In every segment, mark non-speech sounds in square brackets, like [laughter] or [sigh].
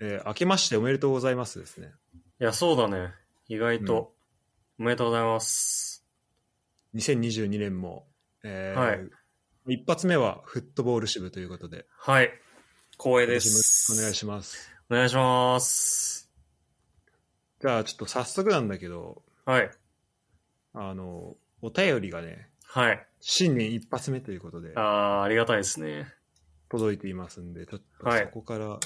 えー明けましておめでとうございますですね。いや、そうだね。意外と。おめでとうございます。 2022年も、えーはい一発目はフットボール支部ということで、はい。光栄で私す。もお願いしします。ます。お願いします。じゃあ、ちょっと早速なんだけど、はい。あの、お便りがね、はい。新年一発目ということであ、あ、ありがたいですね。届いていますんで、ちょっとはいそこから、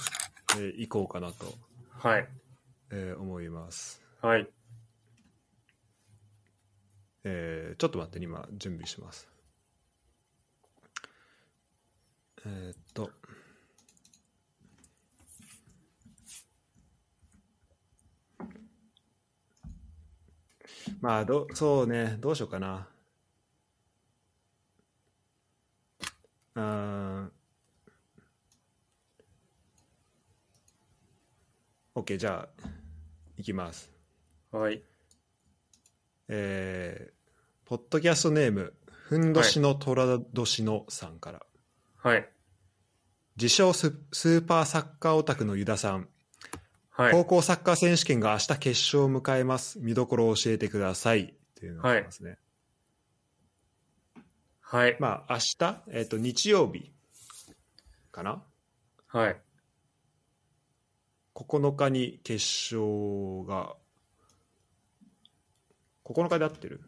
えー行こうかなと、はい。えー思います。はい。えーちょっと待ってね、今、準備します。えーっと。まあ、ど、そうね、どうしようかな。うーん。OK、じゃあ、いきます。はい。えーポッドキャストネームふんどしのとらどしのさんから、はい。自称ススーパーサッカーオタクのユダさん、はい。高校サッカー選手権が明日決勝を迎えます見どころを教えてくださいっていうのがありますね、はい。まあ明日、えっと日曜日かなはい。 9日に決勝が9日で合ってる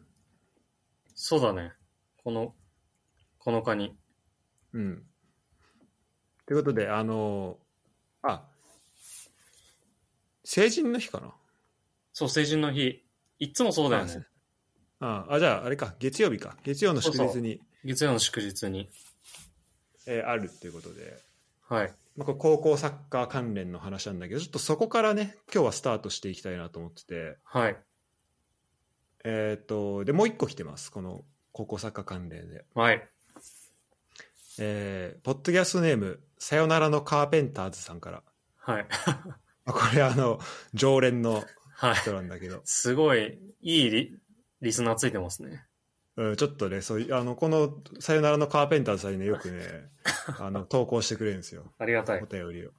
そうだね。この、このカニ。うん。ということで、あのあ、成人の日かなそう、成人の日。いつもそうだよね。ああ、じゃあ、あれか、月曜日か。月曜の祝そうそ日うに月曜の祝日に。えーあるっていうことで、はい。まあ、これ高校サッカー関連の話なんだけど、ちょっとそこからね、今日はスタートしていきたいなと思ってて、はい。えっ、と、で、もう一個来てます、この高校サッカー関連で。はい。えーポッドキャストネーム、さよならのカーペンターズさんから。はい。まあこれ、あの、常連のはい。人なんだけど、すごい、いいリリスナーついてますね。うん、ちょっとね、そういう、あの、この、さよならのカーペンターズさんにね、よく [laughs] ね、あの、投稿してくれるんですよ、ありがたいお。便りを。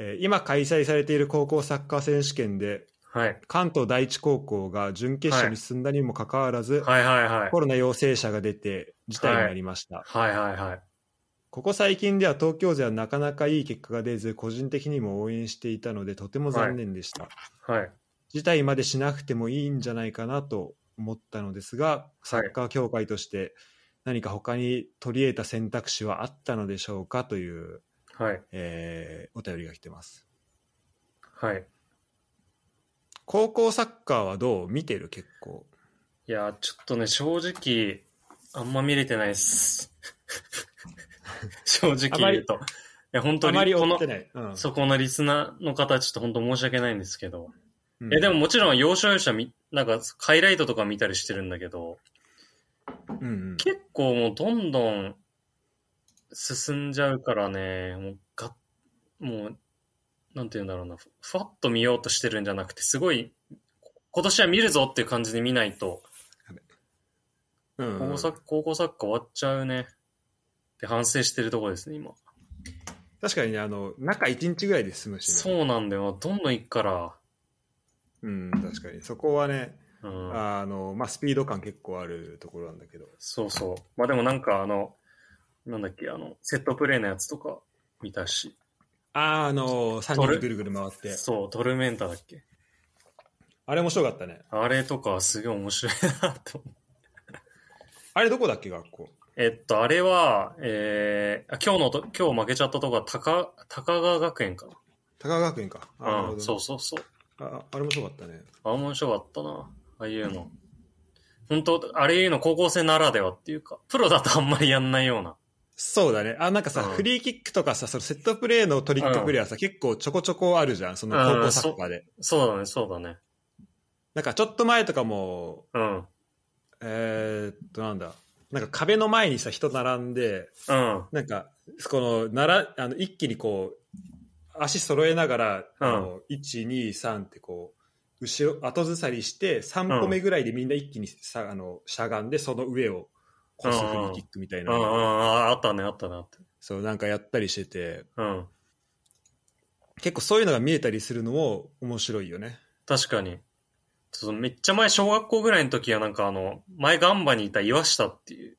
えー今開催されている高校サッカー選手権で、はい。関東第一高校が準決勝に進んだにもかかわらず、はいはいはい。コロナ陽性者が出て、事態になりました。はいはいはい。ここ最近では東京勢はなかなかいい結果が出ず、個人的にも応援していたので、とても残念でした。はい。事態までしなくてもいいんじゃないかなと思ったのですが、サッカー協会として何か他に取り入れた選択肢はあったのでしょうかという、はい。えーお便りが来てます。はい。高校サッカーはどう見てる結構。いやー、ちょっとね、正直、あんま見れてないっす。 [laughs] 正直言うと。いや、本当あまりに、こ追っのて、ない。うんそこのリスナーの方、ちょっと本当申し訳ないんですけど。うんえ、でも、もちろん、要所要所み、なんか、ハイライトとか見たりしてるんだけど、うんうん結構もうどんどん進んじゃうからね、もうが、もう、なんて言うんだろうな、ふふわっと見ようとしてるんじゃなくて、すごい、こ今年は見るぞっていう感じで見ないと、うんうん高校サッ高校サッカー終わっちゃうね。って反省してるところですね、今。確かにね、あの、中1日ぐらいで済むしね、そうなんだよ、どんどん行くから。うん、確かに。そこはね、うん、あの、まあ、スピード感結構あるところなんだけど。そうそう。まあでもなんかあの、なんだっけ、あの、セットプレーのやつとか見たし、あー、あの、3人でぐるぐる回って。そう、トルメンタだっけ。あれ面白かったね。あれとかすげえ面白いなと思ってあれどこだっけ、学校。えっと、あれは、えー、あ今日のと、今日負けちゃったとこは、高、高川学園か高川学園か。あーなるな。ほうどん、ねそうそうそう。ああれ面白かったね。あ、面白かったな。ああいうの。本当あれいうの高校生ならではっていうか、プロだとあんまりやんないような。そうだね。あ、なんかさ、うんフリーキックとかさ、そのセットプレーのトリックプレーはさ、結構ちょこちょこあるじゃん、その高校サッカーで。そうだね、そうだね。なんかちょっと前とかも、うん。えー、っと、なんだ。なんか壁の前にさ、人並んで、うん。なんか、この、なら、あの、一気にこう、足揃えながら、あの、1、2、3ってこう、後ろ、後ずさりして、3歩目ぐらいでみんな一気にさ、あの、しゃがんで、その上を越すフリーキックみたいうん、うん、な、ああったね、あったね、あったね。そう、なんかやったりしてて、うん。結構そういうのが見えたりするのも面白いよね。確かに。ちょっとめっちゃ前、小学校ぐらいの時はなんかあの、前ガンバにいた岩下っていう、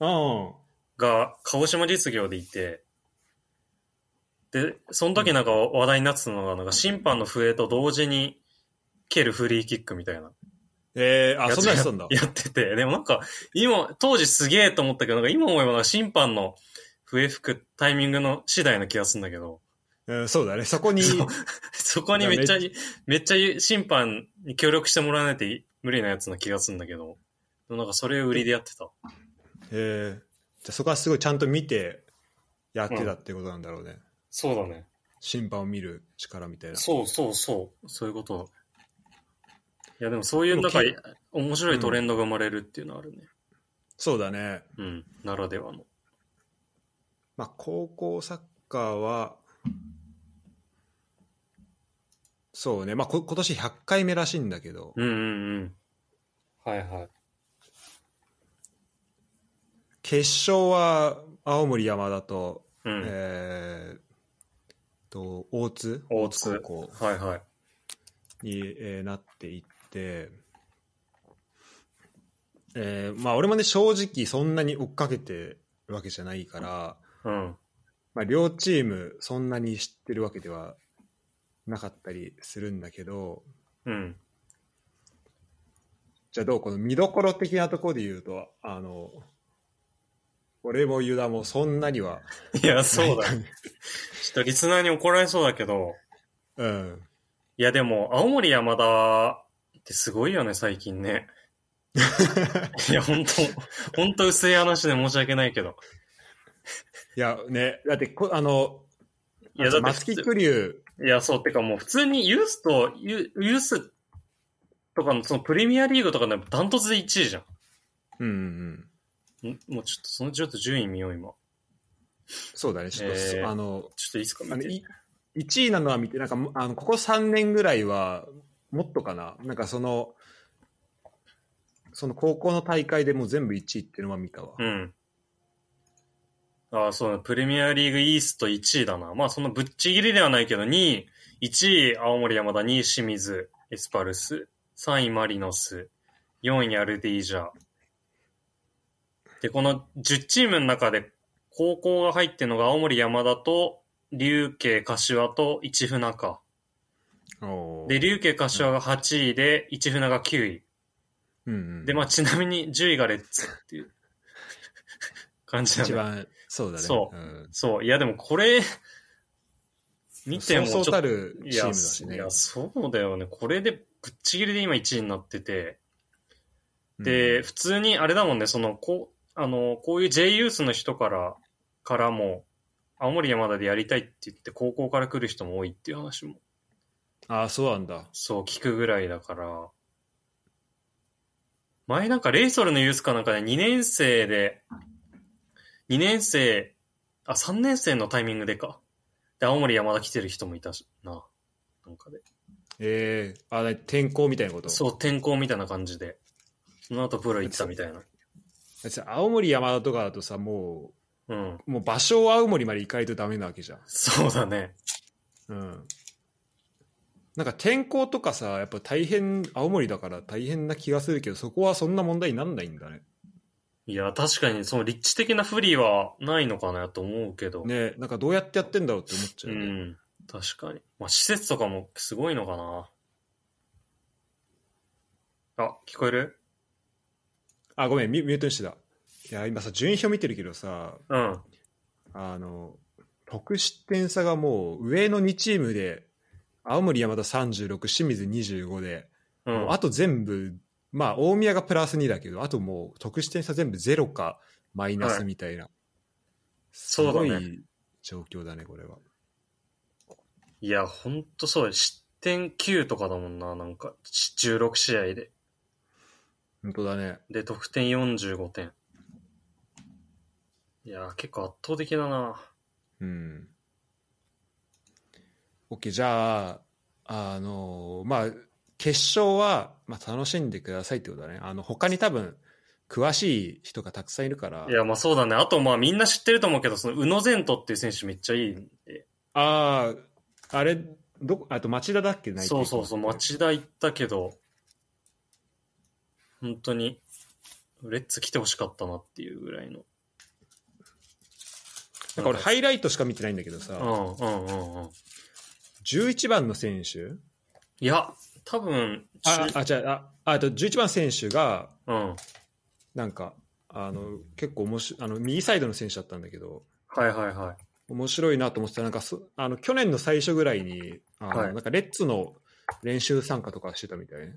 うん。が、鹿児島実業でいて、で、その時なんか話題になってたのが、なんか審判の笛と同時に蹴るフリーキックみたいな。えー、あ、やそつんなにしたんだ。やってて、でもなんか、今、当時すげえと思ったけど、なんか今思えばなんか審判の笛吹くタイミングの次第な気がするんだけど、うん、そうだね。そこに、そうそこにめっちゃ、めっちゃ審判に協力してもらわないと無理なやつな気がするんだけど、でもなんかそれを売りでやってた。えー、じゃあそこはすごいちゃんと見てやってたってことなんだろうね。そうだね。審判を見る力みたいな。そうそうそう。そういうこといやでもそういう、でなもんか、面白いトレンドが生まれるっていうのはあるね。そうだね。うん。ならではの。まあ、高校サッカーは、そうね、まあ、こ今年100回目らしいんだけど、うんうんうん。はいはい。決勝は青森山田と、うん。えーっと大津大津高校はいはい。に、えーなっていって、えーまあ、俺もね正直そんなに追っかけてるわけじゃないから、うん。まあ、両チームそんなに知ってるわけではなかったりするんだけどうん。じゃあどうこの見どころ的なところで言うとあの俺もユダもそんなにはいや、そうだ。ちょっとリスナーに怒られそうだけど、うんいやでも、青森山田ってすごいよね、最近ね。 [laughs] いや、本当本当薄い話で申し訳ないけど。いやねだってこあのいや、だって松木普通玖生いや、そう、てかもう普通にユースと、ユユースとかのそのプレミアリーグとかでもダントツで1位じゃうんうんん。んもうちょっと、そのちょっと順位見よう、今。そうだねちょっと、えーあのちょっといいっすか、あ見のて。い1位なのは見てなんかあのここ3年ぐらいはもっとかななんかそのその高校の大会でもう全部1位っていうのは見たわ、うん。ああ、そうだ、プレミアリーグイースト1位だな。まあ、そんなぶっちぎりではないけど、2位、1位、青森山田、2位、清水、エスパルス、3位、マリノス、4位、アルディージャ。で、この10チームの中で、高校が入ってるのが青森山田と、琉慶柏と一船か。おーで、琉慶柏が8位で、一船が9位。うんうんで、まあ、ちなみに10位がレッツっていう感じだね一番そうだねそうんそう、いやでもこれ、見てもちそょうそっとうたるいチームやだしねいや、そうだよね。これでぶっちぎりで今1位になってて、で、うん普通にあれだもんね、その、こう、あの、こういう J ユースの人から、からも、青森山田でやりたいって言って、高校から来る人も多いっていう話も、ああそうなんだそう聞くぐらいだから、前なんかレイソルのユースかなんかで2年生で、2年生、あ、3年生のタイミングでか。で、青森山田来てる人もいたしな。なんかで。ええあれ転校みたいなことそう、転校みたいな感じで。その後プロ行ったみたいな。だって青森山田とかだとさもうん。うもう場所を青森まで行かないとダメなわけじゃんそうだね。うんなんか天候とかさやっぱ大変青森だから大変な気がするけどそこはそんな問題になんないんだねいや、確かにその立地的な不利はないのかなと思うけど。ねなんかどうやってやってんだろうって思っちゃううね、ん。確かに。まあ、施設とかもすごいのかな。あ、聞こえるあごめんミュミュートにしてたいや今さ順位表見てるけどさうん。あの得失点差がもう上の2チームで青森山田36清水25で、うもんう。あと全部まあ大宮がプラス2だけどあともう得失点差全部ゼロかマイナスみたいな、すそうだごねい状況だねこれは。いや、ほんとそうだよ失点9とかだもんな、なんか、し16試合で。本当だね。で、得点45点。いや、結構圧倒的だな。うん。OK、じゃあ、あのまあ、決勝は、まあ、楽しんでくださいってことだね。あの、他に多分、詳しい人がたくさんいるから。いや、まあそうだね。あと、まあみんな知ってると思うけど、その、宇野善斗っていう選手めっちゃいいんで。ああ、あれ、どこ、あと町田だっけないそうそうそう、町田行ったけど、本当に、レッツ来てほしかったなっていうぐらいの。なんか俺、ハイライトしか見てないんだけどうさ、んうんうんうん。 11番の選手いや、多分、あ、ちあ、じゃあ、ああと11番選手が、うん。なんか、あの、結構面白い、あの、右サイドの選手だったんだけど、はいはいはい。面白いなと思ってたなんかそあの去年の最初ぐらいにあの、はいなんかレッツの練習参加とかしてたみたいね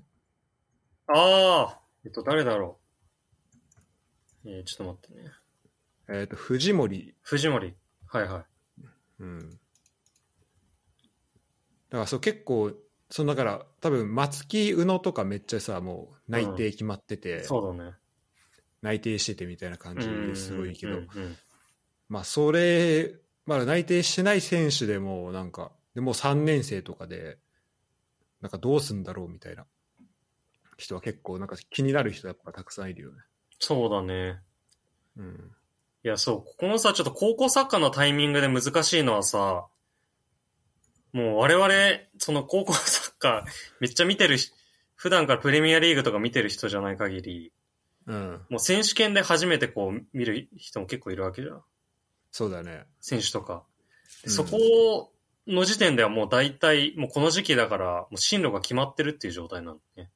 ああ、えっと、誰だろう。えー、ちょっと待ってね。えっ、と藤森藤森。はいはい。うんだからそう結構そのだから多分松木宇野とかめっちゃさもう内定決まってて、そうだね。内定しててみたいな感じですごいけど、うんうんうんまあそれまだ内定してない選手でもなんかでもう3年生とかでなんかどうすんだろうみたいな人は結構なんか気になる人やっぱたくさんいるよねそうだね。うん、いや、そう、ここのさ、ちょっと高校サッカーのタイミングで難しいのはさ、もう我々、その高校サッカーめっちゃ見てるし、普段からプレミアリーグとか見てる人じゃない限り、うん、もう選手権で初めてこう見る人も結構いるわけじゃん。そうだね。選手とか。うでんそこの時点ではもう大体、もうこの時期だから、もう進路が決まってるっていう状態なのね。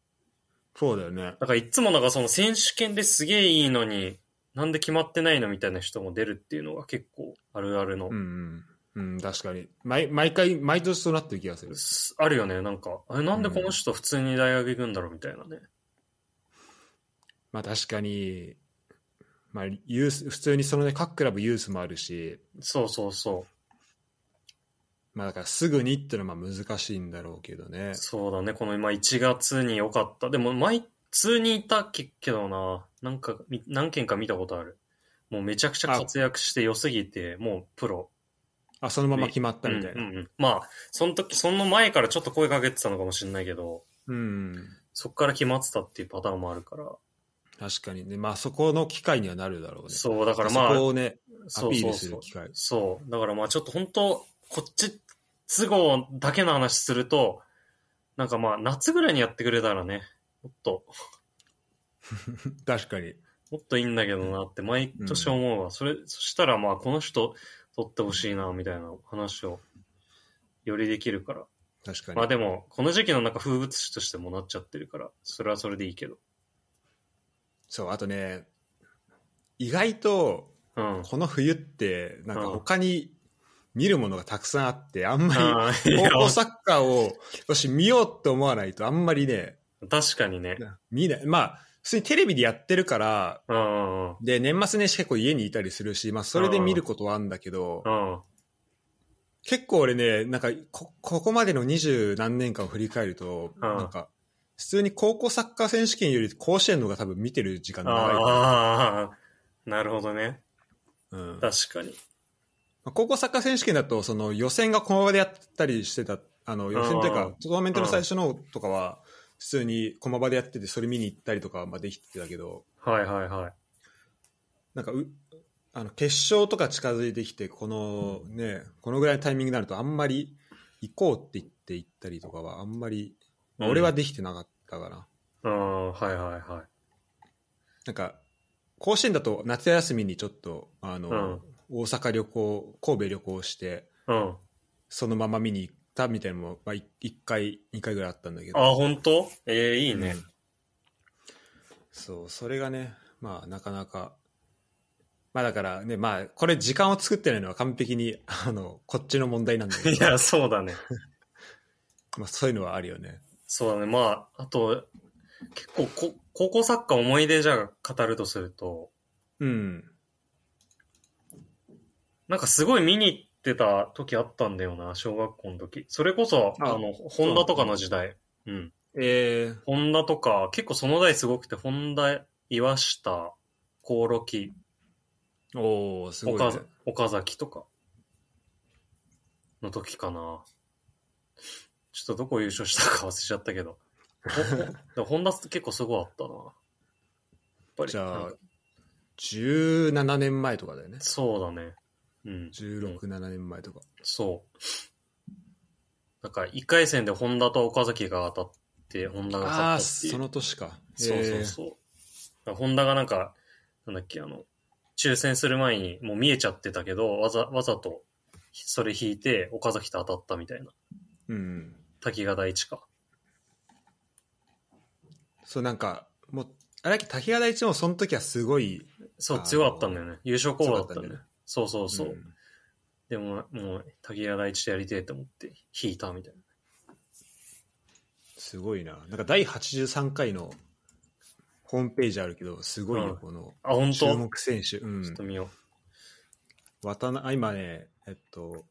そうだよね。だからいつもなんかその選手権ですげえいいのに、なんで決まってないのみたいな人も出るっていうのが結構あるあるのうん、うん、うん、確かに。毎毎回、毎年そうなってる気がする。すあるよね、なんか。あれ、なんでこの人普通に大学行くんだろうみたいなね。まあ確かに、まあユース、普通にそのね、各クラブユースもあるし、そうそうそまあだからすぐにってのはまあ難しいんだろうけどねう。。そうだね、この今1月に良かった。でも、毎通にいたけけどな、なんか、み何件か見たことある。もうめちゃくちゃ活躍して良すぎて、もうプロ。あ、そのまま決まったみたいうんな。うんうんまあ、その時、その前からちょっと声かけてたのかもしれないけど、うん、そっから決まってたっていうパターンもあるから。確かにね。まあそこの機会にはなるだろうね。そう、だからまあそ、こをね、アそうピーそルうすそるう。機会。そう。だからまあちょっと本当、こっち都合だけの話すると、なんかまあ夏ぐらいにやってくれたらね、もっと、確かに。もっといいんだけどなって毎年思うわ。それ、そしたらまあこの人取ってほしいな、みたいな話を、よりできるから。確かに。まあでも、この時期のなんか風物詩としてもなっちゃってるから、それはそれでいいけど。そう、あとね、意外と、うん。この冬って、なんかうん他に見るものがたくさんあって、あんまりあーいや高校サッカーを、もし見ようと思わないと、あんまりね、確かにね。見ない。まあ、普通にテレビでやってるから、うんうんうん。で、年末年始結構家にいたりするし、まあ、それで見ることはあるんだけど、うん。結構俺ね、なんかこ、ここまでの二十何年間を振り返ると、んなんか、普通に高校サッカー選手権より甲子園の方が多分見てる時間長い。ああ、なるほどね。うん確かに。まあ高校サッカー選手権だとその予選がこの場でやったりしてたあの予選といううかんトーナメントの最初のとかは普通に駒場でやっててそれ見に行ったりとかはまあできてたけどはいはいはい。なんかうあの決勝とか近づいてきてこのねこのぐらいのタイミングになるとあんまり行こうって言って行ったりとかはあんまり、まあ俺はできてなかったかな、うん、はいはいはなんか甲子園だと夏休みにちょっとあの、うん大阪旅行神戸旅行してい。うん。そのまま見に行ったみたいなのも、まあ、1回2回ぐらいあったんだけどあ、本当？ええいいねう。んそうそれがねまあなかなかまあだからねまあこれ時間を作ってないのは完璧にあのこっちの問題なんだけ [laughs] いど、や、そうだね。まあ、そういうのはあるよねそうだね。まあ、あと、結構こ、高校サッカー思い出じゃ語るとすると、うんなんかすごい見に行ってた時あったんだよな、小学校の時。それこそ、ああの、ホンダとかの時代。うん。えー、ホンダとか、結構その代すごくて、ホンダ、岩下、コロキ、おおすごい、岡ね、岡崎とかの時かな。ちょっとどこ優勝したか忘れちゃった [laughs] けど。ほでもホンダ結構すごいあったな。やっぱり。じゃなあんか17年前とかだよねそうだね。うん。 167年前とか、そなんか1回戦で本田と岡崎が当たって、本田がああー、勝ったっていうその年か。そうそうそう。だからホンダがなんか、なんだっけ、あの、抽選する前にもう見えちゃってたけど、わざわざとそれ引いて、岡崎と当たったみたいな。えーうん。滝が第一か。そう、なんか、もう、あれだっけ、滝川大一もその時はすごい、そあう、ー強かったんだよね。優勝候補だったんだよ強かったねんだよ。そうそうそう。んでも、もう、滝が第一でやりてえと思って、引いたみたいな。すごいな。なんか第83回のホームページあるけど、すごいよ、うんこのあ、本当注目選手。うちょっんと。見よ渡辺、あ、今ね、えっと、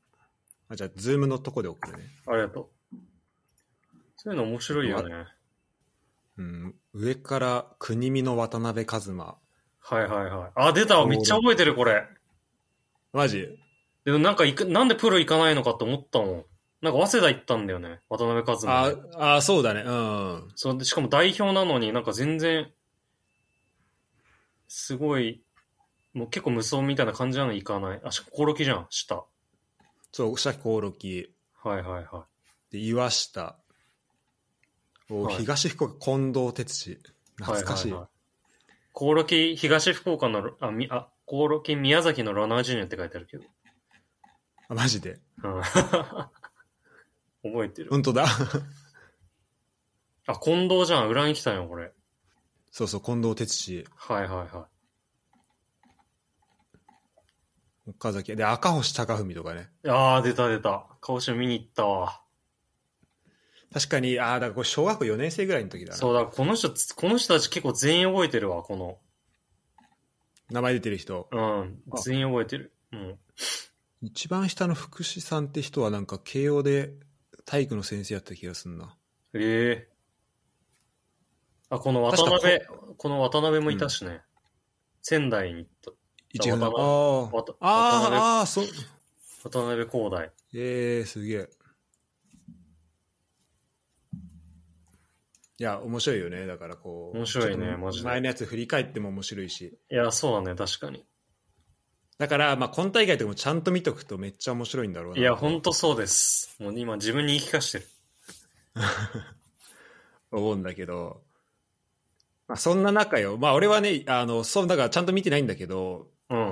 あじゃあ、ズームのとこで送るね。う。ありがとう。そういうの面白いよね。うん。上から、国見の渡辺一馬。はいはいはい。あ、出ためっちゃ覚えてる、これ。マジでもなんか行く、なんでプロ行かないのかと思ったもん。なんか早稲田行ったんだよね。渡辺和あ馬。あ、そうだね。うん。そうで、しかも代表なのになんか全然、すごい、もう結構無双みたいな感じなのに行かない。あ、しかも興梠じゃん、下。はそう、下幸六いはいはで岩下。おはい東福岡、近藤哲司。い。懐かしい。ははは興梠、東福岡のロ、あ、み、あ、興梠宮崎のラナージュニアって書いてあるけど。あ、マジで。うん [laughs] 覚えてる。本当だ。 [laughs] あ、近藤じゃん。裏に来たよ、これ。そうそう、近藤哲司。はいはいは岡崎。で、赤星貴文とかね。い。あー、出た出た。顔し見に行ったわ。確かに、ああ、だからこれ小学校4年生ぐらいの時だな。そうだ、この人つ、この人たち結構全員覚えてるわ、この。名前出てる人。うんあ、全員覚えてる。うん。一番下の福士さんって人はなんか慶応で体育の先生やってた気がすんな。ええあ、この渡辺確か、この渡辺もいたしね。仙台に行っ一軍渡あ辺ー渡あ渡辺ー、あーそう。た。渡辺光大。えー、すげえ。いや、面白いよね。だからこう。面白いねちょっとマジで前のやつ振り返っても面白いし。いや、そうだね、確かに。だから、まあ、今大会とかもちゃんと見とくとめっちゃ面白いんだろうな。いや、ほんとそうです。もう今自分に言い聞かしてる。思うんだけど、まあ、そんな中よ、まあ、俺はねあのそうだからちゃんと見てないんだけどうん。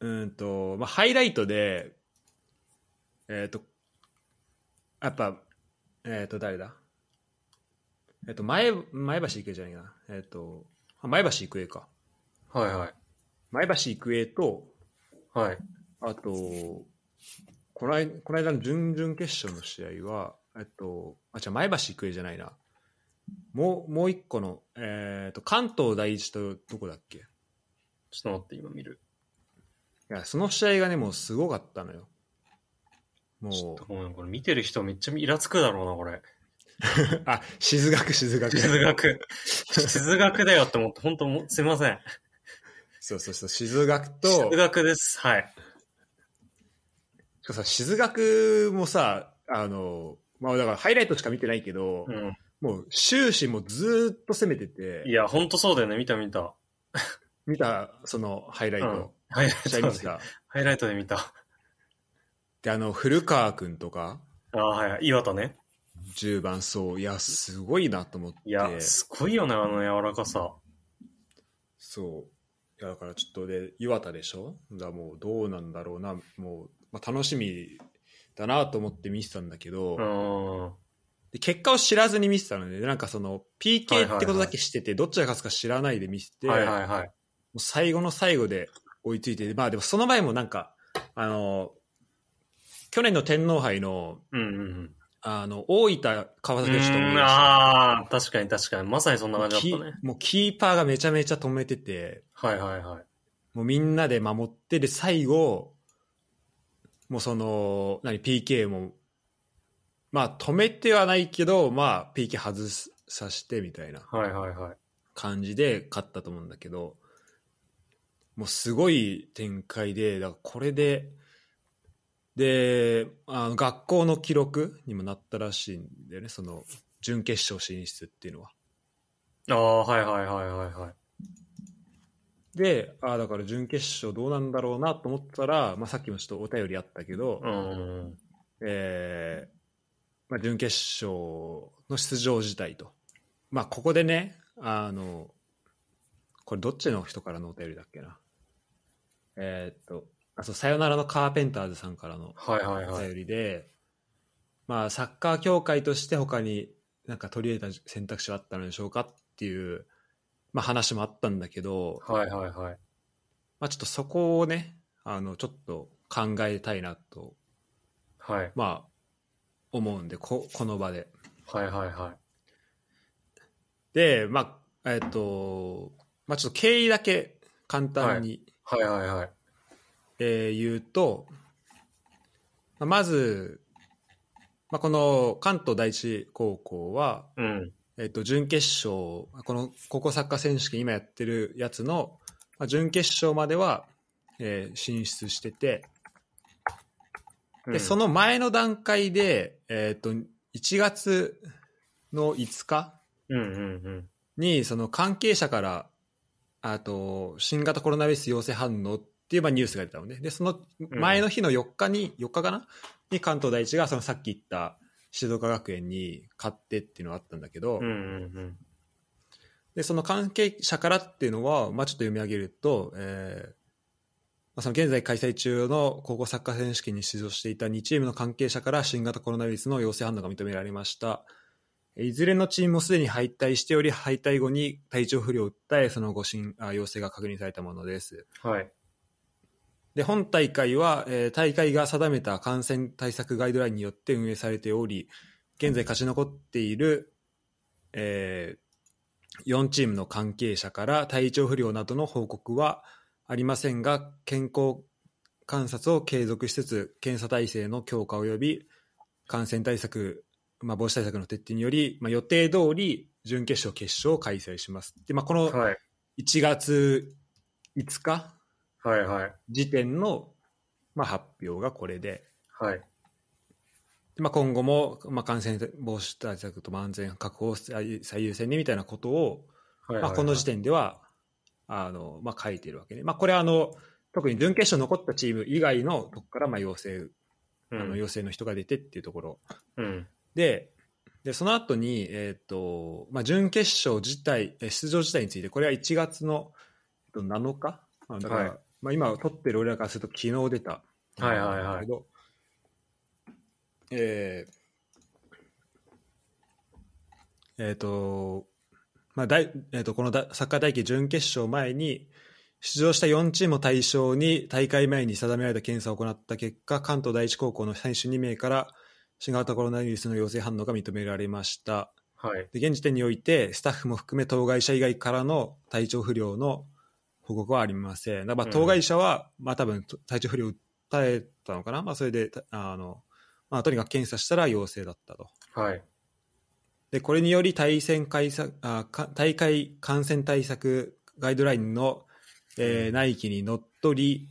うーんと、まあ、ハイライトでえっ、とやっぱえっ、と誰だえっ、と前前橋育英じゃないなえっ、とあ前橋育英かはいはい。前橋育英とはい。あとこの間この間の準々決勝の試合はえっとあじゃ前橋育英じゃないなもうもう一個の、えっと関東第一とどこだっけいちょっと待って、今見る。やその試合がねもうすごかったのよちょっもとごめん、これ見てる人めっちゃイラつくだろうな、これ。うあ静学静学静学。静学だよって思って、ほんともう、すいません。そうそうそう静学と静学です。はい。しかもさ静学もさあのまあだからハイライトしか見てないけど、うん。もう終始もうずーっと攻めてていや、ほんとそうだよね。見た見た。見たそのハイライうんト、ハイライ試合ト見でてたハイライトで見た。あであの古川君とかあ、はい。岩田ね。 10番そういやすごいなと思っていや、すごいよね、あの柔らかさ。そういやだからちょっとで岩田でしょだからもうどうなんだろうなもう、まあ、楽しみだなと思って見てたんだけど、うん。で結果を知らずに見てたのでなんかその PK ってことだけしてて、どっちが勝つか知らないで見てて、はいはいはもい。う最後の最後で追いついてまあでもその前もなんかあの去年の天皇杯のうんうんあの大分川うん。う崎をちょっと思いーん出したああ、確かに確かに。まさにそんな感じだったね。もうキーパーがめちゃめちゃ止めててはいはいはい。もうみんなで守ってで最後もうその何 PK もまあ止めてはないけどまあ PK 外すさしてみたいなはいはいはい。感じで勝ったと思うんだけどもうすごい展開でだからこれでであの学校の記録にもなったらしいんだよねその準決勝進出っていうのは。ああ、はいはいはいはいはい。で、ああ、だから準決勝どうなんだろうなと思ったら、まあ、さっきもちょっとお便りあったけど、うん。えーまあ、準決勝の出場自体と、まあ、ここでねあのこれどっちの人からのお便りだっけなえーっとあそうさよならのカーペンターズさんからのはいはいおはい。便りで、まあ、サッカー協会として他になんか取り入れた選択肢はあったのでしょうかっていう、まあ、話もあったんだけど、はいはいはい。まあ、ちょっとそこをねあのちょっと考えたいなと、はいまあ、思うんでここの場で。はいはいはい。で、まあえっとまあ、ちょっと経緯だけ簡単に、はいはいはい。えー言うと、まあまず、まあ、この関東第一高校は、うん。えっと、準決勝、この高校サッカー選手権今やってるやつの、まあ、準決勝までは、えー進出してて、うで、んそ、の前の段階で、えっと、1月の5日うんうんに、その関係者から、あと、新型コロナウイルス陽性反応っていうまあニュースが出たのね。で、その前の日の4日に、4日かなに関東第一が、そのさっき言った静岡学園に勝ってっていうのがあったんだけど、うん。うんうんうん。でその関係者からっていうのは、まあ、ちょっと読み上げると、えーまあ、その現在開催中の高校サッカー選手権に出場していた2チームの関係者から新型コロナウイルスの陽性反応が認められましたえいずれのチームもすでに敗退しており敗退後に体調不良を訴えその後新あ陽性が確認されたものですはい。で本大会は、えー大会が定めた感染対策ガイドラインによって運営されており現在勝ち残っている、え4チームの関係者から体調不良などの報告はありませんが健康観察を継続しつつ検査体制の強化及び感染対策、まあ、防止対策の徹底により、まあ、予定通り準決勝決勝を開催しますで、まあ、このはい。 1月5日はいはい。時点の、まあ、発表がこれで、はい。でまあ、今後も、まあ、感染防止対策とまあ安全確保を最最優先にみたいなことを、はい。まあ、この時点ではあの、まあ、書いてるわけね、まあ、これはあの特に準決勝残ったチーム以外のとこからまあ陽性、点あの陽性の人が出てっていうところうん。ででその後に、えーとまあ、準決勝自体えー出場自体についてこれは1月のえっと7日まあだから、はいまあ、今撮ってる俺らからすると昨日出たはいはいはいなんだけどえーえーとまあ大えー、とこのだサッカー大会準決勝前に出場した4チームを対象に大会前に定められた検査を行った結果関東第一高校の選手2名から新型コロナウイルスの陽性反応が認められましたはい。で現時点においてスタッフも含め当該者以外からの体調不良の報告はありませんだからまあうん当該者は、まあ多分と体調不良を訴えたのかな、まあ、それでたあの、まあ、とにかく検査したら陽性だったとはい。でこれにより対戦開催あか大会感染対策ガイドラインの、えー内規にのっとり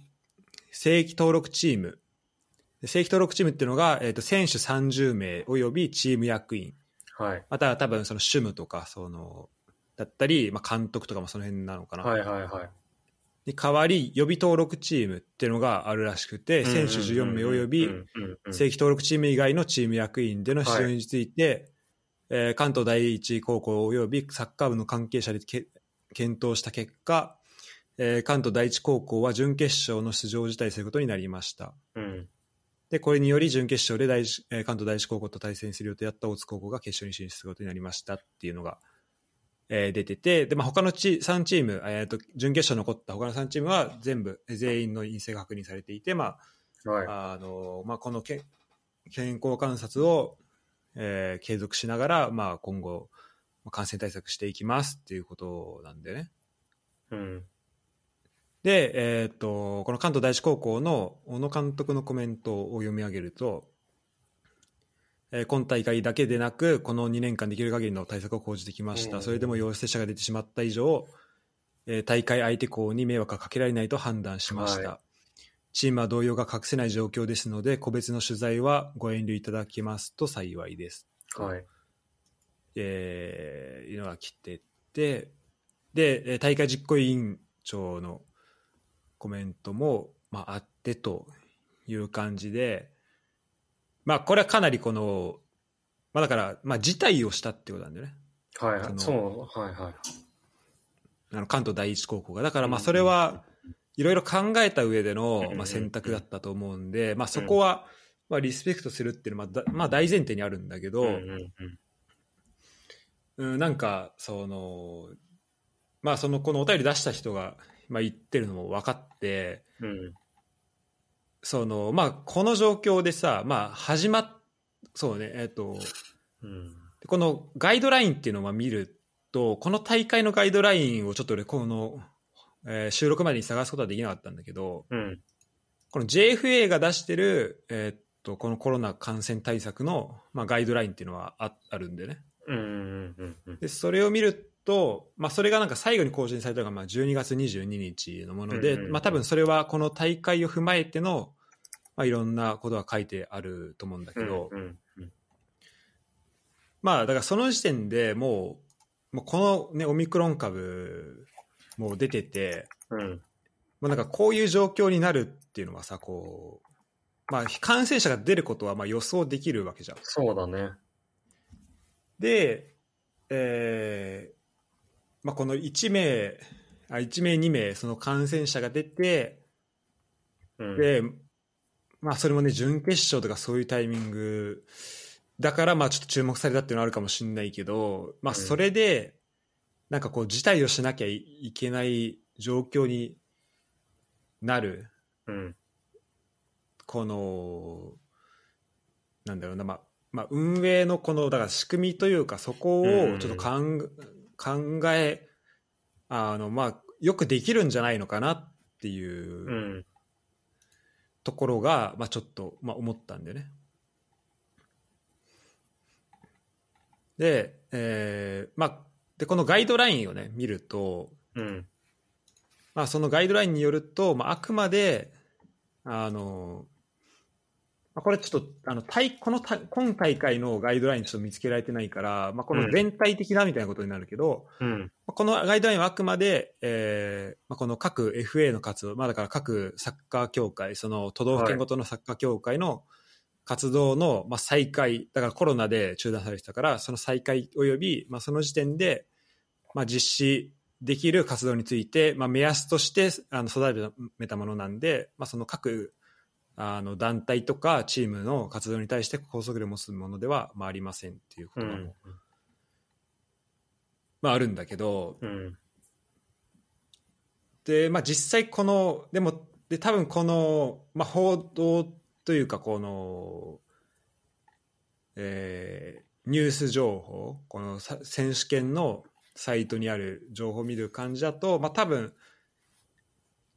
正規登録チームで正規登録チームっていうのが、えー、と選手30名およびチーム役員はい。または多分その主務とかそのだったり、まあ、監督とかもその辺なのかな、はいはいはい。に代わり予備登録チームっていうのがあるらしくて、選手14名およびうんうんうん正規登録チーム以外のチーム役員での出場について、えー関東第一高校およびサッカー部の関係者でけ検討した結果、えー関東第一高校は準決勝の出場を辞退することになりました。うんでこれにより準決勝で第一えー関東第一高校と対戦する予定だった大津高校が決勝に進出することになりましたっていうのが、えー出ててで、まあ、他のチ3チーム、えーと準決勝残った他の3チームは全部えー全員の陰性が確認されていて、まはい。ああのまあ、このけ健康観察を、えー継続しながら、まあ、今後まあ感染対策していきますっていうことなんでね。うん。で、えーっとこの関東第一高校の小野監督のコメントを読み上げると、えー今大会だけでなくこの2年間できる限りの対策を講じてきました、うんそれでも陽性者が出てしまった以上、えー大会相手校に迷惑がかけられないと判断しました、はチームは動揺が隠せない状況ですので個別の取材はご遠慮いただけますと幸いですはい。えーいうのが来ててでえー大会実行委員長のコメントも、まあ、あってという感じで、まあ、これはかなりこのまあだから、まあ辞退をしたってことなんだよね。はいあはい。のそう、はいはい。あの関東第一高校が。だからまあうんそれはいろいろ考えた上でのう、んまあ、選択だったと思うんで、まあそこは、まあリスペクトするっていうのはまあだ、まあ大前提にあるんだけど、うんうんうんうん、なんかそのまあそのこのお便り出した人が、まあ、言ってるのも分かってうんそのまあこの状況でさまあ始まっそうねえっ、とうんこのガイドラインっていうのを見るとこの大会のガイドラインをちょっと俺この、えー収録までに探すことはできなかったんだけどうんこの JFA が出してるえっ、とこのコロナ感染対策の、まあ、ガイドラインっていうのはああるんでねうんうんうんうんでそれを見ると、まあ、それがなんか最後に更新されたのがまあ12月22日のもので、うんうんうんまあ、多分それはこの大会を踏まえての、まあ、いろんなことが書いてあると思うんだけど、うんうんまあ、だからその時点でもうもうこの、ね、オミクロン株も出ててうんもうなんかこういう状況になるっていうのはさこう、まあ、感染者が出ることはまあ予想できるわけじゃん。そうだね。で、えーまあ、この1名あ1名2名その感染者が出てうんで、まあ、それもね準決勝とかそういうタイミングだからまあちょっと注目されたっていうのはあるかもしれないけど、まあ、うんそれでなんかこう事態をしなきゃいいけない状況になるうんこのなんだろうな、まあまあ、運営のこのだから仕組みというかそこをちょっとかん、考えあの、まあ、よくできるんじゃないのかなってういうんところが、まあ、ちょっと、まあ、思ったんだよね。で,、えーまあ、でこのガイドラインをね見ると、うんまあ、そのガイドラインによると、まあ、あくまであの、まあ、これちょっとあの大この大今大会のガイドラインちょっと見つけられてないから、まあ、こうのん全体的なみたいなことになるけど、うんまあこのガイドラインはあくまで、えーまあ、この各 FA の活動、まあ、だから各サッカー協会その都道府県ごとのサッカー協会の活動の、まあ、再開だからコロナで中断されてたからその再開および、まあ、その時点で、まあ、実施できる活動について、まあ、目安としてあの定めたものなんで、まあ、その各あの団体とかチームの活動に対して拘束力を持つものでは、まあ、ありませんっていうこうとも、んまあ、あるんだけどうんで、まあ、実際このでもで多分この、まあ、報道というかこの、えーニュース情報このさ選手権のサイトにある情報を見る感じだと、まあ、多分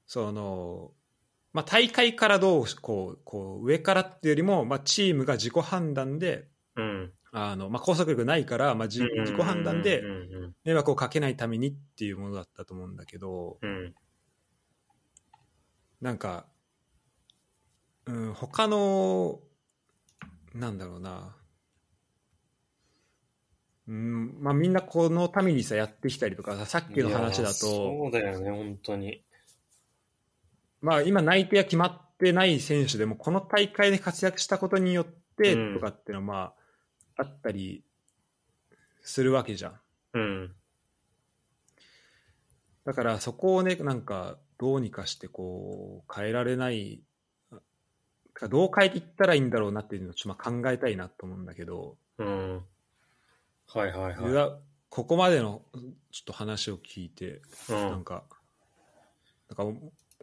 その、まあ、大会からどうこうこう上からっていうよりも、まあ、チームが自己判断でうんあの、まあ、拘束力ないから、まあ、自自己判断でうんうん迷惑をかけないためにっていうものだったと思うんだけど。うんなんか、うん、他の、なんだろうな、うんまあ、みんなこのためにさ、やってきたりとかさ、さっきの話だいやと、そうだよね、本当に。まあ、今、内定が決まってない選手でも、この大会で活躍したことによってうんとかっていうのは、まあ、あったりするわけじゃん。うんだからそこをねなんかどうにかしてこう変えられないあどう変えていったらいいんだろうなっていうのをちょっとまあ考えたいなと思うんだけど、うん。はいはいではだここまでのちょっと話を聞いて、い。うなんん。かなんかお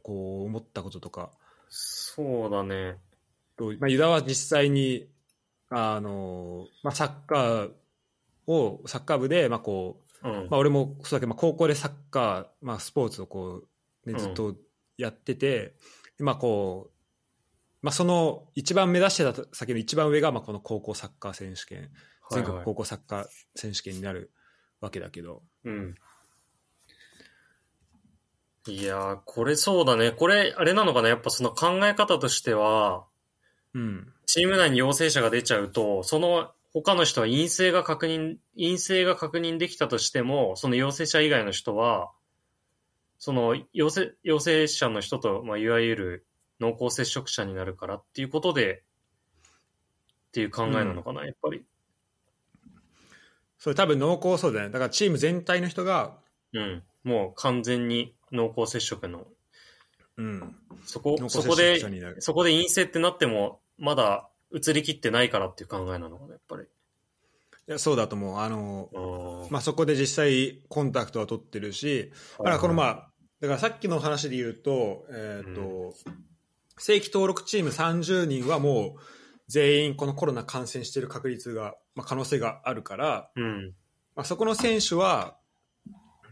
こう思ったこととかそうだね。どうまあ、ユダは実際にあの、まあ、サッカーをサッカー部で、まあこううんま。あ、俺もそうだけど、まあ、高校でサッカー、まあ、スポーツをこう、うね、んずっとやってて、でまあこうまあ、その一番目指してた先の一番上がまあこの高校サッカー選手権全国はいは高校サッカー選手権になるわけだけど、いうん。いやー、これそうだね。これ、あれなのかなやっぱその考え方としては、うんチーム内に陽性者が出ちゃうと、その他の人は陰性が確認、陰性が確認できたとしても、その陽性者以外の人は、その陽性陽性者の人と、まあ、いわゆる濃厚接触者になるからっていうことで、っていう考えなのかな、やっぱり。それ多分濃厚そうだね。だからチーム全体の人が、うん。もう完全に濃厚接触の。うん、そこ濃、厚そ接こ触で者、になる。そこで陰性ってなっても、まだ移りきってないからっていう考えなのかな、やっぱり。いやそうだと思う。あの、あまあ、そこで実際コンタクトは取ってるし、あだからこのまあ、だからさっきの話で言うと、えっ、と、正規登録チーム30人はもう全員このコロナ感染している確率が、まあ、可能性があるから、うん。まあ、そこの選手は、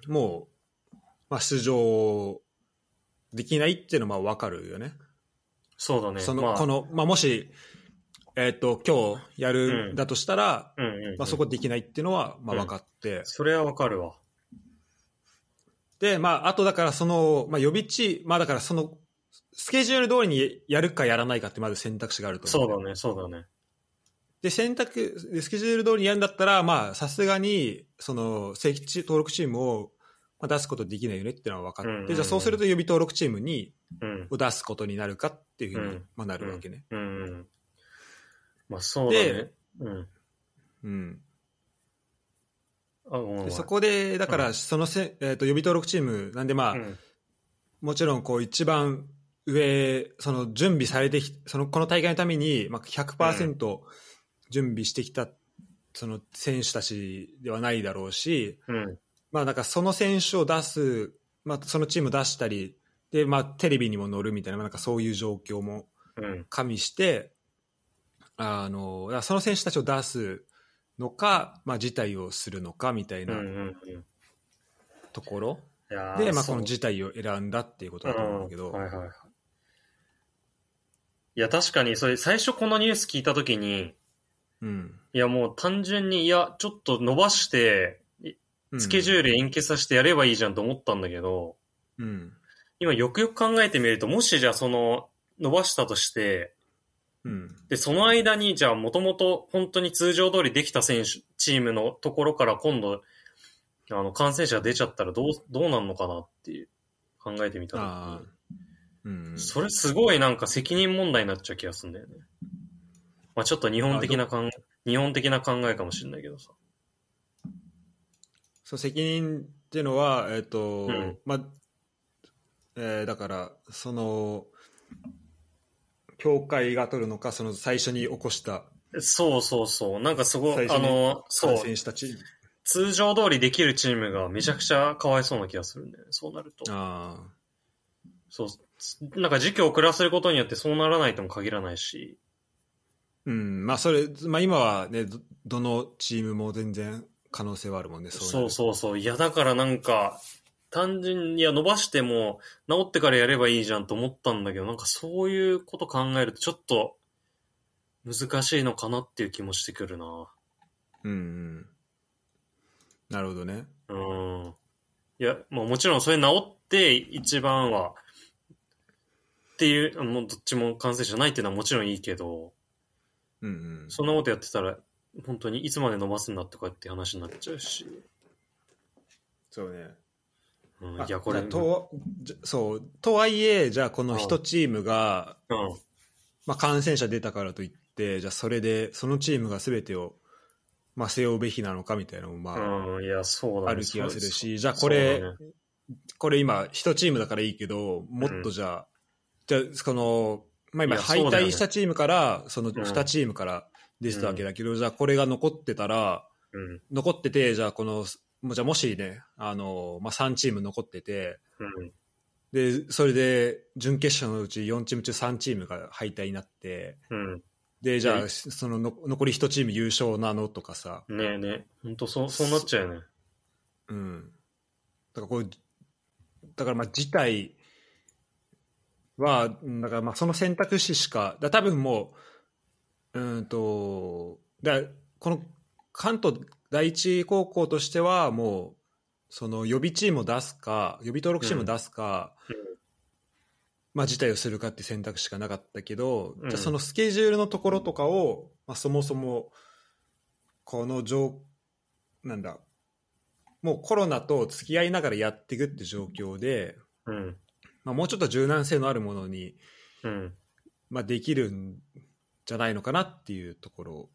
もう、まあ、出場できないっていうのはまあ分かるよね。そうだね。その、まあ、この、まあ、もし、えっ、と、今日やるうんんだとしたら、うんうんうん、まあ、そこできないっていうのは、まあ、分かって、それはわかるわ。で、まあ、あとだからその、まあ、予備地、まあ、だからその、スケジュール通りにやるかやらないかってまず選択肢があるとそ思う。うだね、そうだね。で、選択、でスケジュール通りにやるんだったら、まあ、さすがに、その、正規チ登録チームをまあ出すことできないよねっていうのは分かって、うんうんうんじゃあそうすると予備登録チームにうん。を出すことになるかっていうふううにんまあなるわけね。うんうん。まあ、そうだねで。うん。うん。あ、ごめんごめんでそこで、だから、そのせ、えっ、と、予備登録チームなんで、まあ、うん。もちろんこう一番上その準備されてきそのこの大会のためにまあ100%準備してきたその選手たちではないだろうし、うん。まあ、なんかその選手を出す、まあ、そのチームを出したりで、まあ、テレビにも載るみたいなまあなんかそういう状況もうん。加味してあのだからその選手たちを出すのか、まあ、辞退をするのかみたいうん。う。なんうんところ、いやーで、まあ、そこうの辞退を選んだっていうことだと思うんだけど。はいはいはい。いや、確かに、それ、最初このニュース聞いたときに、うんいや、もう単純に、いや、ちょっと伸ばして、うんスケジュール延期させてやればいいじゃんと思ったんだけど、うん。今よくよく考えてみると、もしじゃあその、伸ばしたとして、うん。で、その間に、じゃあもともと本当に通常通りできた選手、チームのところから今度、あの、感染者が出ちゃったらどう、どうなんのかなっていう、考えてみた時にああ。うん。それすごいなんか責任問題になっちゃう気がするんだよね。まあちょっと日本的な考え、日本的な考えかもしれないけどさ。そう責任っていうのは、えっ、と、うんまあ、えーだから、その、協会が取るのか、その最初に起こした、そうそうそう。なんかすご最い、初あにの、そ感う、染したチーム。通常通りできるチームがめちゃくちゃかわいそうな気がするんだよね。そうなると。ああ。そう。なんか時期を遅らせることによってそうならないとも限らないし。うん。まあ、それ、まあ、今はね、どどのチームも全然可能性はあるもんね、そうなるそうそう。いや、だからなんか、単純に、いや、伸ばしても、治ってからやればいいじゃんと思ったんだけど、なんかそういうこと考えると、ちょっと、難しいのかなっていう気もしてくるな。うん、うん。なるほどね。うん。いや、まあもちろんそれ治って、一番は、っていう、もうどっちも感染者ないっていうのはもちろんいいけど、うん、うん。そんなことやってたら、本当にいつまで伸ばすんだとかって話になっちゃうし。そうね。うん、あいや、これ、じゃあと、じゃそう、とはいえ、じゃあこの一チームが、うん。まあ、感染者出たからといって、じゃあそれで、そのチームが全てを、まあ、背負うべきなのかみたいなのも、まあ、うん、いや、そうだねある気がするそうし、じゃあこれ、そうだねこれ今、一チームだからいいけど、もっとじゃあ、じゃあ、この、まあ今、いや敗そうだよね退したチームから、そのん二チームから出てたわけだけど、じゃあこれが残ってたら、うん。残ってて、じゃあこの、もうじゃあもしね、あの、まあ、3チーム残ってて、うん。で、それで、準決勝のうち4チーム中3チームが敗退になって、うん。でじゃうあそのの残り1チーム優勝なのとかさ、ねえねえ。ほんと、そう、そうなっちゃうよね。うん、だからこうだからまあ事態はうんだからまあその選択肢しかだから多分もううーんとだからこの関東第一高校としてはもうその予備チームを出すか予備登録チームを出すか、うんまあ、事態をするかって選択肢しかなかったけど、うんじゃあそのスケジュールのところとかを、まあ、そもそもこの状なんだもうコロナと付き合いながらやっていくって状況で、うん。まあ、もうちょっと柔軟性のあるものに、うん。まあ、できるんじゃないのかなっていうところ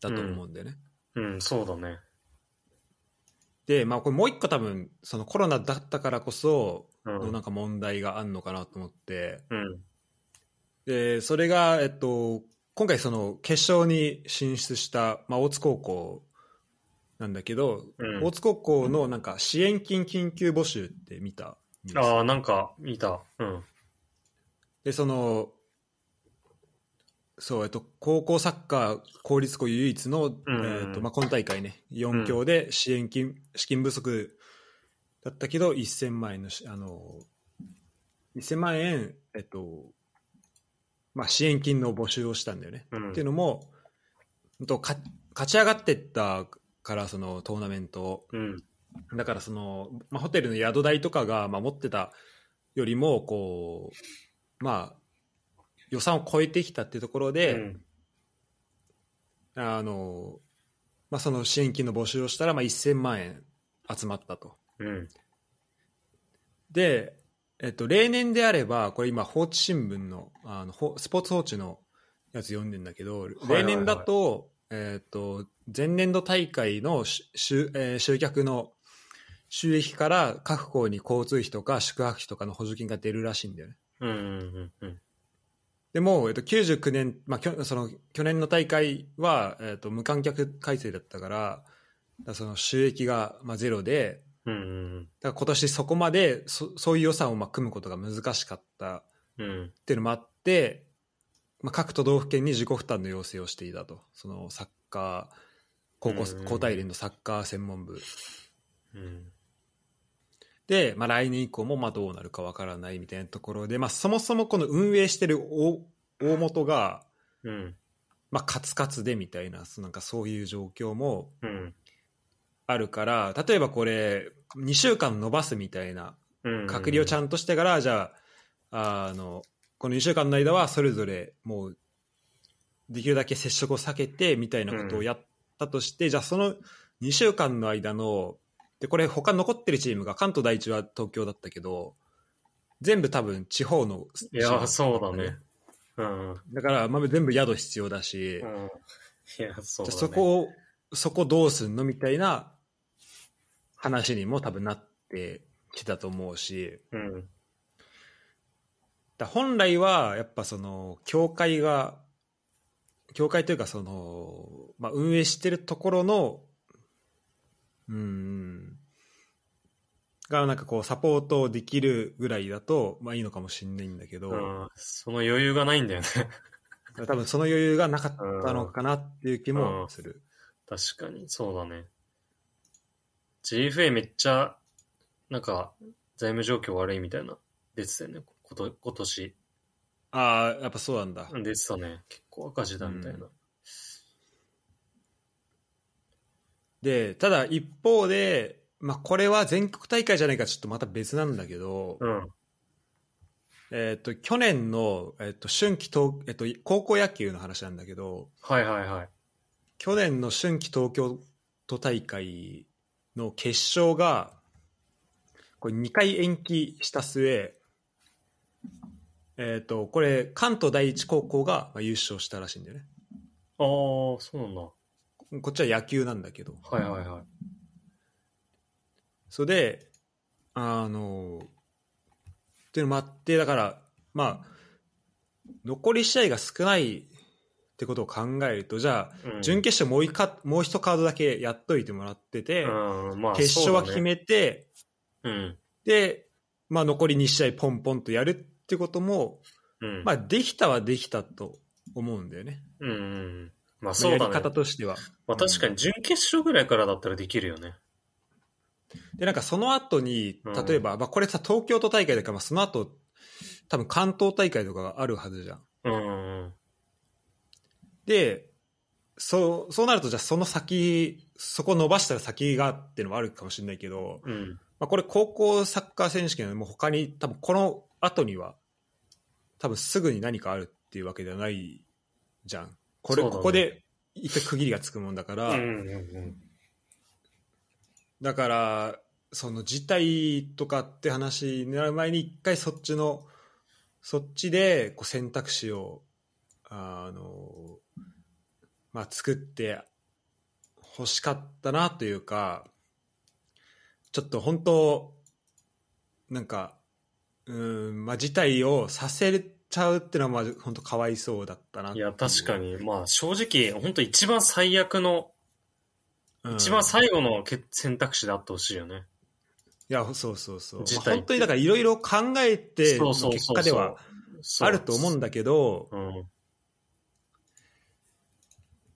だと思うんでね。うん、そうだね。で、まあ、これもう一個多分、そのコロナだったからこそ、うんのなんか問題があるのかなと思って、うん。で、それが、えっと、今回その決勝に進出した、まあ、大津高校なんだけど、うん大津高校のなんか支援金緊急募集って見たんですよああ、なんか、見た。うん。でそのそう、えっと、高校サッカー公立校唯一の、うんえっとまあ、今大会ね4強で支援金、資金不足だったけど1000万円のしあの1000万円、えっとまあ、支援金の募集をしたんだよね。うんっていうのもほんとか勝ち上がってったからそのトーナメントを。うん。だからその、まあ、ホテルの宿代とかが、まあ、持ってたよりもこう、まあ、予算を超えてきたっていうところうで、ん。あのまあ、その支援金の募集をしたら、まあ、1000万円集まったと。うん。で、えっと、例年であればこれ今放置新聞のあのほスポーツ報知のやつ読んでんだけどはいは例い年だと,、えっと前年度大会のし集,、えー集客の収益から各校に交通費とか宿泊費とかの補助金が出るらしいんだよね。うん。うん。うん。でも、えっと、99年、まあ、きょその去年の大会は、えっと、無観客開催だったからだからその収益が、まあ、ゼロでうん。だから今年そこまでそそういう予算をまあ組むことが難しかったうん。っていうのもあって、まあ、各都道府県に自己負担の要請をしていたとそのサッカー高校うん高体連のサッカー専門部うん。で、まあ、来年以降もまあどうなるかわからないみたいなところで、まあ、そもそもこの運営してる大大元が、うん。まあ、カツカツでみたいなそなんかそういう状況もうん。あるから例えばこれ2週間延ばすみたいなうん。隔離をちゃんんとしてから、じゃああのこの2週間の間はそれぞれもうできるだけ接触を避けてみたいなことをやったとして、じゃあその2週間の間のでこれ他残ってるチームが関東第一は東京だったけど全部多分地方のいや、そうだね。うん。うん。だから、まあ、全部宿必要だし、じゃいや、そうあだね。そこをそこどうすんのみたいな話にも多分なってきたと思うし。うん。だ本来はやっぱその教会が教会というかその、まあ、運営してるところのうんがなんかこうサポートできるぐらいだと、まあ、いいのかもしれないんだけど、うん。その余裕がないんだよね。多分その余裕がなかったのかなっていう気もする。確かに、そうだね。GFA めっちゃ、なんか、財務状況悪いみたいな、出てたよね、こと今年。ああやっぱそうなんだ。出てたね。結構赤字だみたいな。でただ一方で、まあ、これは全国大会じゃないからちょっとまた別なんだけど。うん。えっと去年の、えっと春季東、えっと高校野球の話なんだけどはいはいはい。去年の春季東京都大会の決勝がこれ2回延期した末、えっとこれ関東第一高校がまあ優勝したらしいんだよねああ、そうなんだ。こっちは野球なんだけどはいはいはい。それであのっていうのもあってだからまあ残り試合が少ないってことを考えるとじゃあうん準決勝もう一かもう一カードだけやっといてもらってて、うんまあ、決勝はそうだ決ねめて、うん。で、まあ、残り2試合ポンポンとやるってことも、うん。まあ、できたはできたと思うんだよね、うんうん。ままああそうやだりね方。としては。まあ確かに準決勝ぐらいからだったらできるよね。でなんかその後にうん例えば、まあ、これさ東京都大会だから、まあ、その後多分関東大会とかがあるはずじゃん。うん。でそうそうなるとじゃあその先そこ伸ばしたら先がっていうのもあるかもしれないけど、うん。まあ、これ高校サッカー選手権はもう他に多分この後には多分すぐに何かあるっていうわけではないじゃんこれ、そうだねここで一回区切りがつくもんだから、うんうんうんだからその事態とかって話になる前に一回そっちのそっちでこう選択肢をあの、まあ、作って欲しかったなというかちょっと本当なんかうんまあ事態をさせちゃうってのはまあ本当かわいそうだったなっていうや、確か、に、まあ正直、本当一番最悪の、うん一番最後の決選択肢であってほしいよね。いやそうそうそう、ま事態あ本当にだからいろいろ考えてそのうそう結そうそう果ではあると思うんだけどうん。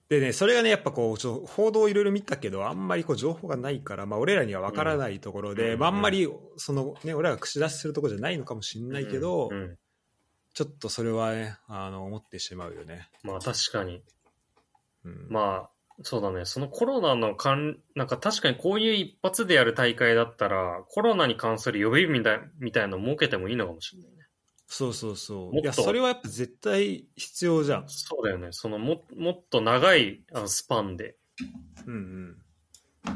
でねそれがねやっぱこうちょっと報道いろいろ見たけどあんまりこう情報がないから、まあ、俺らには分からないところで、うんまあ、あんまりその、ね、俺らが口出しするところじゃないのかもしれないけど、うんうんちょっとそれはねあの思ってしまうよね。まあ確かに。うんまあ、そうだね。そのコロナの関、なんか確かにこういう一発でやる大会だったら、コロナに関する予備日みたいみたいなの設けてもいいのかもしれないね。そうそうそうもっといやそれはやっぱ絶対必要じゃんそうだよね。そのも、もっと長いあのスパンで。うんうんだ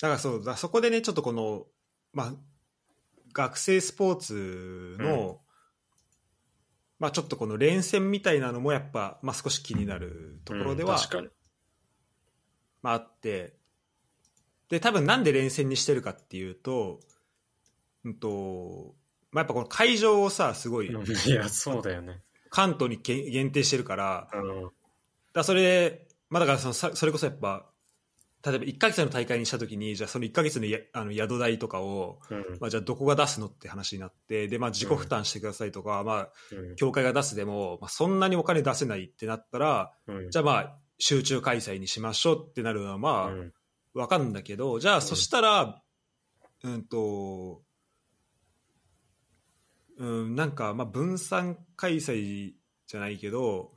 からそうだそこでねちょっとこのまあ学生スポーツの、まあちょっとこの連戦みたいなのもやっぱ、まあ、少し気になるところでは、うん確かに。まあ、あってで多分なんで連戦にしてるかっていうとうんとまあやっぱこの会場をさすごい [laughs] いや、そうだよね。関東にけ限定してるから、うん。だからそれ、まあ、だからそのさそれこそやっぱ例えば1ヶ月の大会にした時にじゃあその1ヶ月のやあの宿代とかを、うん。まあ、じゃあどこが出すのって話になってで、まあ、自己負担してくださいとか、まあ、協会が出すでも、まあ、そんなにお金出せないってなったらうん。じゃあまあ集中開催にしましょうってなるのはゃまあうん。分かるんだけどじゃあそしたらうんと。うん、なんかまあ分散開催じゃないけど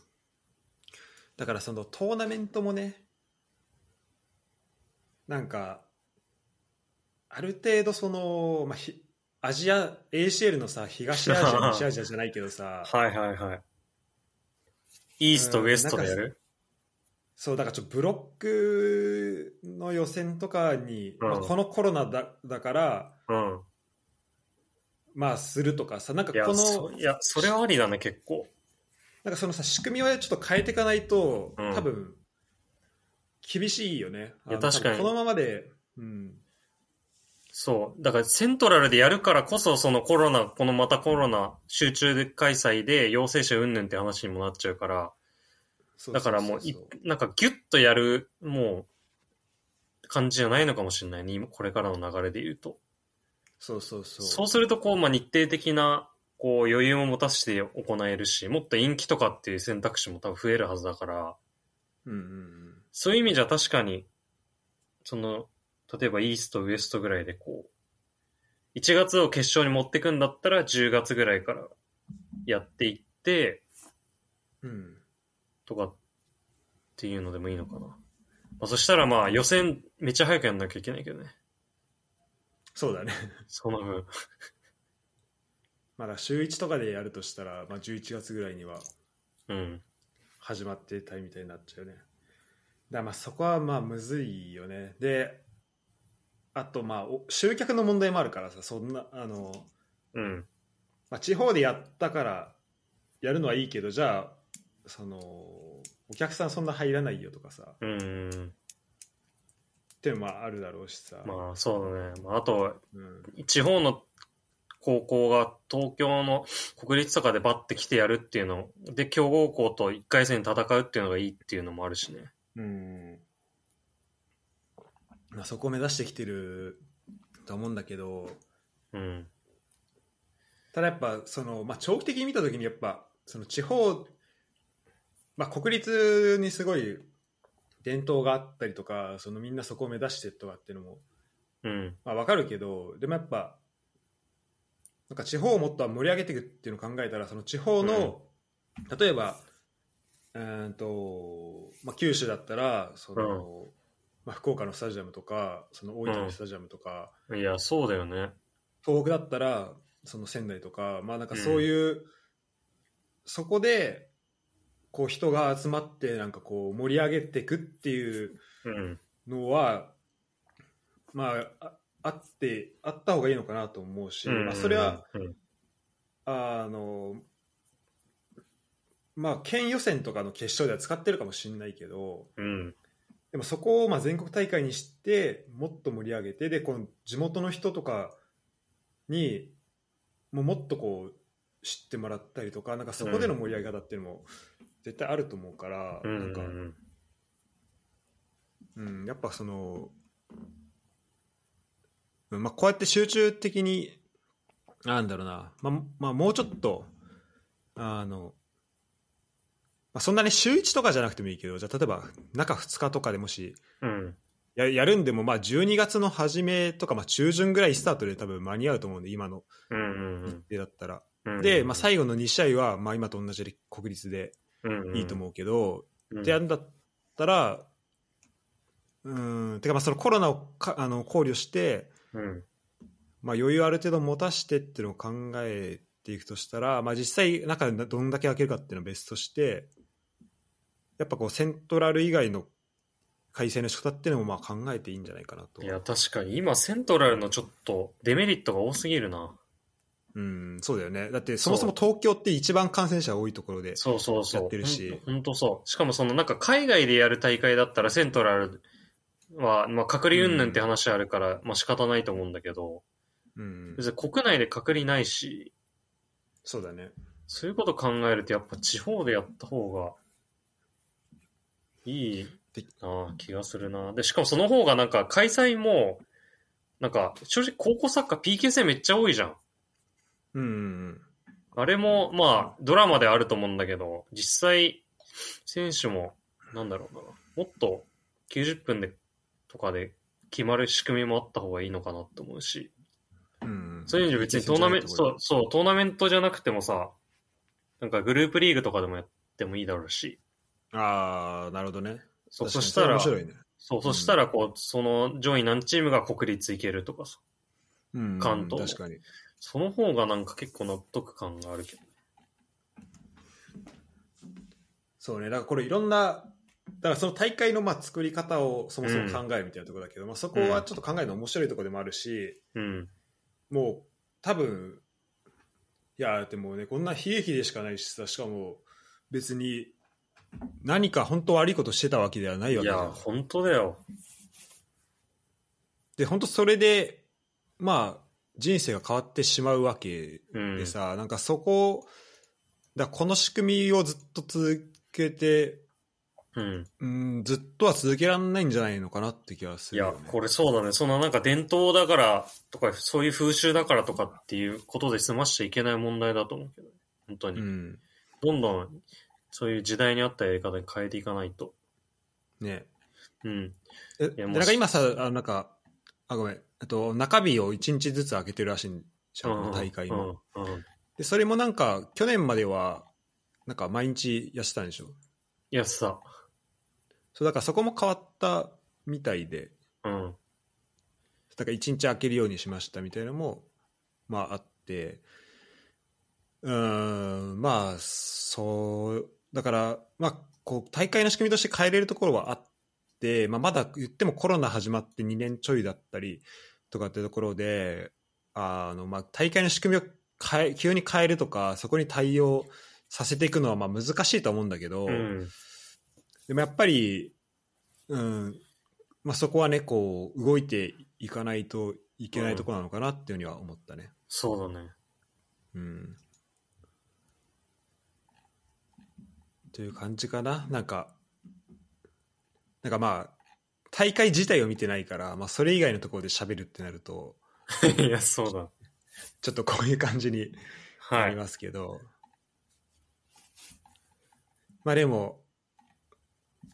だからそのトーナメントもねなんかある程度その、まあ、ひアジア ACL のさ東アジ [laughs] ア西アジアじゃないけどさはいはいはい。イースト、ウエストでやるそうだからちょっとブロックの予選とかに、うんまあ、このコロナだだからうん。まあするとかさなんかいや、このそいや、それはありだね、結構。なんかそのさ仕組みはちょっと変えていかないと、うん多分厳しいよね。いやあの確か多分にこのままで、うん、そう。だからセントラルでやるからこそ、そのコロナ、このまたコロナ集中で開催で陽性者云々って話にもなっちゃうから、そだからもうい、なんかギュッとやる、もう、感じじゃないのかもしれないね、今これからの流れで言うと。そうそうそうそそううすると、こう、まあ、日程的な、こう、余裕も持たせて行えるし、もっと延期とかっていう選択肢も多分増えるはずだから、うんうんうんそういう意味じゃ確かに、その、例えばイースト、ウエストぐらいでこう、1月を決勝に持ってくんだったら10月ぐらいからやっていって、うんとかっていうのでもいいのかな。まあ、そしたらまあ予選めっちゃ早くやんなきゃいけないけどね。そうだね。 [laughs] その分。まあだから週1とかでやるとしたら、まあ、11月ぐらいにはうん。始まってたいみたいになっちゃうね。だからまあそこはまあむずいよね。で、あとまあお集客の問題もあるからさ、そんな、あの、うん。まあ、地方でやったからやるのはいいけどじゃあそのお客さんそんな入らないよとかさうん。っていうのもあるだろうしさ、まあそうだね。まああと、うん、地方の高校が東京の国立とかでバッて来てやるっていうので強豪校と1回戦戦うっていうのがいいっていうのもあるしねうんまあ、そこを目指してきてると思うんだけどうんただやっぱその、まあ、長期的に見た時にやっぱその地方、まあ、国立にすごい伝統があったりとかそのみんなそこを目指してとかっていうのもうんまあ、わかるけどでもやっぱなんか地方をもっと盛り上げていくっていうのを考えたらその地方の、例えばうーんと、まあ、九州だったらその、まあ、福岡のスタジアムとかその大分のスタジアムとか、いやそうだよね東北だったらその仙台とか,、まあ、なんかそういう、そこでこう人が集まってなんかこう盛り上げていくっていううんのはまあああってあった方がいいのかなと思うし、まあ、それは、うんあのまあ県予選とかの決勝では使ってるかもしれないけどうんでもそこをまあ全国大会にしてもっと盛り上げてでこの地元の人とかにもうもっとこう知ってもらったりとかなんかそこでの盛り上げ方っていうのも絶対あると思うから、うんなんか、うんうん、やっぱその、うんまあ、こうやって集中的になんだろうな、まあまあ、もうちょっとあの、まあ、そんなに週1とかじゃなくてもいいけどじゃあ例えば中2日とかでもしうんややるんでもまあ12月の初めとかまあ中旬ぐらいスタートで多分間に合うと思うんで今のうん日程だったら、うんで、まあ、最後の2試合はまあ今と同じで国立でいいと思うけど、うんうんってやるんだったら、うん、てかまあそのコロナをかあの考慮して、うんまあ、余裕ある程度持たしてっていうのを考えていくとしたら、まあ、実際、中でどんだけ開けるかっていうのは別として、やっぱこうセントラル以外の開催の仕方っていうのもまあ考えていいんじゃないかなとい。や確かに今セントラルのちょっとデメリットが多すぎるなうん、そうだよね。だってそもそも東京って一番感染者多いところで、そうそうそう。やってるし本当そう。しかもそのなんか海外でやる大会だったらセントラルは、まあ隔離云々って話あるから、まあ仕方ないと思うんだけど、うん、別に国内で隔離ないし、そうだね。そういうこと考えるとやっぱ地方でやった方がいいなあ気がするな。で、しかもその方がなんか開催も、なんか正直高校サッカー PK 戦めっちゃ多いじゃん。うんうんあれも、まあ、ドラマであると思うんだけど、実際、選手も、なんだろうな、もっと90分で、とかで決まる仕組みもあった方がいいのかなと思うし、うん、うんうん。そういう意味で別にトーナメント、そう、そう、トーナメントじゃなくてもさ、なんかグループリーグとかでもやってもいいだろうし、ああ、なるほどね。そ確う、かそにしたら、それ面白そう、いね。そしたら、こう、その上位何チームが国立行けるとかさ、うん、関東確かに。その方がなんか結構納得感があるけど。そうね、だからこれいろんな、だからその大会のまあ作り方をそもそも考えるみたいなところだけど、まあ、そこはちょっと考えるの面白いところでもあるし、うん。もう多分、いや、でもね、こんな悲劇でしかないしさ、しかも別に何か本当悪いことしてたわけではないわいけじゃや、ん。本当だよ。で、本当それで、まあ、人生が変わってしまうわけうん。でさ、なんかそこ、だからこの仕組みをずっと続けて、うん。うん、ずっとは続けられないんじゃないのかなって気がすいるよやね、これそうだね。そんななんか伝統だからとか、そういう風習だからとかっていうことで済ましちゃいけない問題だと思うけど、本当に。うん、どんどん、そういう時代に合ったやり方に変えていかないと。ねうん。えやでもしなんか今さあなんかあごめんえっと中日を1日ずつ開けてるらしいんじゃん、この大会も、も。うんうん。いでそれもなんか去年まではなんか毎日やってたんでしょやさ、そうだからそこも変わったみたいでうん。だから1日開けるようにしましたみたいなのもまああってうーんまあそうだからまあこう大会の仕組みとして変えれるところはあって、まあ、まだ言ってもコロナ始まって2年ちょいだったりとかってところであの、まあ、大会の仕組みを変え急に変えるとかそこに対応させていくのはまあ難しいとは思うんだけど、うん。でもやっぱり、うんまあ、そこはねこう動いていかないといけないところなのかなっていうふうには思ったね。そうだね。 [laughs] うん、という感じかななんかなんかまあ大会自体を見てないから、まあ、それ以外のところで喋るってなるといや、そうだ。ちょっとこういう感じにはなりい。ますけど、まあでも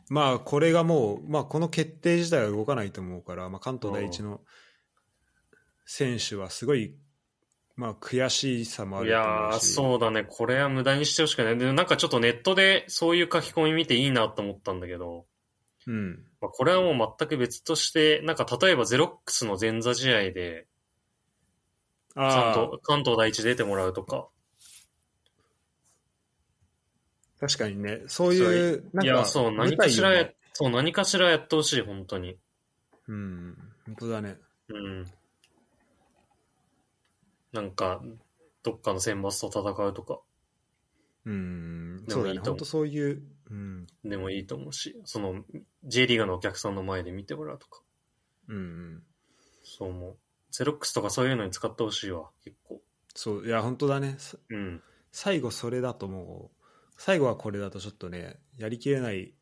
まあこれがもう、まあ、この決定自体は動かないと思うから、まあ、関東第一の選手はすごい、まあ、悔しさもあいるとや思ーうしそうだね。これは無駄にしてほしくない。で、なんかちょっとネットでそういう書き込み見ていいなと思ったんだけど、うんまあ、これはもう全く別として、なんか例えばゼロックスの前座試合で関ああ東関東第一出てもらうとか、確かにねそういうなんいかや、そう、何かしら舞台やをね、そう、何かしらやってほしい、本当に。うん本当だねうん。なんか、どっかの選抜と戦うとかうんでそもうだいいねと思本う当そういう、うん、でもいいと思うし、その、 J リーガーのお客さんの前で見てもらうとか。うんうん。そう思う。ゼロックスとかそういうのに使ってほしいわ、結構。そう、いや、本当だね。さうん。最後それだともう、最後はこれだとちょっとね、やりきれない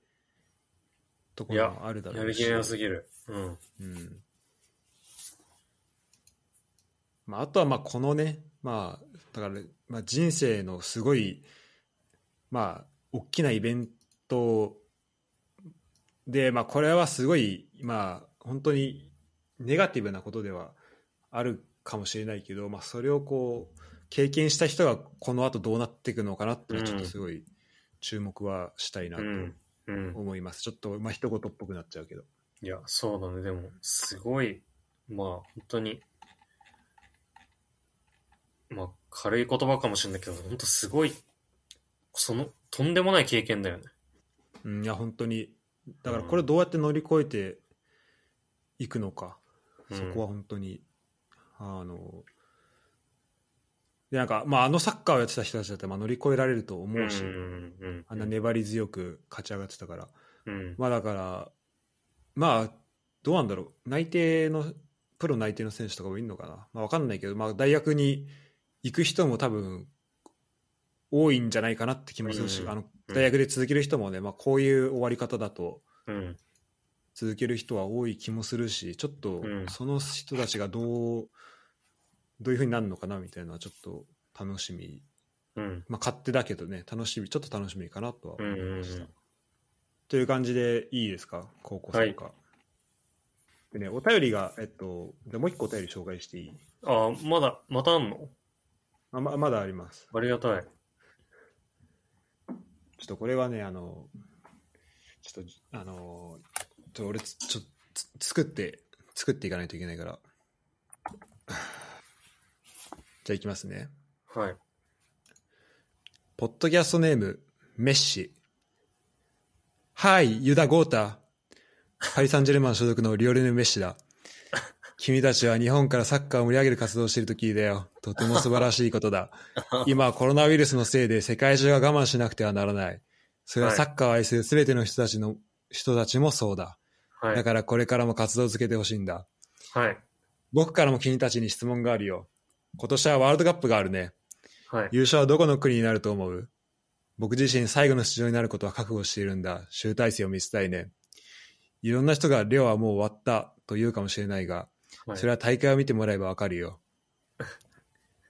ところもあるだろやうりきれなすぎる。うん。うんまあ、あとはまあこのね、まあ、だから、まあ、人生のすごい、まあ、大きなイベントで、まあ、これはすごい、まあ、本当にネガティブなことではあるかもしれないけど、まあ、それをこう経験した人がこの後どうなっていくのかなっていうのはちょっとすごい注目はしたいなうとん。うん。思います、ちょっと、まあ一言っぽくなっちゃうけど。いや、そうだね。でも、すごい、まあ、本当に、まあ、軽い言葉かもしれないけど、本当すごい、その、とんでもない経験だよね。うん、いや本当にだからこれどうやって乗り越えていくのか、うんそこは本当にあのでなんか、まあ、あのサッカーをやってた人たちだってまあ乗り越えられると思うし、んうんうん。あんな粘り強く勝ち上がってたから、うん。まあだからまあどうなんだろう内定のプロ内定の選手とかもいるのかな、まあ、分かんないけど、まあ、大学に行く人も多分多いんじゃないかなって気もするし、うんあのうん大学で続ける人もね、まあ、こういう終わり方だとうん。続ける人は多い気もするしちょっとうんその人たちがどう、どういうふうになるのかなみたいなのはちょっと楽しみ、うん。まあ、勝手だけどね楽しみちょっと楽しみかなとはうん思いました、うんうんという感じでいいですか高校生か、でねお便りがえっとでもう一個お便り紹介していいあ、まだ、またあんのあままだありますありがたい。ちょっとこれはねあのちょっとあのちょ俺つちょつ作って作っていかないといけないからじゃあいきますねはい。ポッドキャストネーム、メッシ。はい、ユダ・ゴータ。パリ・サンジェルマン所属のリオレネル・メッシだ。君たちは日本からサッカーを盛り上げる活動をしていると聞いたよ。とても素晴らしいことだ。今はコロナウイルスのせいで世界中が我慢しなくてはならない。それはサッカーを愛する全ての人たちの、人たちもそうだ。はだい。からこれからも活動を続けてほしいんだ。はい。僕からも君たちに質問があるよ。今年はワールドカップがあるね。はい。優勝はどこの国になると思う僕自身最後の出場になることは覚悟しているんだ。集大成を見せたいね。いろんな人がレオはもう終わったと言うかもしれないが、はいそれは大会を見てもらえばわかるよ。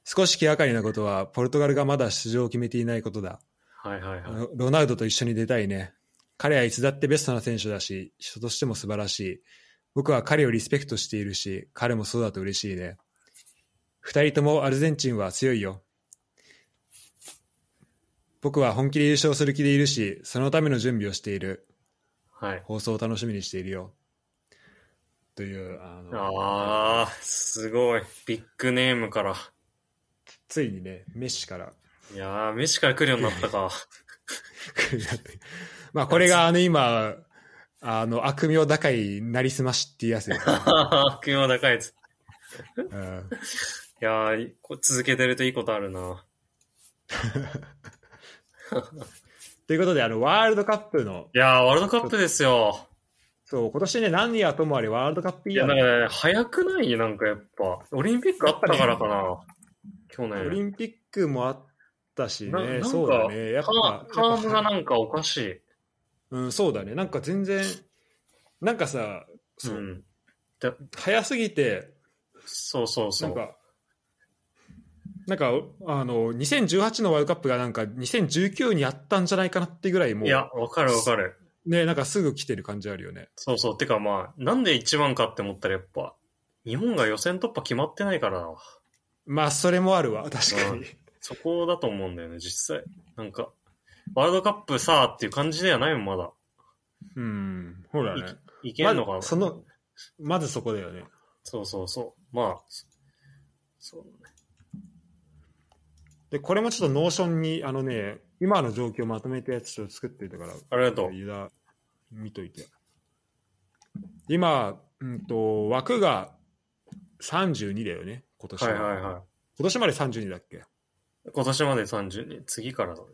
少し気がかりなことは、ポルトガルがまだ出場を決めていないことだ。はいはいはい。ロロナウドと一緒に出たいね。彼はいつだってベストな選手だし、人としても素晴らしい。僕は彼をリスペクトしているし、彼もそうだと嬉しいね。二人ともアルゼンチンは強いよ。僕は本気で優勝する気でいるし、そのための準備をしている。はい。放送を楽しみにしているよ。という、あの、あー、すごい。ビッグネームから。ついにね、メッシから [laughs] いやー、飯から来るようになったか。来るなってまあ、これがあの今、あの、悪名高いなりすましっていうやつ [laughs] ですね。君は高いやつ。うんいやー、こ続けてるといいことあるな。ということで、あの、ワールドカップの、いやー、ワールドカップですよ。そう、今年ね、何やともあれ、ワールドカップイいヤや、ーなんでかね、早くないなんかやっぱ。オリンピックあったからかな。去オリ年。ンピックもあったしななんね、かそうだね。やっカぱー、カームがやっぱなんかおかしい。うん、そうだね。なんか全然、なんかさ、うそう、ん。早すぎて、そうそうそなんう。か、なんか、あの、2018のワールドカップがなんか2019にやったんじゃないかなってぐらいも、いうや、わかるわかる。ね、なんかすぐ来てる感じあるよね。そうそう。てかまあ、なんで一番かって思ったらやっぱ、日本が予選突破決まってないからだわ。まあ、それもあるわ、確かうにん。そこだと思うんだよね、実際。なんか、ワールドカップさあっていう感じではないもん、まだ。うん、ほらね。いけんのかな、まずそのまずそこだよね。そうそうそう。まあ、そそうだね。で、これもちょっとノーションに、あのね、今の状況をまとめたやつを作ってるから、ありがとう。ユダ、見といて。今、うんと、枠が32だよね、今年はは。いはいは今年まで32だっけい。今年まで32、次からだね。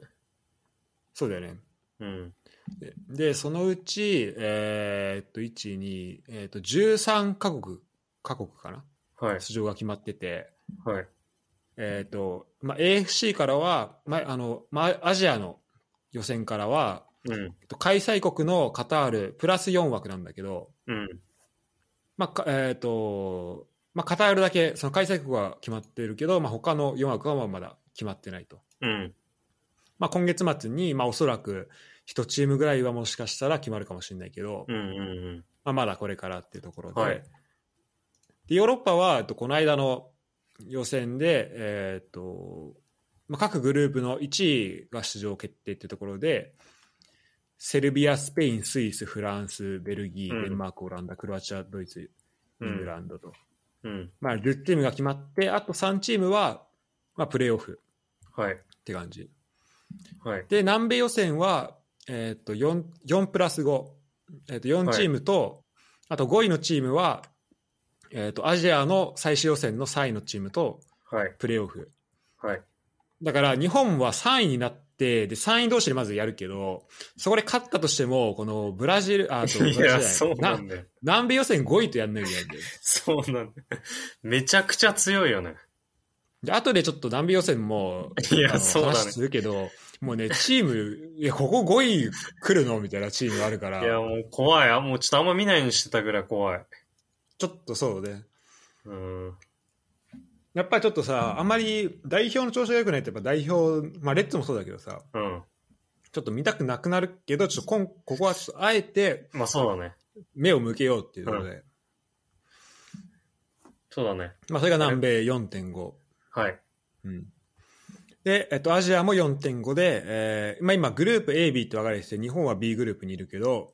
そうだよね。うん。ででそのうち、えーっと1、2、えーっと13カ国カ国かなはい。出場が決まってて、はい。えーっとまあ、AFC からは、まああのまあ、アジアの予選からは、うん。えっと開催国のカタールプラス4枠なんだけど、うん。まあかえーっとまあ、カタールだけその開催国は決まってるけど、まあ他の4枠はまだ決まってないと。うん。まあ、今月末に、まあ、おそらく1チームぐらいはもしかしたら決まるかもしれないけど、うん。うん。まあ、まだこれからっていうところで,、はいでヨーロッパはえっとこの間の予選で、えーっとまあ、各グループの1位が出場決定っていうところでセルビア、スペイン、スイス、フランス、ベルギー、うんデンマーク、オランダ、クロアチア、ドイツ、イうんングランドと、うん。まあ、10チームが決まってあと3チームは、まあ、プレーオフはい。って感じ。はい。で南米予選は、えー、と 4, 4プラス5、えー、と4チームと、あと5位のチームは、えー、とアジアの最終予選の3位のチームとはい。プレーオフ [laughs] はい。だから日本は3位になってで3位同士でまずやるけどそこで勝ったとしてもこのブラジルあとブラいジルじゃや、ないそうななんだよ。南米予選5位とやんなきゃいけないんだよそうなんだよ。めちゃくちゃ強いよね。で後でちょっと南米予選もいあや、のそうだ話ねす。るけどもうねチームいやここ5位来るのみたいなチームがあるからいや、もう怖い。あ、もうちょっとあんま見ないようにしてたぐらい怖い。ちょっとそうねうん。やっぱりちょっとさ、あんまり代表の調子が良くないと、やっぱ代表、まあ、レッツもそうだけどさ、うん。ちょっと見たくなくなるけど、ちょっと今ここはちょっとあえてまあそうだね。目を向けようっていうことで、そうだね。まあ、それが南米4.5、はい。うん、で、えっと、アジアも4.5で、えーまあ、今、グループ A、B って分かれてて、日本は B グループにいるけど、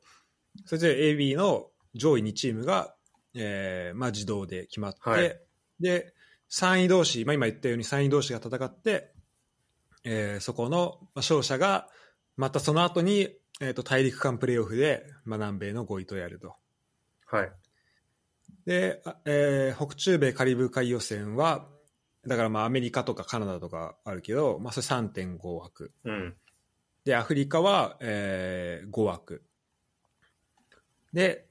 それぞれ A、B の上位2チームが、えーまあ、自動で決まって、はいで、3位同士、まあ、今言ったように3位同士が戦って、えーそこのまあ勝者が、またその後に、えっと大陸間プレーオフで、まあ、南米の5位とやると。はい。で、あえー北中米カリブ海予選は、だからまあアメリカとかカナダとかあるけど、まあ、それ3.5枠。うん。で、アフリカは、えー5枠。で、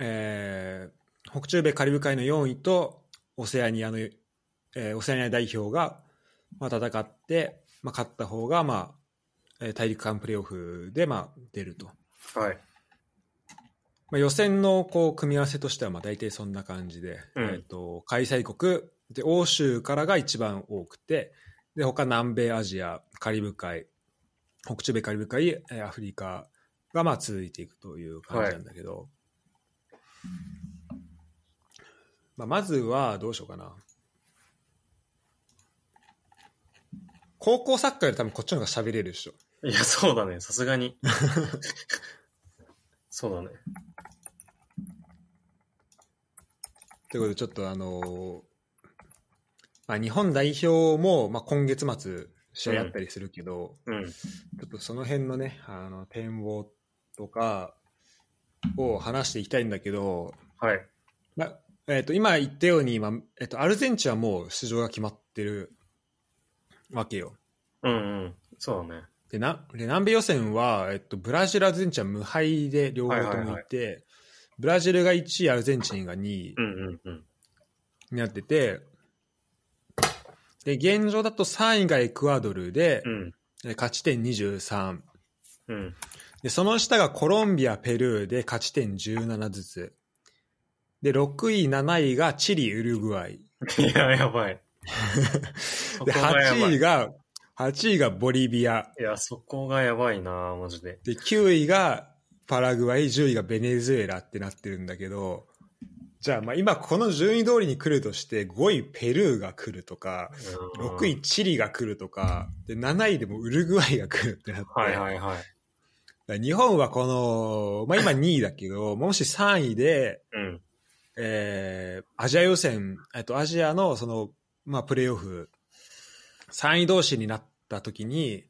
えー北中米カリブ海の4位と、オセアニアの、えーオセアニア代表が、まあ、戦って、まあ、勝った方が、まあ、えー大陸間プレーオフで、まあ、出ると。はい。まあ、予選のこう組み合わせとしてはまあ大体そんな感じで、うんえー、と開催国で欧州からが一番多くてで他南米アジアカリブ海北中米カリブ海えーアフリカがまあ続いていくという感じなんだけど、まあ、まずはどうしようかな高校サッカーより多分こっちの方が喋れるでしょいや、そうだね。さすが [laughs] に。そうだね。ということで、ちょっとあのーまあ、日本代表も、まあ、今月末、試合あったりするけど、うちん。ょっとその辺のね、あの展望とかを話していきたいんだけど、はい。まあえー、と今言ったように、まあえっとアルゼンチンはもう出場が決まってるわけよ。うんうん。そうだね。でなで南米予選は、えっと、ブラジル、アルゼンチンは無敗で両方ともいて、ブラジルが1位、アルゼンチンが2位。うんうんうん。になってて、で、現状だと3位がエクアドルで、うん。え勝ち点23。うん。で、その下がコロンビア、ペルーで勝ち点17ずつ。で、6位、7位がチリ、ウルグアイ。いや、やばい。そこ [laughs] で、がや8ばい。位いが、8位がボリビア。や、そこがやばいなマジで。で、9位がパラグアイ、10位がベネズエラってなってるんだけど、じゃあ、まあ今この順位通りに来るとして、5位ペルーが来るとか、うん6位。チリが来るとかで7位でもウルグアイが来るってなって、はいはいはい。だから日本はこの、まあ、今2位だけどもし3位で、うん。えーアジア予選、えっと、アジアのその、まあ、プレーオフ3位同士になった時に、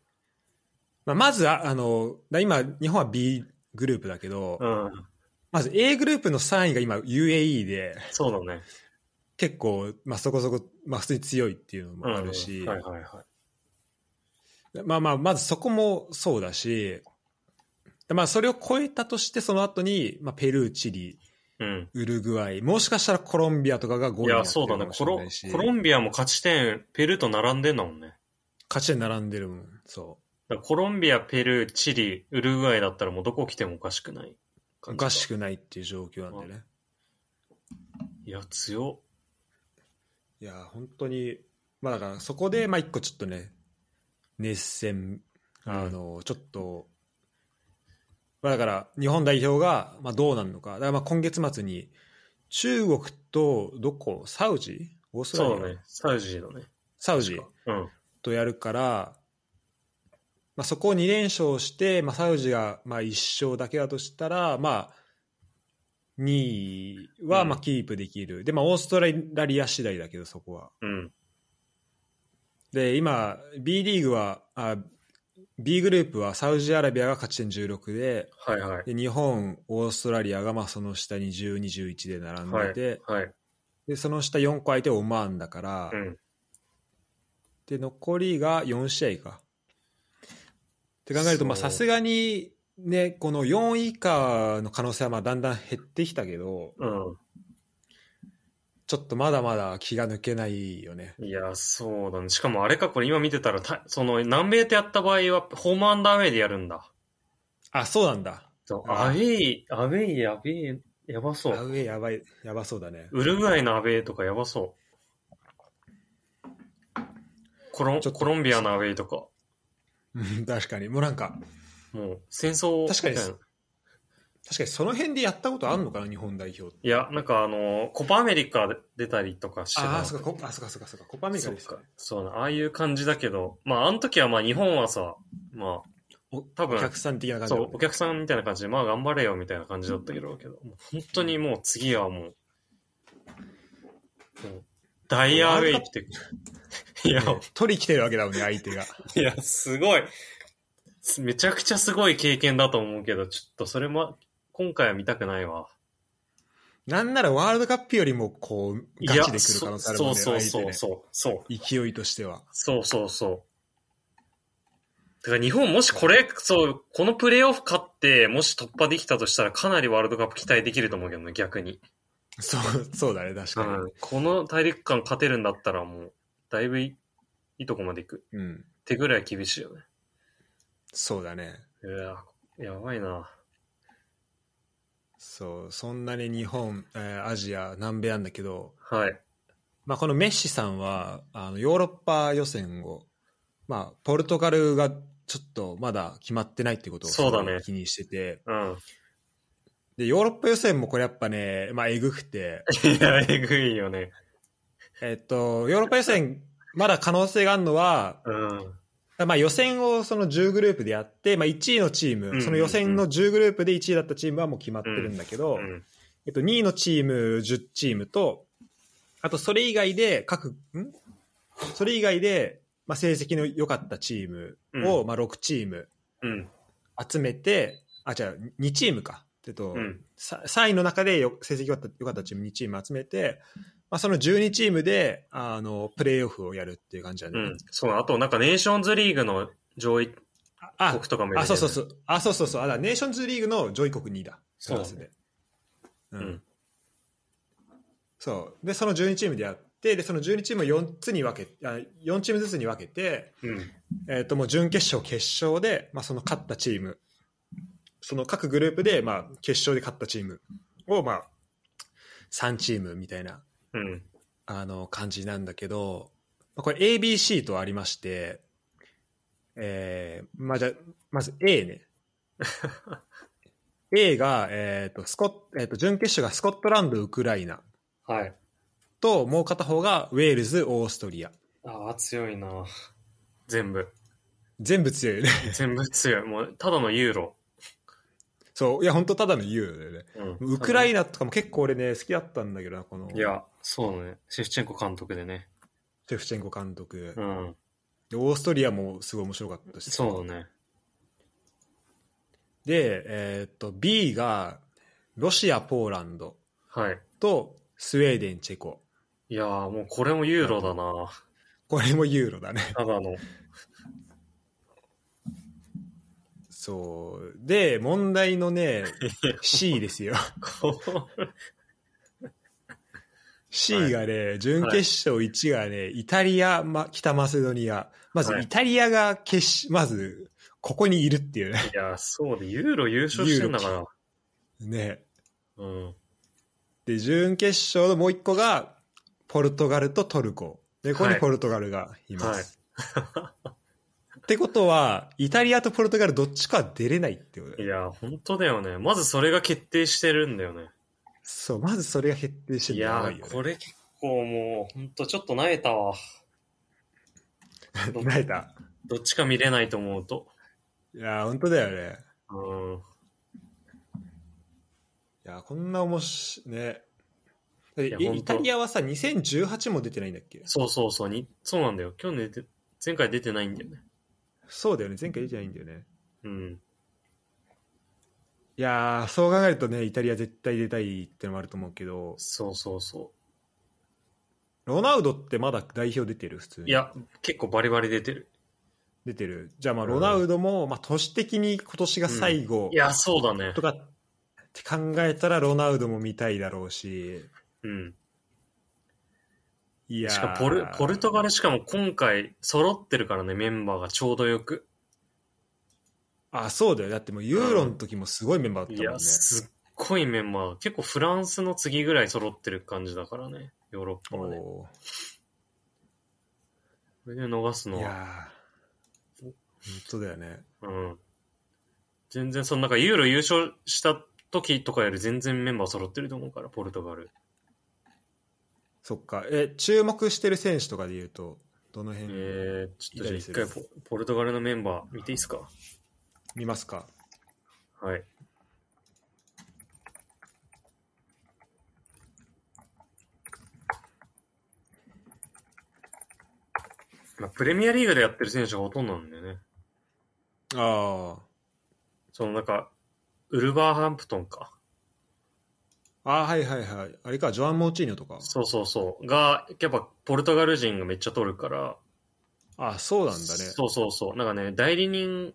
まあ、まずああのだ今日本は B グループだけど、うん。まず A グループの3位が今 UAE でそうだね。結構、まあ、そこそこ、まあ、普通に強いっていうのもあるし。うんはいはいはい。まあまあ、まずそこもそうだし、でまあ、それを超えたとして、その後に、まあ、ペルー、チリ、うん。ウルグアイ、もしかしたらコロンビアとかが5位いになや、ってそうるだかね。もしコれロないし、コロンビアも勝ち点、ペルーと並んでんだもんね。勝ち点並んでるもん。そ。だからコロンビア、ペルー、チリ、ウルグアイだったらもうどこ来てもおかしくないうお感じだ。かしくないっていう状況なんでね。いや、強っ。いや、本当に、まあだからそこで、まあ一個ちょっとね、熱戦、あの、ちょっと、まあだから日本代表が、まあどうなるのか。だからまあ今月末に、中国とどこサウジオーストラリアそうだね。サウジーだね。サウジうん。とやるから、まあ、そこを2連勝して、まあ、サウジがまあ1勝だけだとしたら、まあ、2位はうんまあキープできる、でまあ、オーストラリア次第だけど、そこは。うん。で、今、B リーグはあ、B グループはサウジアラビアが勝ち点16で、はいはい。で日本、オーストラリアがまあその下に12、11で並んでて、はい。でその下4個相手オマーンだから。うん。で残りが4試合か。って考えるとまあそうさすがに、ね、この4位以下の可能性はまあだんだん減ってきたけどうん。ちょっとまだまだ気が抜けないよね。いや、そうだね。しかもあれか、これ今見てたら、たその、南米ってやった場合は、ホームアンダーウェイでやるんだ。あそうなんだ。そうあーアウェイ、アウェイ、やべえ、やばそアう。ウェイやばいやばそうだね。ウルグアイのアウェイとかやばそう。コロンちょっとコロンビアのアウェイとか、うん確かにもうなんかもう戦争確かにみたいな確かにその辺でやったことあるのかな、日本代表って。いや、なんかあの、コパアメリカ出たりとかしてたのああそうかコあそうかそうかそうかコパアメリカですそうかか。そうなああいう感じだけど、まあ、あの時はまあ、日本はさ、まあお、多お分、客さん的な感じそだう、お客さんみたいな感じで、まあ、頑張れよみたいな感じだったけど、けどもう本当にもう次はもう、もうダイヤーウェイって、いや、ね取り来てるわけだもんね相手が。いや、すごい。すめちゃくちゃすごい経験だと思うけど、ちょっとそれも、今回は見たくないわ。なんならワールドカップよりもこういガやチで来る可能性あるもんねそうそう相手そうねそう、そう。勢いとしては。そうそうそう。だから日本もしこれ、そう、このプレーオフ勝って、もし突破できたとしたらかなりワールドカップ期待できると思うけどね、逆に。そう、そうだね、確かうんこの大陸間勝てるんだったらもう、だいぶいいいいとこまで行く。っに。うん。てぐらい厳しいよね。そうだね。いや、やばいな。そう、そんなに日本、えーアジア、南米なんだけど、はい。まあ、このメッシさんは、あの、ヨーロッパ予選を、まあ、ポルトガルがちょっとまだ決まってないってことをそうだねすごい気にしてて、うん。で、ヨーロッパ予選もこれやっぱね、まあ、えぐく [laughs] て、いや、えぐいよね。えっと、ヨーロッパ予選、まだ可能性があるのは、うん。まあ、予選をその10グループでやって、まあ、1位のチーム、うんその予選の10グループで1位だったチームはもう決まってるんだけど、うん。えっと、2位のチーム10チームと、あとそれ以外で各、んそれ以外で、まあ、成績の良かったチームを、うまあ、6チームうん。集めて、あ、じゃあ2チームか。えっと、うん。さ3位の中でよ成績良かった良かったチーム2チーム集めて、まあ、その12チームで、あの、プレーオフをやるっていう感じだね。うん。そう、あとなんかネーションズリーグの上位あ国、とかもいるあ、ねそうそうそう。あ、そうそうそう。あだからネーションズリーグの上位国2位だ。そうだねフランスで。ううんん。。そう。で、その12チームでやって、で、その12チームを4つに分け、あ4チームずつに分けて、うん。えっ、と、もう準決勝、決勝で、まあ、その勝ったチーム、その各グループで、まあ、決勝で勝ったチームを、まあ、3チームみたいな、うん。あの、感じなんだけど、まあこれ ABC とありまして、えー、まあ、じゃあ、まず A [laughs] ね。A が、えっ、と、スコッ、えっ、と、準決勝がスコットランド、ウクライナ。はい。と、もう片方がウェールズ、オーストリア。ああ、強いな。全部。全部強いよね。 [laughs] 全部強い。もう、ただのユーロ。そう。いや、本当ただのユーロだよね。うんウクライナとかも結構俺ね、好きだったんだけどな、この、いや、そうね。シェフチェンコ監督でね。シェフチェンコ監督う。ん。でオーストリアもすごい面白かったし。そうだね。で、えーっと、B が、ロシア、ポーランドはい。と、スウェーデン、チェコ。いやー、もうこれもユーロだな。 [laughs] これもユーロだね。ただの。そう。で、問題の [laughs] ね、C ですよ。こう C がね、準決勝1がね、イタリア、ま、北マセドニア。まず、はいイタリアが決し、まず、ここにいるっていうね。いや、そうで、ユーロ優勝してんだから。ね。うん。で、準決勝のもう一個が、ポルトガルとトルコ。で、ここはにいポルトガルがいます。はいってことは、イタリアとポルトガルどっちかは出れないってことだいよや、本当だよね。まずそれが決定してるんだよね。そう、まずそれが決定しているのがややばいよ、ね。これ結構もう、本当ちょっと萎えたわ。 [laughs] れ泣いた。どっちか見れないと思うと。いやー、本当だよね。うん。いやー、こんな面白い、ね。いやえ本当イタリアはさ、2018も出てないんだっけそうそうそう。にそうなんだよ。今日出て、前回出てないんだよね。そうだよね、前回出てないんだよね。うん。いやー、そう考えるとね、イタリア絶対出たいってのもあると思うけど、そうそうそロナウドってまだ代表出てる普通う。に。いや、結構バリバリ出てる。出てる。じゃあ、まあ、うんロナウドも、まあ、都市的に今年が最後いや、そうだねと。かって考えたら、ロナウドも見たいだろうし、うん。いやーしかもポル、ポルトガルしかも今回揃ってるからね、メンバーがちょうどよく。あ、そうだよ。だってもう、ユーロの時もすごいメンバーだっいたもんや、ね。すっごいメンバー。結構フランスの次ぐらい揃ってる感じだからね、ヨーロッパはね。こおれで逃すーのいは。やー本当だよね。うん。全然、そのなんかユーロ優勝した時とかより全然メンバー揃ってると思うから、ポルトガル。そっか。え、注目してる選手とかで言うと、どの辺えー、ちょっとじゃあいた一りする回ポポルトガルのメンバー見ていいですか見ますか、はい。まあ、プレミアリーグでやってる選手がほとんどなんだよね。あそのなんか、ウルバーハンプトンか。あ。ああ、はいはいはい。あれか、ジョアン・モーチーニョとか。そうそうそう。が、やっぱポルトガル人がめっちゃ取るから。あそうなんだね。そうそうそう。なんかね、代理人、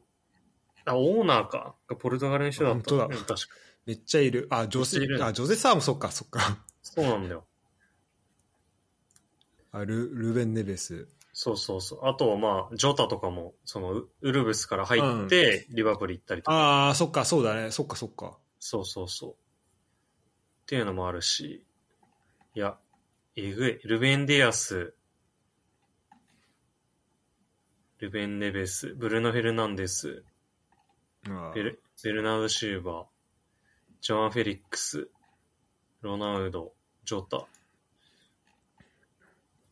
あ、オーナーか。がポルトガルの人だった。あ本当だうん確か。めっちゃいる。あ、ジョめっちゃゼ、いるあ、ジョゼサーもそっか、そっか。そうなんだよ。あルルベン・ネベス。そうそうそう。あと、まあ、ジョタとかも、その、ウウルブスから入って、リバプール行ったりとか、ああ、そっか、そうだね。そっか、そっか。そうそうそう。っていうのもあるし、いや、えぐい。ルベン・ディアス、ルベン・ネベス、ブルーノ・フェルナンデス、あベルベルナード・シルバー、ジョアン・フェリックス、ロナウド、ジョタ、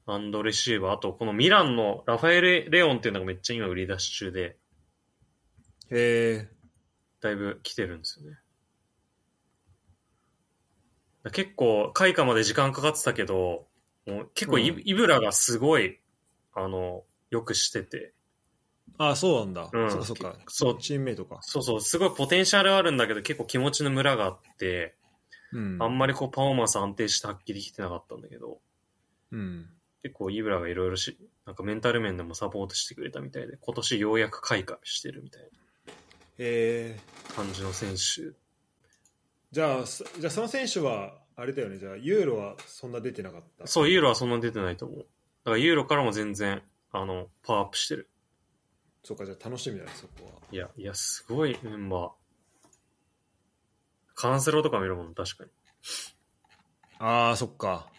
アンドレ・シーバー、あと、このミランのラファエル・レオンっていうのがめっちゃ今売り出し中で、えだいぶ来てるんですよね。だ結構、開花まで時間かかってたけど、もう結構イ、うんイブラがすごい、あの、よくしてて、ー、ああ、そうなんだ。うんそっか、そっか。そうチームメイトか。そうそう、すごいポテンシャルあるんだけど、結構気持ちのムラがあって、うん。あんまりこう、パフォーマンス安定してはっきりきてなかったんだけど、うん。結構イブラがいろいろし、なんかメンタル面でもサポートしてくれたみたいで、今年ようやく開花してるみたいえー、な感じの選手。じゃあ、そじゃあその選手は、あれだよね。じゃあ、ユーロはそんな出てなかった。そう、ユーロはそんな出てないと思う。だからユーロからも全然、あの、パワーアップしてる。そっか、じゃあ楽しみだね、そこは。いや、いや、すごいメンバー。カンセロとか見るもん、確かに。ああそっか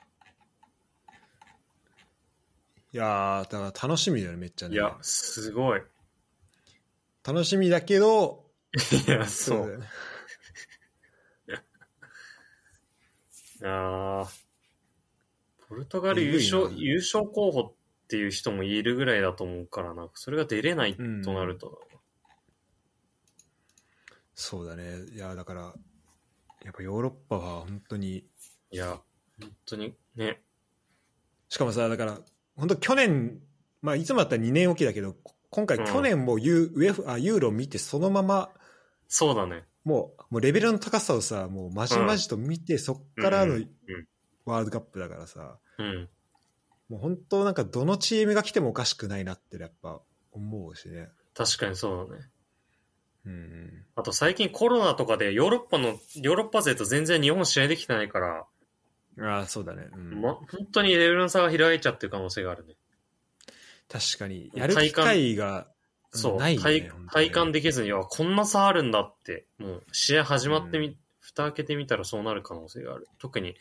いやーだから楽しみだよねめっちゃねいや、すごい。楽しみだけどいや、そだう。よねあーポルトガル優勝えぐ、いな優勝候補っていう人もいるぐらいだと思うからな。それが出れないとなると、そうだねいやだからやっぱヨーロッパは本当にいや、本当にね、しかもさだから本当去年まあいつもだったら2年おきだけどこ今回うん去年もユ,、うあユーロ見てそのままそうだね。もうもうレベルの高さをさもうまじまじと見て、そっからのうんうんワールドカップだからさうん。もう本当なんかどのチームが来てもおかしくないなってやっぱ思うしね確かにそうだね。うんあと最近コロナとかでヨーロッパの、ヨーロッパ勢と全然日本試合できてないから、ああそうだね、うんま、本当にレベルの差が開いちゃってる可能性があるね。確かにやる機会がそう。ないよね体本当に体感できずに、あ、こんな差あるんだって、もう試合始まってみ、蓋開けてみたらそうなる可能性がある。特に、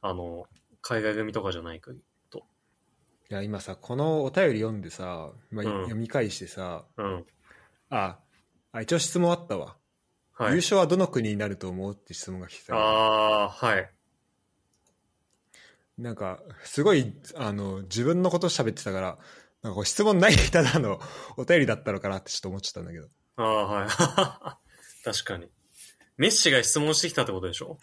あの、海外組とかじゃない限り。いや今さこのお便り読んでさ、まあうん読み返してさうん。ああ一応質問あったわ、は優い。勝はどの国になると思うって質問が来てさああー、はい。なんかすごいあの自分のこと喋ってたからなんかこう質問ないただの [laughs] お便りだったのかなってちょっと思っちゃったんだけどああ、はい。 [laughs] 確かに。メッシが質問してきたってことでしょ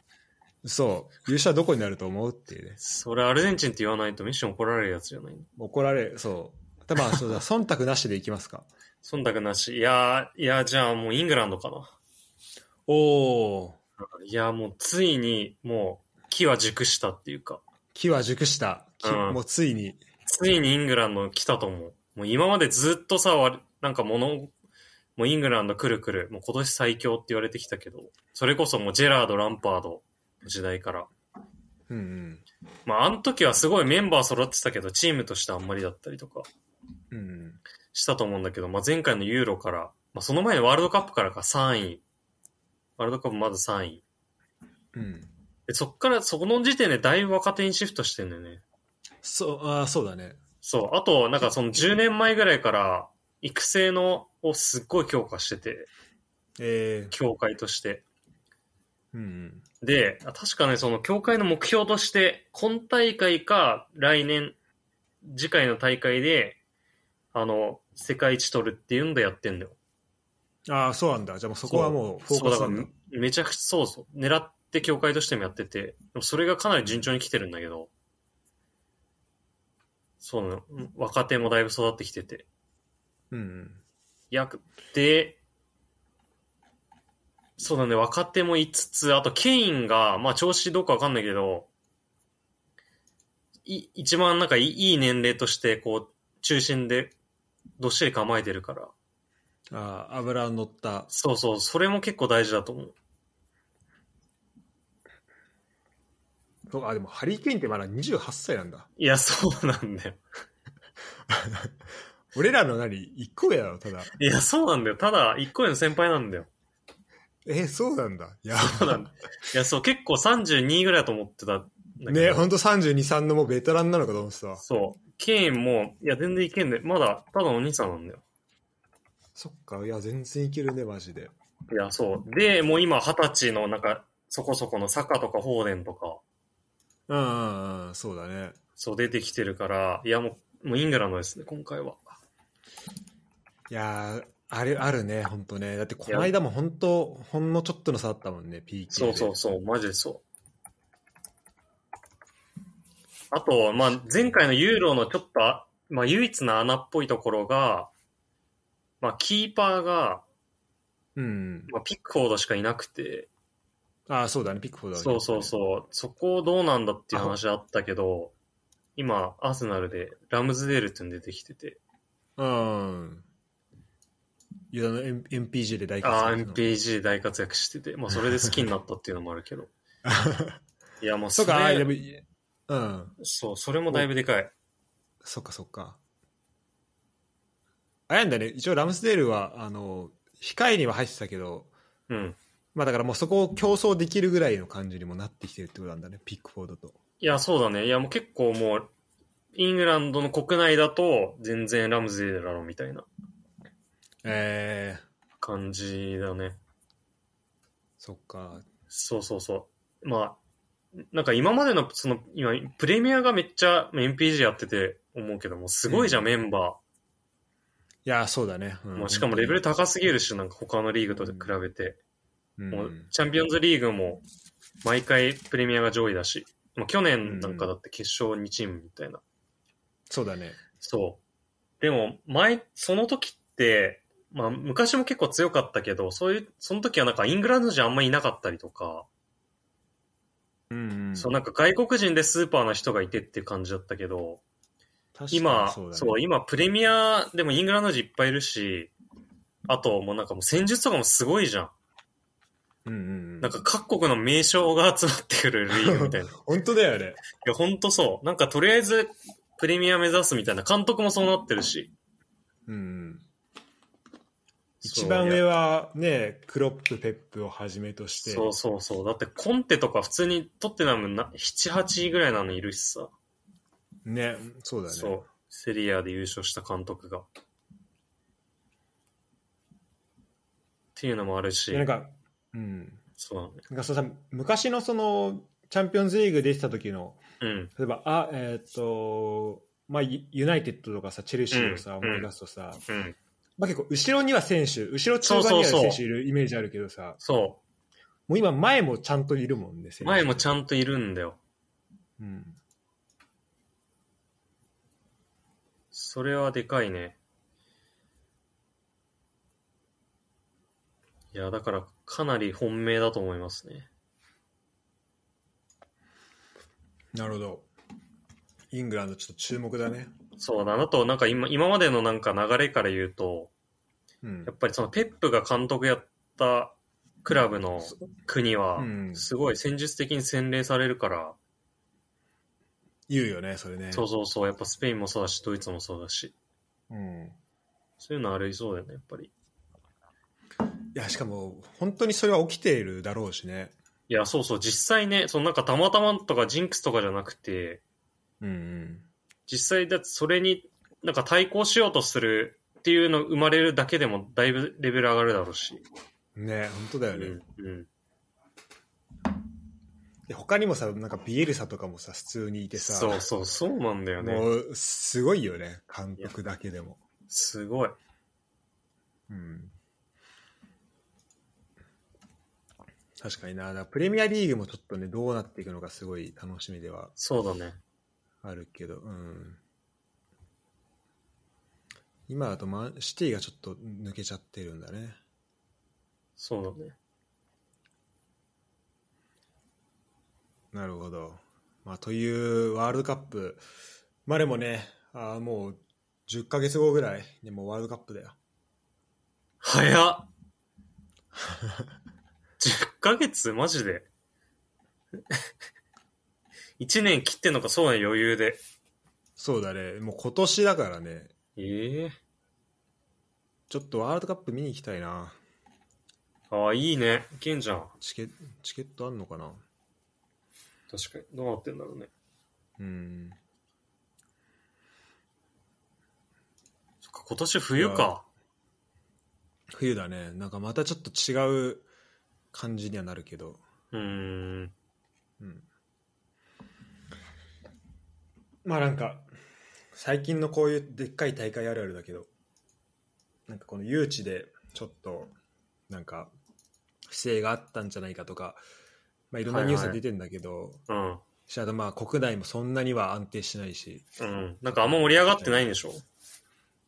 そう優勝はどこになると思うっていうねそれアルゼンチンって言わないとメッシに怒られるやつじゃない怒られるそうたまあそうだ忖度なしでいき [laughs] ますか忖度なし。いやー、いやー、じゃあもうイングランドかな。おおいやー、もうついに、もう、木は熟したっていうか、木は熟した、木うんもうついについにイングランド来たと思う。もう今までずっとさ、わなんか物を、もうイングランド来る来る、もう今年最強って言われてきたけど、それこそもうジェラード、ランパードの時代から。うんうんまあ、あの時はすごいメンバー揃ってたけど、チームとしてあんまりだったりとかうんしたと思うんだけど、まあ、前回のユーロから、まあ、その前のワールドカップからか3位。ワールドカップまず3位。うんでそっから、そこの時点でだいぶ若手にシフトしてんだよね。そうあーそうだねそう。あと、なんかその10年前ぐらいから、育成の、をすっごい強化してて、え協会として。ー、うんで、あ確かね、その協会の目標として、今大会か来年、次回の大会で、あの、世界一取るっていうんでやってんだよ。うんああそうなんだじゃあもうそこはもうフォーカスそなうだんかだらめめちゃくちゃ、そうそう。狙って協会としてもやってて、でもそれがかなり順調に来てるんだけど、そうなの。うん若手もだいぶ育ってきてて。うんうんいや、で、そうだね、若手も5つ、あとケインが、まあ調子どうかわかんないけど、い一番なんかいいいい年齢として、こう、中心でどっしり構えてるから。ああ油乗ったそうそう、それも結構大事だと思う。そうあでもハリー・ケインってまだ28歳なんだいや、そうなんだよ。俺らの何一個やろただいや、そうなんだよ。ただ、一個上の先輩なんだよ。えー、そうなんだいやそうなんだいや、そう、結構32ぐらいだと思ってたんだけど。ねほんと323のもうベテランなのかと思ってたわそう。ケインも、いや、全然いけんで、まだ、ただお兄さんなんだよ。そっかいや全然いけるねマジでいや、そう。で、もう今、二十歳の、なんか、そこそこの坂とか放電とか、うんうんうんそうだねそう出てきてるから、いや、もう、もうイングランドですね、今回は。いやーあれあるね本当ねだってこの間も本当ほんのちょっとの差だったもんね PK でそうそうそう、マジでそう。あと、まあ、前回のユーロのちょっとあ、まあ、唯一の穴っぽいところが、まあ、キーパーが、うんまあ、ピックフォードしかいなくて、ああそうだねピックフォードだねそうそうそう、そこどうなんだっていう話あったけど、今、アーセナルでラムズデールっていうの出てきてて、うん。ユダの M- MPG で大活躍ああ、なの MPG 大活躍してて、まあ、それで好きになったっていうのもあるけ [laughs] ど。いや、[laughs] もうそそうか、あーでもれ、いうん。そう、それもだいぶでかい。そっかそっか。あれなんだね、一応ラムスデールは、あの、控えには入ってたけど、うん。まあだからもうそこを競争できるぐらいの感じにもなってきてるってことなんだね、ピックフォードと。いや、そうだね。いや、もう結構もう、イングランドの国内だと、全然ラムズデーだろみたいなええ感じだね。そっか。そうそうそう。まあ、なんか今までの、その、今、プレミアがめっちゃ MPG やってて思うけども、すごいじゃうん、んメンバいや、そうだね。うー。んもうしかもレベル高すぎるし、なんか他のリーグと比べて。うんもうチャンピオンズリーグも毎回プレミアが上位だし、もう去年なんかだって決勝2チームみたいな。そうだね。そう。でも前、その時って、まあ昔も結構強かったけど、そういう、その時はなんかイングランド人あんまりいなかったりとか、うん、うん。そうなんか外国人でスーパーな人がいてっていう感じだったけど、確かに今、そそうう,、だね。今プレミアでもイングランド人いっぱいいるし、あと、もうなんかもう戦術とかもすごいじゃん。うんうんうん、なんか各国の名称が集まってくるリーグみたいな。い本当だよね。や、ほんとそう。なんかとりあえずプレミア目指すみたいな。監督もそうなってるし。うんうん、そ一う番上いやはね、クロップ、ペップをはじめとして、そうそうそう。だってコンテとか普通にトッテナムな7、8位ぐらいなのいるしさ。ね、そうだね。そう。セリアで優勝した監督が。っていうのもあるし。でなんか、うん、そうだね。なんかそのさ昔のそのチャンピオンズリーグ出てた時の、うん。例えば、あえーっと、まあ、ユユナイテッドとかさ、チェルシーをさ、うん思い出すとさ、うん。まあ、結構、後ろには選手、後ろ中盤にはそうそうそ選う手いるイメージあるけどさ、そもう今、前もちゃんといるもんね、選う。手前もちゃんといるんだよ。うん、それはでかいね。いや、だからかなり本命だと思いますね。なるほど。イングランド、ちょっと注目だね。そうだなあと、なんか今今までのなんか流れから言うと、うんやっぱりそのペップが監督やったクラブの国はう、ん、すごい戦術的に洗練されるから、言うよね、それね。そうそうそう、やっぱスペインもそうだし、ドイツもそうだし、うんそういうのありそうだよね、やっぱり。いやしかも本当にそれは起きているだろうしね。いや、そうそう、実際ね、そのなんかたまたまとかジンクスとかじゃなくて、うんうん、実際だってそれになんか対抗しようとするっていうの生まれるだけでもだいぶレベル上がるだろうし、ね本当だうよね、んうん、で他にもさなんかビエルサとかもさ普通にいてさそうそうそうなんだよねもうすごいよね監督だけでも、すごいうん、確かになだからプレミアリーグもちょっとねどうなっていくのかすごい楽しみではそうだねあるけど、うん、今だとマンシティがちょっと抜けちゃってるんだねそうだねなるほど。まあ、というワールドカップ、まあでもね、あーもう10ヶ月後ぐらいでもうワールドカップだよ。早 [laughs] っ10ヶ月マジで [laughs] 1年切ってんのかそうね余裕でそうだね、もう今年だからね、ええちょっとワールドカップ見に行きたいな。ああいいねいけんじゃんチケチケットあんのかな確かにどうなってんだろうねうん。そっか今年冬いやか冬だね、なんかまたちょっと違う感じにはなるけど。うーんうん。まあなんか、最近のこういうでっかい大会あるあるだけど、なんかこの誘致でちょっと、なんか、不正があったんじゃないかとか、まあいろんなニュースが出てんだけど、うんしかもまあ国内もそんなには安定しないし、うん、なんかあんま盛り上がってないんでしょ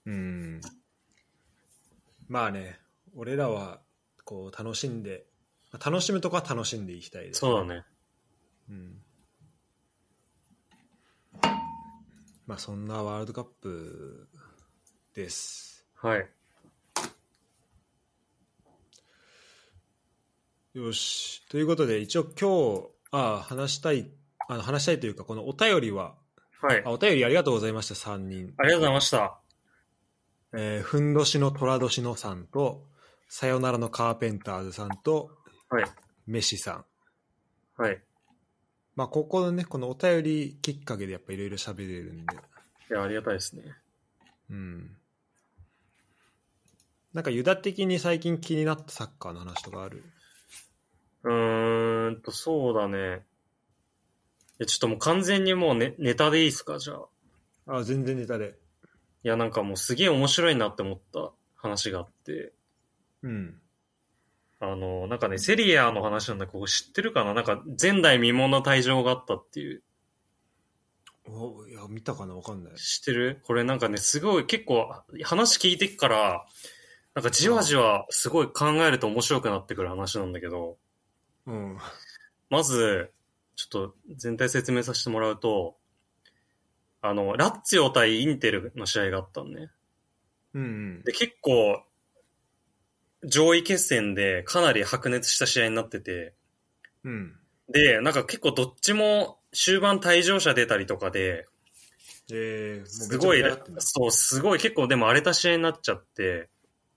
うん。まあね、俺らは、こう楽しんで、まあ楽しむとこは楽しんでいきたいです。そうだね。うんまあそんなワールドカップです。はい。よし。ということで、一応今日、ああ話したい、あの話したいというか、このお便りは、はい。あお便りありがとうございました、3人。ありがとうございました。えーふんどしのとらどしのさんと、さよならのカーペンターズさんと、はい。メシさん。はい。まあ、ここのね、このお便りきっかけでやっぱいろいろ喋れるんで、いや、ありがたいですね。うん。なんか、ユダ的に最近気になったサッカーの話とかあるうーんと、そうだね。いや、ちょっともう完全にもうネネタでいいですか、じゃあ。あ、全然ネタで。いや、なんかもうすげえ面白いなって思った話があって。うん。あの、なんかね、セリアの話なんだけど、これ知ってるかななんか前代未聞の退場があったっていう。おいや、見たかなわかんない。知ってるこれなんかね、すごい結構話聞いてくから、なんかじわじわすごい考えると面白くなってくる話なんだけど、うん。まず、ちょっと全体説明させてもらうと、あの、ラッツィオ対インテルの試合があったのね。うんうん。で、結構、上位決戦でかなり白熱した試合になってて、うん。で、なんか結構どっちも終盤退場者出たりとかで、えー、すごいもうめちゃめちゃ上がってんだそう、すごい結構でも荒れた試合になっちゃって、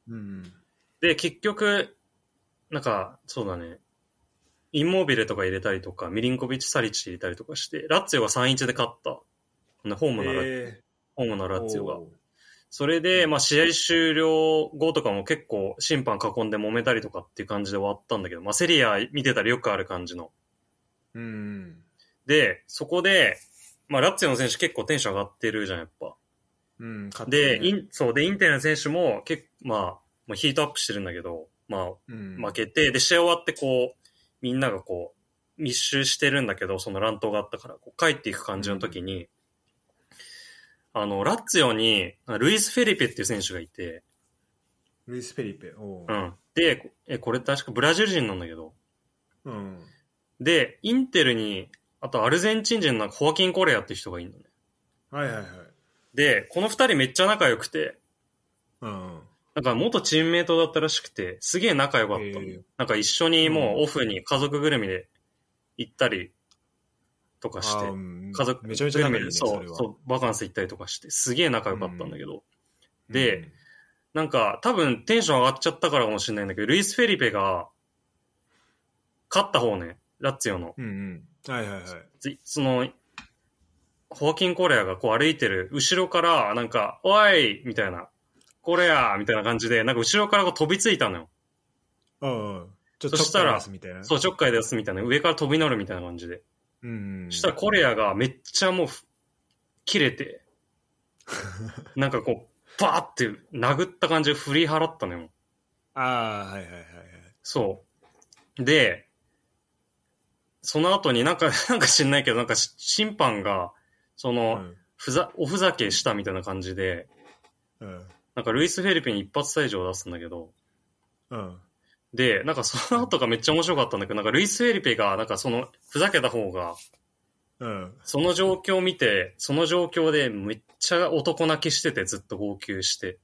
うん。で、結局、なんか、そうだね、インモービルとか入れたりとか、ミリンコビッチ・サリッチ入れたりとかして、ラッツィオが3-1で勝った。ねホームなラ、えホームなーラッツィオがお。ーそれで、まあ、試合終了後とかも結構審判囲んで揉めたりとかっていう感じで終わったんだけど、まあ、セリア見てたらよくある感じの。うん。で、そこで、まあ、ラッツィオの選手結構テンション上がってるじゃん、やっぱ。うん、勝ったねで、イン、そう、で、インテルの選手も結構、まあ、もうヒートアップしてるんだけど、まあ、うん、負けて、で、試合終わってこう、みんながこう、密集してるんだけど、その乱闘があったから、こう帰っていく感じの時に、あの、ラッツィオに、ルイス・フェリペっていう選手がいて、ルイス・フェリペ。おうーん。で、こえ、これ確かブラジル人なんだけど、うん。で、インテルに、あとアルゼンチン人のホアキン・コレアっていう人がいるのね。はいはいはい。で、この二人めっちゃ仲良くて、うん。なんか元チームメイトだったらしくて、すげえ仲良かったの。えーなんか一緒にもううんオフに家族ぐるみで行ったりとかしてあー、うん家族めちゃめちゃ仲いいね、それうはそうバカンス行ったりとかしてすげえ仲良かったんだけど、うんで、なんか多分テンション上がっちゃったからかもしれないんだけどルイス・フェリペが勝った方ねラッツィオのうんうん。はいはいはい。つそのホアキン・コレアがこう歩いてる後ろからなんか「おい!」みたいな「コレア!」みたいな感じでなんか後ろからこう飛びついたのようんうん。ちょっそしたらちょっと話すみたいな。そうちょっかいですみたいな上から飛び乗るみたいな感じでうん。そしたらコレアがめっちゃもうふ、切れて、 [laughs] なんかこう、バーって殴った感じで振り払ったのよ。ああ、はいはいはいはい。そう。で、その後になんか、 [laughs] なんか知んないけど、なんかし審判が、その、ふざ、おふざけしたみたいな感じで、うん。うん。なんかルイス・フェリペに一発退場を出すんだけど、うん。で、なんかその後がめっちゃ面白かったんだけど、なんかルイス・フェリペが、なんかその、ふざけた方が、うん。その状況を見て、その状況でめっちゃ男泣きしててずっと号泣して。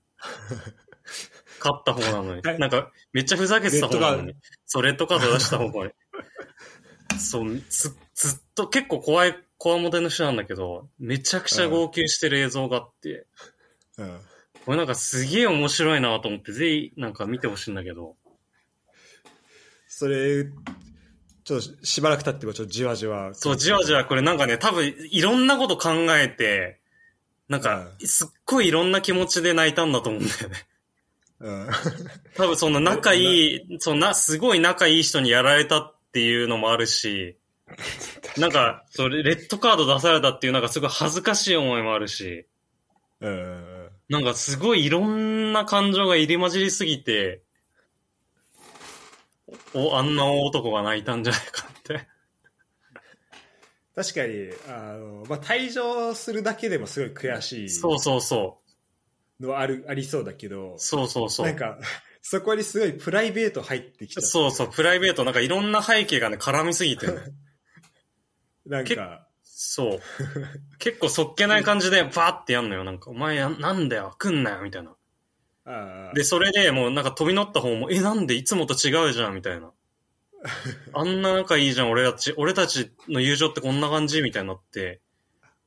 勝った方なのに。はいなんか、めっちゃふざけてた方レッドなのカーに。そう、レッドカード出した方がいい。そう、ずずっと結構怖い、怖もての人なんだけど、めちゃくちゃ号泣してる映像があって、うん。これなんかすげえ面白いなと思って、ぜひなんか見てほしいんだけど。それ、ちょっとしばらく経っても、ちょっとじわじわ。そう、じわじわこれなんかね、多分いろんなこと考えて、なんか、すっごいいろんな気持ちで泣いたんだと思うんだよね。うん。多分その仲いい、そんな、すごい仲いい人にやられたっていうのもあ [laughs] るし、なんか、それ、レッドカード出されたっていう、なんかすごい恥ずかしい思いもあるし、うん。なんかすごいいろんな感情が入り混じりすぎて、お、あんな大男が泣いたんじゃないかって。 [laughs] 確かに、あの、まあ、退場するだけでもすごい悔しそういそうそのはある、ありそうだけどう。、そうそうそう。なんか、そこにすごいプライベート入ってきた。そうそう、プライベート、なんかいろんな背景がね、絡みすぎてね。なんか、 [laughs] そう。結構そっけない感じで、バーってやんのよ。なんか、お前や、なんだよ、来んなよ、みたいな。ああ。で、それでもうなんか飛び乗った方も、え、なんでいつもと違うじゃんみ [laughs] たいな。あんな仲いいじゃん、俺たち、俺たちの友情ってこんな感じみたいになって、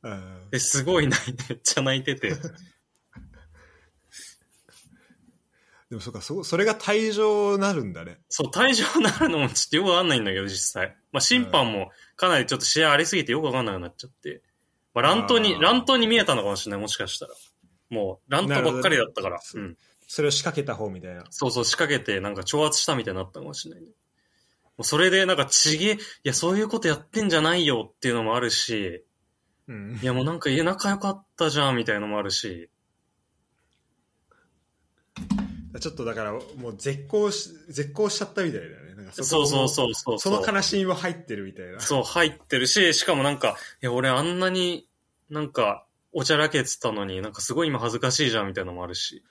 うん。で、すごい泣いて、めっちゃ泣いてて。でもそうか、そ、それが退場になるんだね。そう、退場になるのもちょっとよくわかんないんだけど、実際。まあ、審判もかなりちょっと試合ありすぎてよくわかんなくなっちゃって。まあ、乱闘あに、ー乱闘に見えたのかもしれない、もしかしたら。もう、乱闘ばっかりだったから。なるほうどねん。それを仕掛けた方みたいな。そうそう、仕掛けて、なんか挑発したみたいになったかもしれないね。もうそれで、なんか、ちげえ、いや、そういうことやってんじゃないよっていうのもあるし、うんい。や、もうなんか、家仲良かったじゃんみたいなのもあるし、ちょっとだから、もう絶好し、絶好しちゃったみたいだよね。なんかこそうそうそうそう。その悲しみも入ってるみたいな。そう、入ってるし、しかもなんか、いや、俺あんなになんか、おちゃらけてたのに、なんかすごい今恥ずかしいじゃんみたいなのもあるし。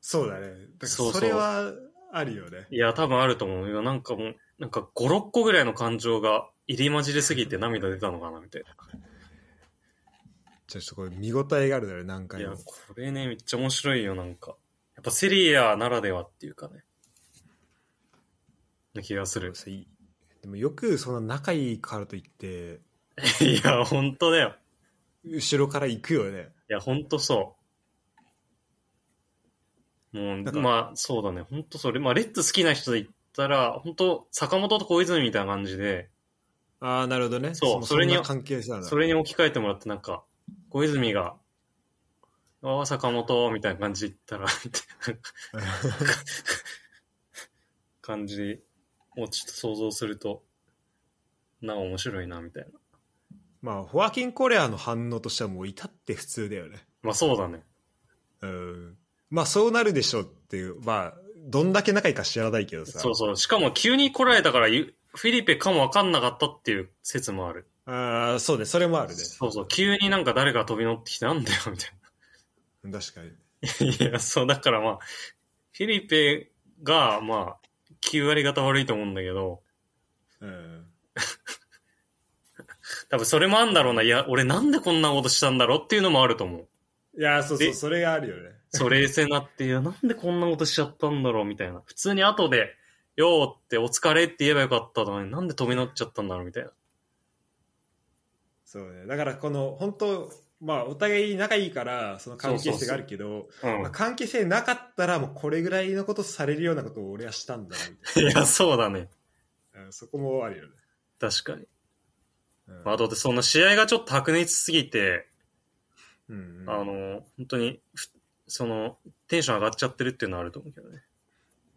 そうだね。だかそうらそそうれはあるよね。いや、多分あると思うよ。なんかもう、なんか5、6個ぐらいの感情が入り混じりすぎて涙出たのかなみたいじゃあちょっとこれ見応えがあるだろうね、何な。い回やも。、これね、めっちゃ面白いよ、なんか。やっぱセリアならではっていうかね。な気が [laughs] する。そういでもよくそんな仲いいからといって、いや、本当だよ。後ろから行くよね。いや、ほんとそう。もう、なんかまあ、そうだね。ほんとそれ。まあ、レッツ好きな人で言ったら、ほんと、坂本と小泉みたいな感じで、ああ、なるほどね。そうのそれにんな関係性なんだそれに置き換えてもらって、なんか、小泉が、ああ、坂本、みたいな感じで言ったら、みたいな感じをちょっと想像すると、な、面白いな、みたいな。 [laughs] まあ、ホアキン・コレアの反応としてはもう至って普通だよね。まあ、そうだね。うん。まあ、そうなるでしょうっていう、まあ、どんだけ仲いいか知らないけどさ。そうそう。しかも、急に来られたから、ゆフィリペかもわかんなかったっていう説もある。ああ、そうね、それもあるね。そうそう、急になんか誰か飛び乗ってきてなんだよ、みた確かに。 [laughs] いな。いや、そう、だからまあ、フィリペが、まあ、9割方悪いと思うんだけど、うん。多分それもあんだろうな。いや、俺なんでこんなことしたんだろうっていうのもあると思う。いやー、そうそう、でそれがあるよね。そう、 [laughs] 冷静になって、いや、なんでこんなことしちゃったんだろうみたいな。普通に後で、よーってお疲れって言えばよかったのに、なんで飛び乗っちゃったんだろうみたいな。そうね。だから、この、本当まあ、お互い仲いいから、その関係性があるけど、うんまあ、。関係性なかったら、もうこれぐらいのことされるようなことを俺はしたんだな、みたい [laughs] いや、そうだね。な。うんそこもあるよね。確かに。うんまあ、だってその試合がちょっと白熱しすぎて、うんうんあの、本当にふ、その、テンション上がっちゃってるっていうのはあると思うけどね。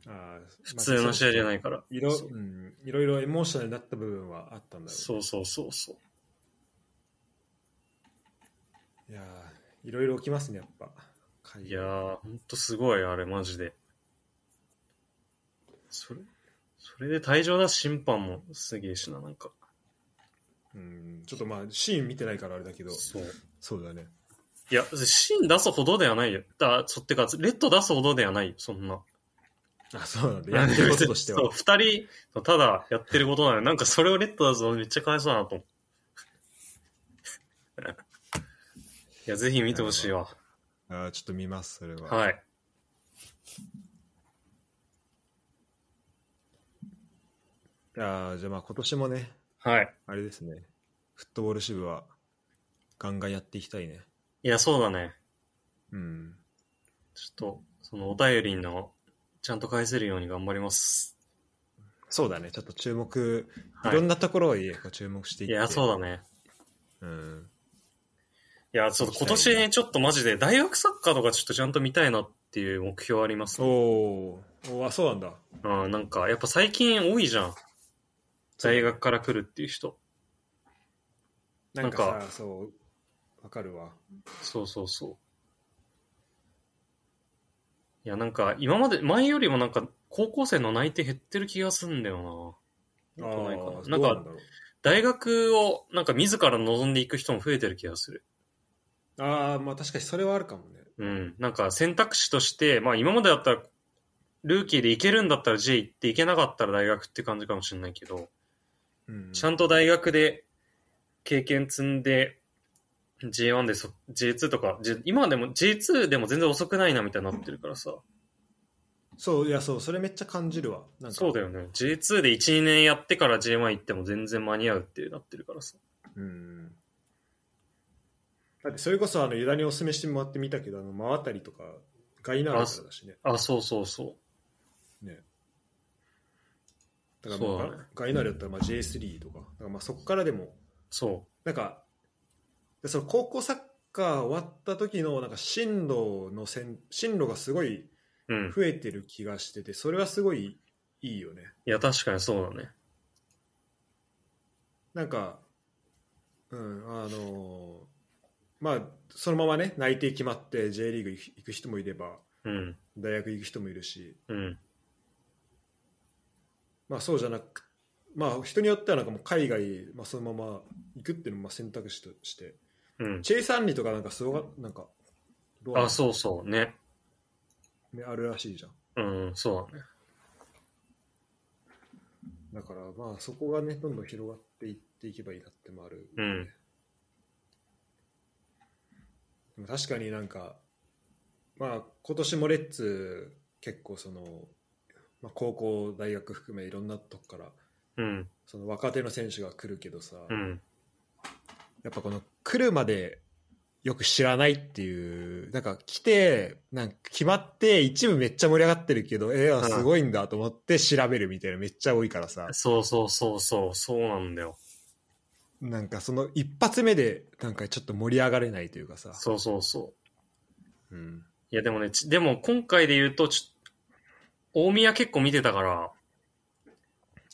あー普通の試合じゃないから。いろ,、そううん、いろいろエモーショナルになった部分はあったんだろそうそうそうそう。ういやーいろいろ起きますねやっぱいやー、ほんとすごい、あれ、マジで。それ、それで退場だし、審判もすげえしな、なんか。うんちょっとまあシーン見てないからあれだけどそう。そうだねいや、シーン出すほどではないよ。だ、そってか、レッド出すほどではないよ、そんな。あそうなんだやってることとして [laughs] そう、は二人の、ただやってることなのよなんかそれをレッド出すのめっちゃかわいそうだなと思う。 [laughs] いや、ぜひ見てほしいわ。あーちょっと見ますそれは、はい。あーじゃあまあ今年もねはい。あれですねフットボール支部はガンガンやっていきたいねいや、そうだね。うんちょっと、そのお便りの、ちゃんと返せるように頑張ります。そうだねちょっと注目いはいろんなところにこう注目していっいて、や、そうだね。うんいや、ちょっと今年ね、ちょっとマジで、大学サッカーとかちょっとちゃんと見たいなっていう目標ありますおね。ーおーあそうなんだうん、なんか、やっぱ最近多いじゃん。大学から来るっていう人。なんかさなんそうわかるわそうそうそう。いや、なんか、今まで、前よりもなんか、高校生の内定減ってる気がすんだよな。なんかなあいーかな。どうなんなかんだろう大学を、なんか自ら望んでいく人も増えてる気がする。ああ、まあ確かにそれはあるかもね。うん。なんか選択肢として、まあ今までだったら、ルーキーで行けるんだったら J 行って行けなかったら大学って感じかもしれないけど、うん、ちゃんと大学で経験積んで、J1 でそ、J2 とか、J- 今でも J2 でも全然遅くないなみたいになってるからさ。そう、いや、そう、それめっちゃ感じるわ。なんかそうだよね。J2 で1、2年やってから J1 行っても全然間に合うってなってるからさ。うん。だってそれこそ、あの、ユダにお勧めしてもらってみたけど、あの、真渡りとか、ガイナールからだしね。あ、そうそうそね。だからもうそうだねガイナールだったら、まあ J3 とか。だからまあそこからでも、う。そ。なんか、でその高校サッカー終わった時の、なんか進路のせん、進路がすごいううん。増えてる気がしてて、それはすごいいいよね。いや、確かにそうだね。なんか、うん、あのーまあ、そのままね、内定決まって J リーグ行く人もいれば、うん。大学行く人もいるし、うん。まあそうじゃなく、まあ人によってはなんかもう海外、まあ、そのまま行くっていうのもまあ選択肢として、うん。チェイサンリーとかなんかすごかなんか、どうなのあ、そうそう。ね。ねあるらしいじゃん。うん、そうだね。だからまあそこがね、どんどん広がっていっていけばいいなってもある、うんでも確かになんか、まあ今年もレッツ結構その、まあ、高校大学含めいろんなとこからうん。その若手の選手が来るけどさ、うん。やっぱこの来るまでよく知らないっていうなんか来てなんか決まって一部めっちゃ盛り上がってるけどえー、あすごいんだと思って調べるみたいなめっちゃ多いからさそうそうそうそう、そうなんだよ。なんかその一発目でなんかちょっと盛り上がれないというかさ、そうそうそうう。ん、いや、でもね、ちでも今回で言うと、ちょ大宮結構見てたから、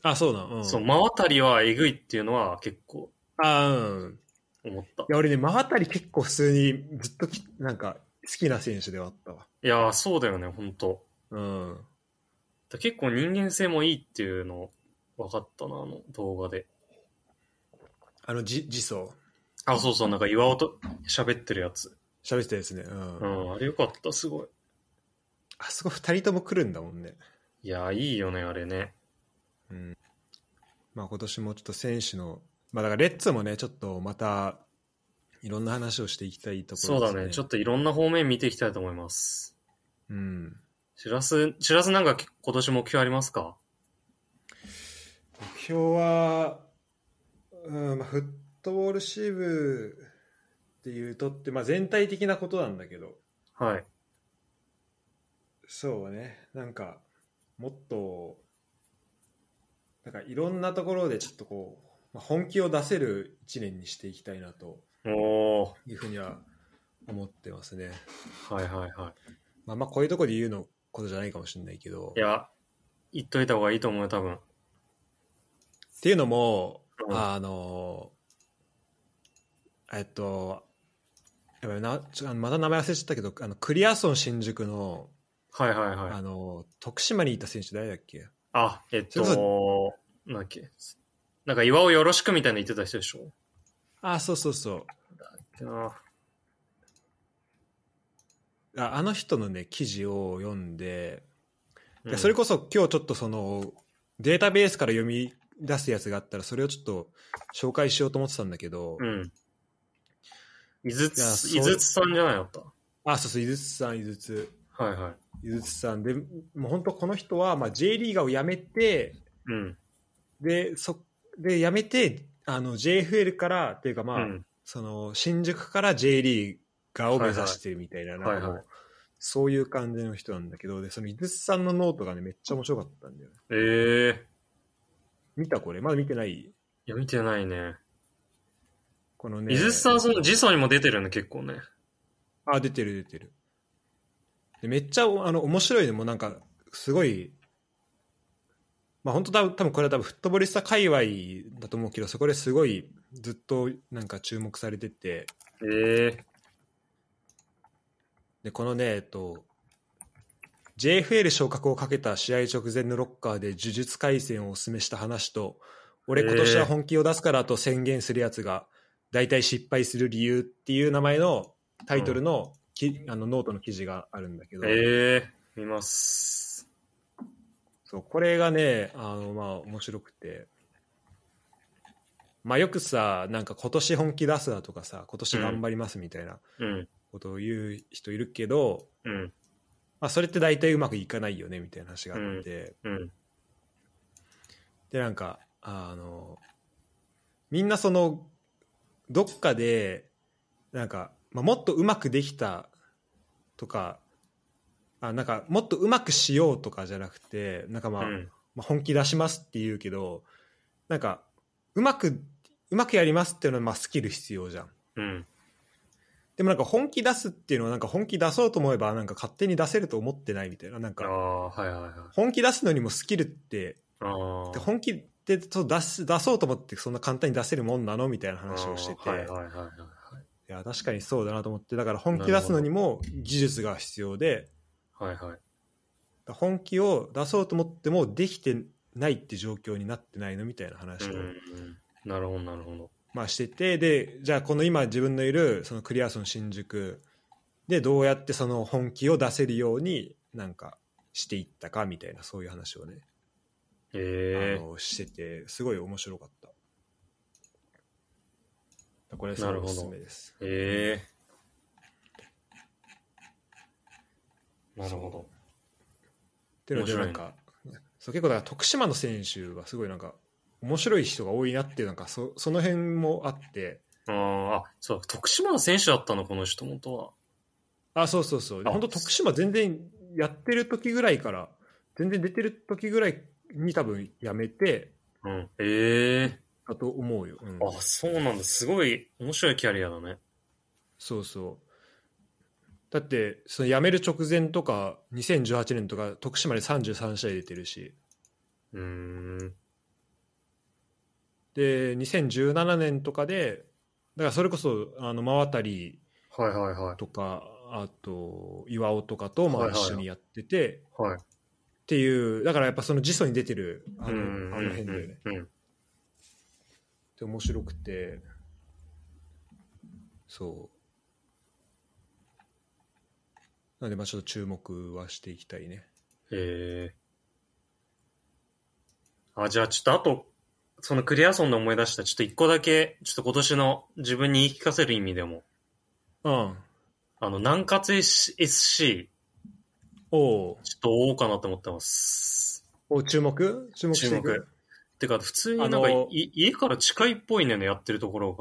あそうなん、うん、そう、真渡りはえぐいっていうのは結構あうん思った。いや俺ね真渡り結構普通にずっときなんか好きな選手ではあったわいやー、そうだよね、本当うんだ結構人間性もいいっていうの分かったな、あの動画で。あのじジソあ、そうそう、なんか岩尾と喋ってるやつ。喋ってたですねうん、うあん、あれよかった、すごい。そこ2人とも来るんだもんねいやー、いいよね、あれね。まあ、今年もちょっと選手の、まあ、だからレッツもね、ちょっとまたいろんな話をしていきたいとこそうろですね。だね、ちょっといろんな方面見ていきたいと思います。うん、しらす、しらすなんかき今年目標ありますか目標は、うんまあ、フットボール支部っていうとって、まあ、全体的なことなんだけど、はい。そうね、なんか、もっと、なんかいろんなところでちょっとこう、まあ、本気を出せる1年にしていきたいなとおー、いうふうには思ってますね。はいはいはい。まあ、まあこういうところで言うのことじゃないかもしれないけどいや、言っといた方がいいと思うよ、多分。っていうのも、うんあのえっとやばいなちょあのまた名前忘れちゃったけどあのクリアソン新宿の,、はいはいはあい。の徳島にいた選手誰だっけあ、えっ、それことなんだっけ。なんか岩尾よろしくみたいな言ってた人でしょあそうそうそうあああの人のね記事を読んで、ーでそれここそ今日ちょっとそのデータベースから読み出すやつがあったらそれをちょっと紹介しようと思ってたんだけど、うん。井いや筒、そう井筒さんじゃないだった。あそうそう井筒さん井筒はいはい。井筒さんでもう本当この人は、まあ、J リーガーを辞めてうん。でそで辞めてあの JFL からっていうかまあ、うん。その新宿から J リーガーを目指してるみたいな,、はいはいなんかもうはいそういう感じの人なんだけどでその井筒さんのノートがねめっちゃ面白かったんだよねええ見たこれまだ見てないいや、見てないね。このね井筒さん、その、ジソにも出てるね、結構ね。あ出てる出てるでめっちゃおあの面白いのもなんかすごいまあ本当多分多分これは多分フットボリスタ界隈だと思うけどそこですごいずっとなんか注目されててええでこのねえっと JFL 昇格をかけた試合直前のロッカーで呪術廻戦をお勧めした話と俺今年は本気を出すからと宣言するやつが大体失敗する理由っていう名前のタイトルの,、きあのノートの記事があるんだけど、ええ見ます。そうこれがねあのまあ面白くて、まあ、よくさなんか今年本気出すだとかさ今年頑張りますみたいなうん。ことを言う人いるけど、うん。まあ、それって大体うまくいかないよねみたいな話があって、うん。でなんかあのみんなそのどっかでなんか、まあ、もっとうまくできたとかあなんかもっとうまくしようとかじゃなくてなんかまあ、うん。まあ、本気出しますって言うけどなんかうまくうまくやりますっていうのはまあスキル必要じゃんうん。でもなんか本気出すっていうのはなんか本気出そうと思えばなんか勝手に出せると思ってないみたいななんあかあ、はいはいはい。本気出すのにもスキルってあであ。本気でそう出す出そうと思ってそんな簡単に出せるもんなのみたいな話をしてて、はいいはいはいはいはい。や確かにそうだなと思ってだから本気出すのにも技術が必要ではいはい。本気を出そうと思ってもできてないって状況になってないのみたいな話を、うん。なるほど、なるほど。まあ、しててでじゃあこの今自分のいるそのクリアソン新宿でどうやってその本気を出せるようになんかしていったかみたいなそういう話をね、えあえのしててすごい面白かったこれすごないるほおどすすめですええなるほっていうので面白いなねんかそう結構だから徳島の選手はすごいなんか面白い人が多いなっていうなんかそその辺もあってあーあ、そう、徳島の選手だったの、この人、本当は。あそうそうそうであ本当徳島全然やってる時ぐらいから全然出てる時ぐらいに多分やめてうん。ええだと思うよ、うんあ、そうなんだ。すごい面白いキャリアだね。そうそうだってその辞める直前とか2018年とか徳島で33試合出てるしうーん。で2017年とかでだからそれこそあの真渡りはいはいはい。とかあと岩尾とかとまはあいはいはい一緒にやってて、っはい。ていうだからやっぱその次祖に出てるあの,、うんあの辺だよね。うんうん。で面白くてそうなんでまあちょっと注目はしていきたいねええあ、じゃあちょっとあと、そのクリアソンで思い出した、ちょっと一個だけ、ちょっと今年の自分に言い聞かせる意味でも、うんあの、南葛 SC、おおちょっと追おうかなと思ってます。お注目注目してい注くてか、普通になんかあのい、家から近いっぽいんだよね、やってるところ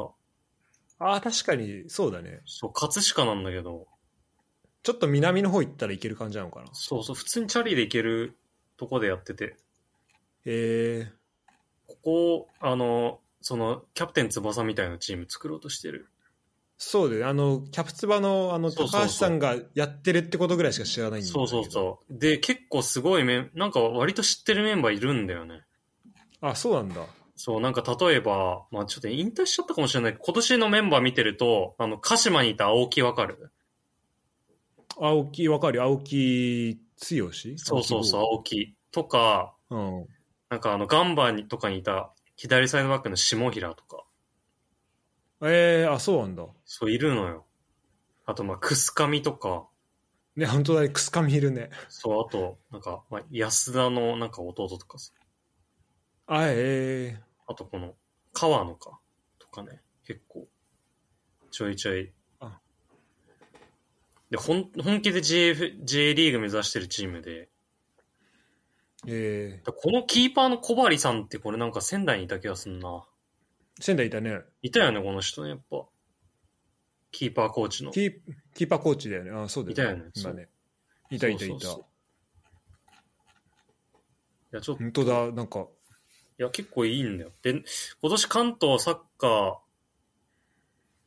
が。ああ確かにそうだねそう、葛飾なんだけど、ちょっと南の方行ったらいける感じなのかなそうそう、普通にチャリで行けるとこでやってて、えー、ここ、あの、その、キャプテン翼みたいなチーム作ろうとしてる。そうだよねあのキャプツバのあのそう高そうそ橋さうんがやってるってことぐらいしか知らないんだけそどうそうそう。で、結構すごいメン、なんか割と知ってるメンバーいるんだよね。あそうなんだそう、なんか例えば、まあちょっと引退しちゃったかもしれないけど、今年のメンバー見てると、あの、鹿島にいた青木わかる青木わかるよ青木剛そうそうそう、う青木。とか、うん、なんかあの、ガンバにとかにいた左サイドバックの下平とか、えー、あそうなんだそういるのよ。あと、まあ、クスカミとか、ね本当だねくすかみいるねそう、あと、なんか、まあ、安田のなんか弟とかさ、あえー、あとこの、川野か、とかね、結構、ちょいちょいあ。で、ほん本気で JF、J リーグ目指してるチームで、えだこのキーパーの小針さんってこれなんか仙台にいた気がすんな。ー、仙台いたねいたよね、この人ね、やっぱ。キーパーコーチの。キーキーパーコーチだよねあそうだよねいたよ今ねねいたいたいたそうそうそういや、ちょっと、い本当だなんかや、結構いいんだよ。で、今年関東サッカー、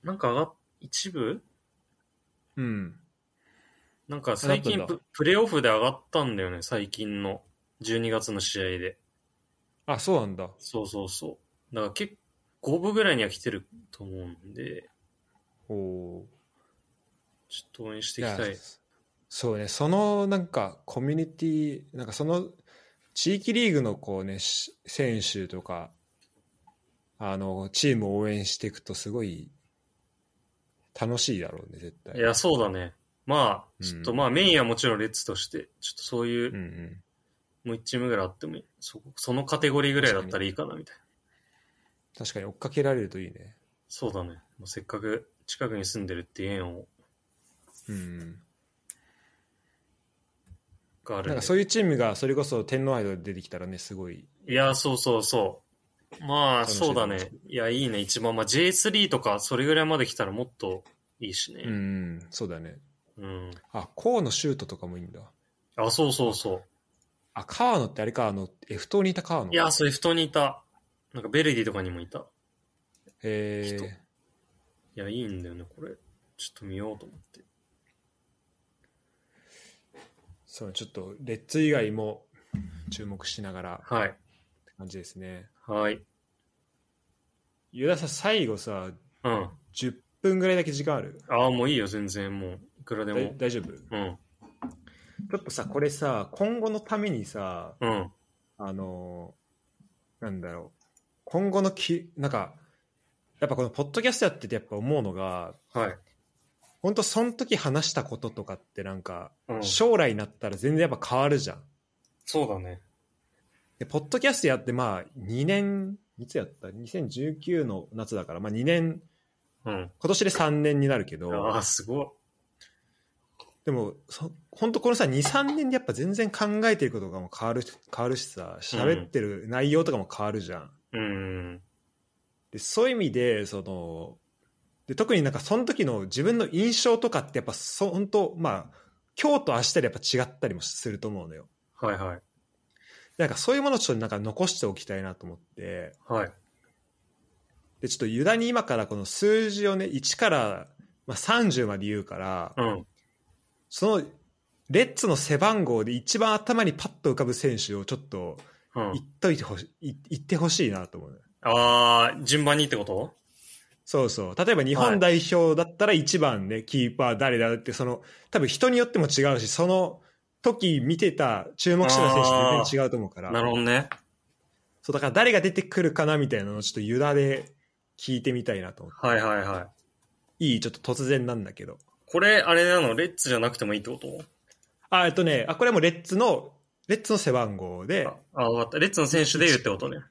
なんか上がっ、一部うんなんか最上が近ったんププレーオフで上がったんだよね、最近の。12月の試合で。あそうなんだそうそうそう。だから結構5分ぐらいには来てると思うんで、おおちょっと応援していきたいいや。そうねそのなんかコミュニティなんかその地域リーグのこうねし選手とかあのチームを応援していくとすごい楽しいだろうね絶対いや、そうだね。まあ、ちょっとうんまあメインはもちろんレッツとして、ちょっとそういうう、んうんもう1チームぐらいあってもいい。そそのカテゴリーぐらいだったらいいかな、みたいな。確かに追っかけられるといいねそうだね。もうせっかく近くに住んでるっていう縁をうんうんがあるなんんでかそういうチームがそれこそ天皇杯で出てきたらねすごいいや、そうそうそう。まあ、楽しいなそうだね。いや、いいね。一番、まあ、J3 とか、それぐらいまで来たらもっといいしうんうね。んそうだねうん。あ河野シュートとかもいいんだあ、そうそうそあ川野ってあれかあの F 島にいた川野う。いや、それ、布団にいた。なんか、ベルディとかにもいた。え人ー、いや、いいんだよね、これ。ちょっと見ようと思って。そうちょっとレッツ以外も注目しながらはい。って感じですね。はい。ユダさん最後さうん。あ10分ぐらいだけ時間あるあ、もういいよ、全然。もう、いくらでだも。大丈夫うん。ちょっとさこれさ今後のためにさうん。あのーなんだろう今後のきなんかやっぱこのポッドキャストやっててやっぱ思うのがはい。本当その時話したこととかってなんかうん。将来になったら全然やっぱ変わるじゃん。そうだね。でポッドキャストやってまあ2年いつやった ?2019 の夏だからまあ2年うん。今年で3年になるけどああ、すごい。でもそ本当このさ23年でやっぱ全然考えてることがもう変わる変わるしさ喋ってる内容とかも変わるじゃん、うん。でそういう意味でそので特になんかその時の自分の印象とかってやっぱそ本当まあ今日と明日でやっぱ違ったりもすると思うのよはいはい。なんかそういうものをちょっとなんか残しておきたいなと思ってはい。でちょっとユダに今からこの数字をね1から、まあ、30まで言うから、うん。そのレッツの背番号で一番頭にパッと浮かぶ選手をちょっとうん言、っといてほしい、い言ってほしいなと思うねああ、順番にってことそうそう例えば日本代表だったら1番ね、キーパー誰だってその多分人によっても違うしその時見てた注目してた選手って全然違うと思うからなるほどね。そうだから誰が出てくるかなみたいなのをちょっとユダで聞いてみたいなと思ってはいはいはい。いいちょっと突然なんだけどこれ、あれなのレッツじゃなくてもいいってことあえっとねあこれもレッツのレッツの背番号でああ、わかった。レッツの選手で言うってことね。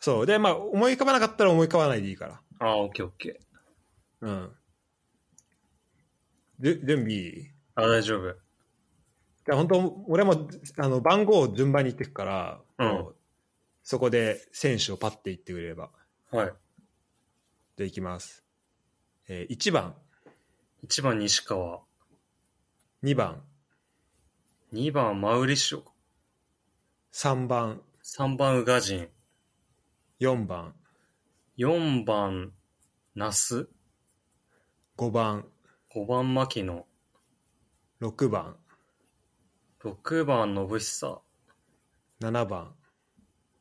そうでまあ思い浮かばなかったら思い浮かばないでいいからああ、オッケーオッケー。うん。じゅ準備いいいあ大丈夫。や本当俺もあの番号を順番に言ってくから、うんもそこで選手をパッて言ってくれればはじい。ゃあいきます、えー、1番1番西川、 2番2番マウリッショ、 3番3番ウガジン、 4番4番ナス、 5番5番牧野、 6番6番信久、 7番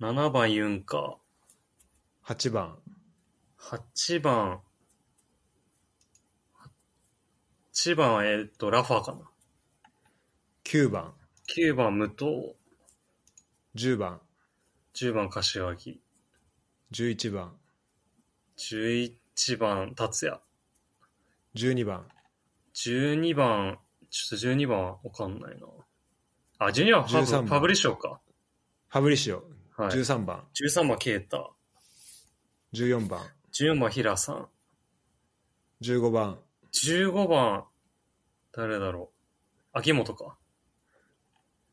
7番ユンカ8番ー、8番、8番、えっと、ラファかな。 9番9番武藤、 10番10番柏木、 11番11番達也、 12番12番、ちょっと12番わかんないな。あ、12番ファブ13番ファブリショか。ファブリシオはい。 13番13番ケータ、 14番14番ヒラさん、 15番15番、誰だろう。秋元か。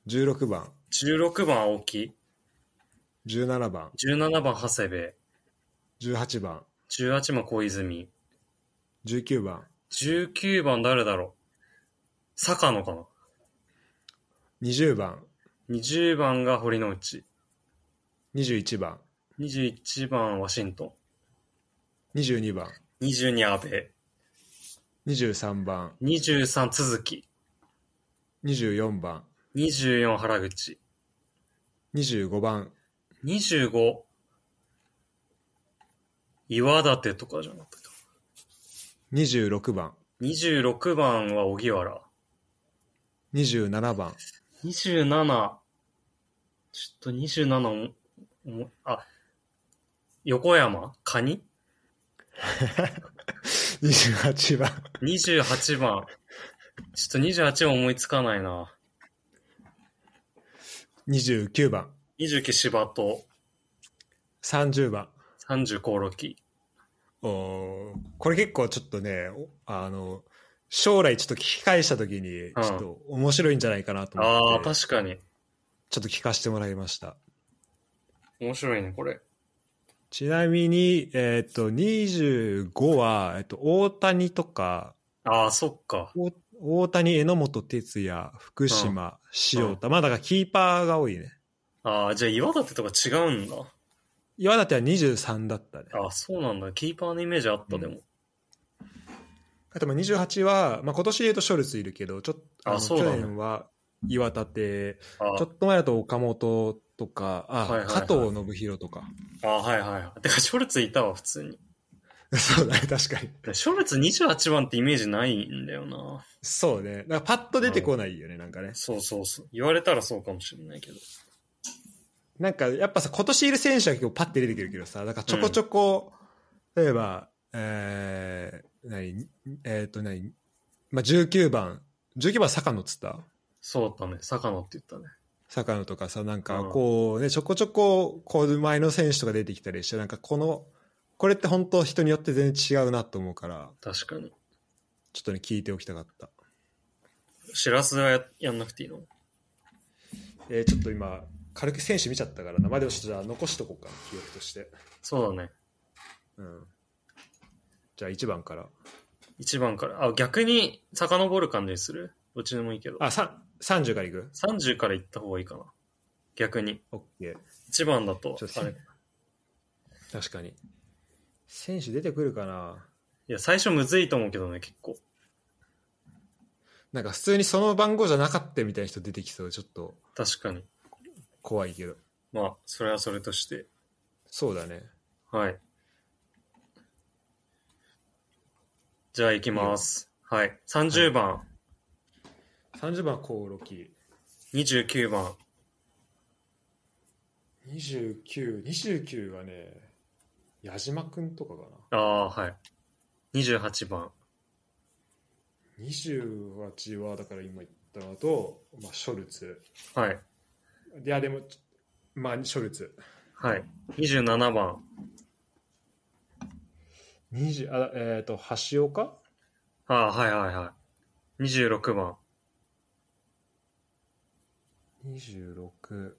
16番16番青木、 17番17番長谷部、 18番18番小泉、 19番19番誰だろう。坂野かな。 20番20番が堀之内、 21番21番ワシント22番ン、22阿部、 23番23都築、 24番24原口、 25番25、岩立とかじゃなかったか。 26番26番は荻原。 27番27、ちょっと27おも、あ、横山カニ28番 ?28 番。ちょっと28は思いつかないな。 29番29柴戸、 30番30コオロキ。おーこれ結構ちょっとねおあの将来ちょっと聞き返した時にうんちょっと面白いんじゃないかなとあ思あ、って確かに。ちょっと聞かせてもらいました面白いね、これ。ちなみに、えっと25は、えっと大谷とかああ、そっか。お大谷、榎本哲也、福島、塩田、まあだからキーパーが多いね。ああ、じゃあ岩立とか違うんだ。岩立は23だったね。ああ、そうなんだ。キーパーのイメージあった、うんでも。あとまあ28は、まあ、今年で言うとショルツいるけど、ちょっとああのそうだ去ね年は岩立、ああちょっと前だと岡本とか、あ、はいはいはい加藤信弘とか。 [laughs] ああ、はいはいはい。てか、ショルツいたわ、普通に。そうだね、確かに。ショルツ28番ってイメージないんだよな。そうね。だからパッと出てこないよね、なんかね。そうそうそう。言われたらそうかもしれないけど。なんかやっぱさ、今年いる選手は結構パッて出てくるけどさ、だからちょこちょこ、例えば、えー、何、えー、っと何、まあ、19番、19番坂野っつったそうだね。坂野って言ったね。坂野とかさ、なんかうんこうね、ちょこちょこ、こう前の選手とか出てきたりして、なんかこの、これって本当人によって全然違うなと思うから、確かに。ちょっとね、聞いておきたかった。しらすはややんなくていいのえーちょっと今、軽く選手見ちゃったからな。まあ、でもちょっとじゃあ残しとこうか、記憶として。そうだね。うん。じゃあ1番から。 1番から。あ、逆に遡る感じにするどっちでもいいけど。あ、さん30からいく30から行った方がいいかな。逆に。オッケー1番だとちょっ、とあれ。い確かに。選手出てくるかなや、最初むずいと思うけどね、結構。なんか普通にその番号じゃなかったみたいな人出てきそうでちょっと確かに。怖いけど。まあ、それはそれとして。そうだね。はい。じゃあ行きます。はい。30番、 30番、コオロキ。 29番。 29、29はね、矢島くんとかかああ、はい。28番。な。28は、だから今言ったのと、まあ、ショルツ。はい。いや、でも、まあ、ショルツ。はい。27番。 20あえっ、と、橋岡ああ、はいはいはい。26番。 ?26。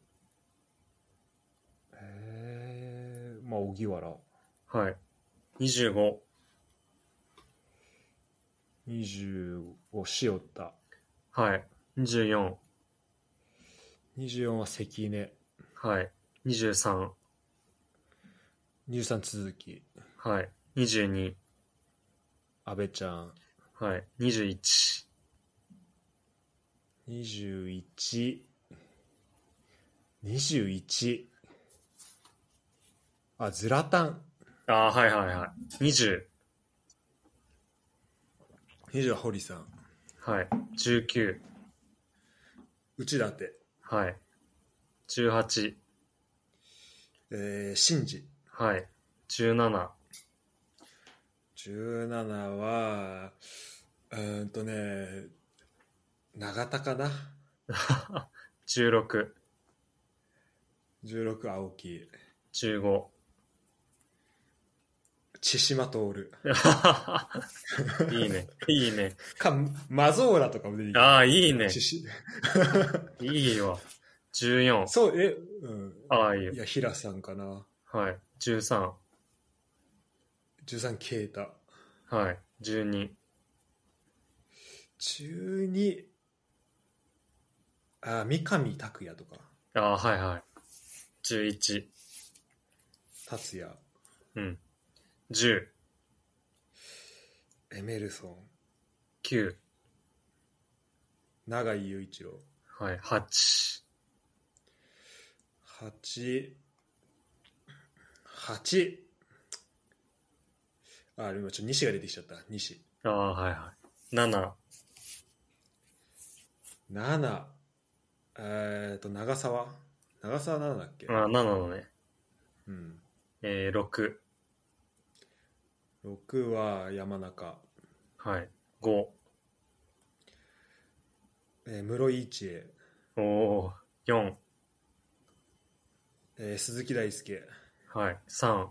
えー、まあ、荻原。はい。25。 25、塩田。はい。24。 24は関根。はい。23。 23続き。はい。22。安倍ちゃん。はい。21。 21。21。あ、ズラタン。ああ、はいはいはい。20。 20は堀さん。はい。19。内館。はい。18。えー、新次。はい。17。 17は、うーんとね、永田かな。 16。 16、青木。 15。千島徹。いいね。いいね。か、マゾーラとかも出てきああ、いいねて。。千島いいわ。14。そう、え、うん。ああ、いいよい。や、平さんかな。はい。13。 13、啓太。はい。12。 12、あ、三上拓也とか、ああ、はいはい。11。達也、うん。10。エメルソン、 9。永井雄一郎、はい。8。 8、8、あ、今ちょっと西が出てきちゃった、西。ああ、はいはい。7。 7、えっと、長沢。長沢7だっけああ、7のね。うん。えー、6。 6は山中、はい。5。えー室井一恵、おお。4。えー鈴木大輔、はい。3。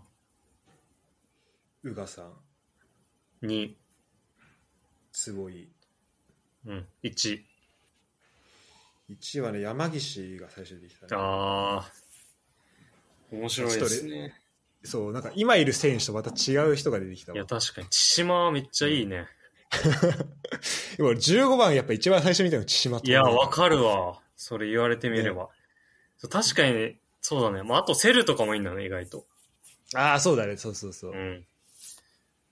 宇賀さん、 2。坪井。うん。1。 1はね、山岸が最初に出てきたね、ああ。面白いですね。そう、なんか今いる選手とまた違う人が出てきたいわ。や、確かに。千島はめっちゃいいね。でも15番やっぱ一番最初みたいなの千島といや、わかるわ。それ言われてみれば。そう確かに、そうだね。まあ、あとセルとかもいいんだね、意外と。ああ、そうだね。そうそうそう。うん。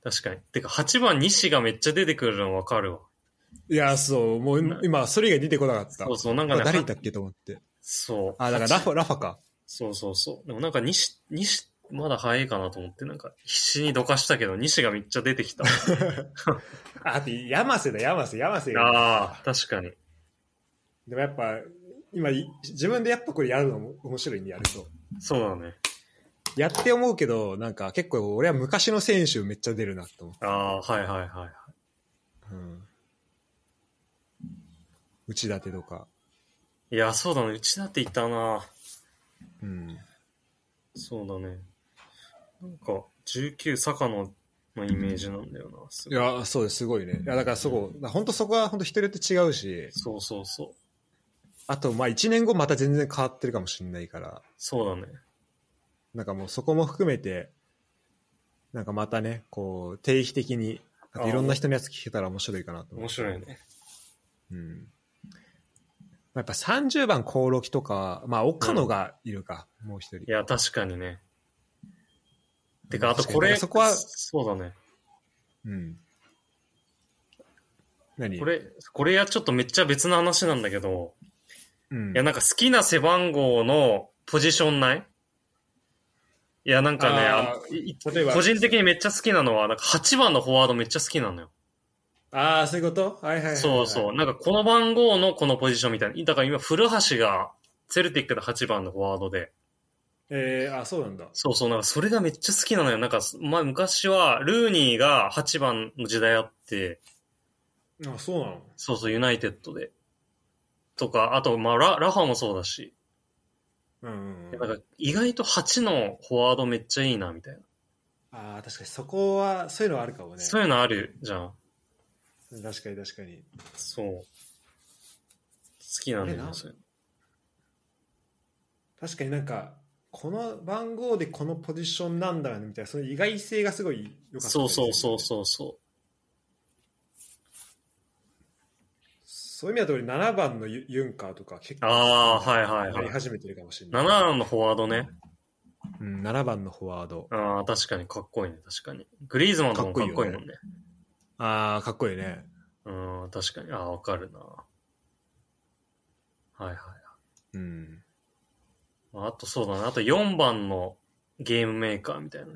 確かに。てか、8番西がめっちゃ出てくるのわかるわ。いや、そう、もう今、それ以外出てこなかった。そうそう、なんかあね。誰はだっけと思って。そう。あ、だからラ八ファ、ラファか。そうそうそう。でもなんか西、西、まだ早いかなと思って、なんか必死にどかしたけど、西がめっちゃ出 [laughs] てきた。あ、あと山瀬だ、山瀬、山瀬が。ああ、確かに。でもやっぱ、今、い自分でやっぱこれやるのも面白いんでやると。そうだね。やって思うけど、なんか結構俺は昔の選手めっちゃ出るなと思ああ、はいはいはい。う。うん。内館とか。いや、そうだね。うちだっていたな。うん。そうだね。なんか、19、坂野のイメージなんだよな。すいごいや、そうです、すごいね。いや、だからそこ、本当そこは本当人によって違うし、そうそうそう。あと、まあ1年後また全然変わってるかもしれないから、そうだね。なんかもうそこも含めて、なんかまたね、こう、定期的に、なんかいろんな人のやつ聞けたら面白いかなと思う面白いね。うんまあやっぱ30番興梠とか、まあ、岡野がいるか、もう一人い。や、確かにね。てか、あと確かにこれ、そこはそうだね。うん。何こ、れ、これやちょっとめっちゃ別の話なんだけど、うん、いや、なんか好きな背番号のポジションないいや、なんかね、あーあのい例えば個人的にめっちゃ好きなのは、なんか8番のフォワードめっちゃ好きなのよ。ああ、そういうことはいはいはいはい。そうそう。なんかこの番号のこのポジションみたいな。だから今、古橋が、セルティックで8番のフォワードで。えー、あそうなんだ。そうそう、なんかそれがめっちゃ好きなのよ。なんか、まあ昔は、ルーニーが8番の時代あって、あそうなのそうそう、ユナイテッドで。とか、あと、まあラ、ラファもそうだし。うんうんうん。なんか、意外と8のフォワードめっちゃいいな、みたいな。ああ、確かにそこは、そういうのはあるかもね。そういうのあるじゃん。確かに確かに。そう。好きなんだあよれね、なそれ。確かになんか、この番号でこのポジションなんだみたいな、その意外性がすごい良かったですよそね。うそうそうそうそそういう意味だと俺7番のユユンカーとか結構あーはいはいはいやり始めてるかもしれう。ない7番のフォワードね。うん、7番のフォワードああ、確かにかっこいいね、確かに。グリーズマンとかもかっこいいもんね。ああかっこいいねうん、確かに。ああ、わかるな。はいはい。うんまああとそうだな。あと4番のゲームメーカーみたいなね。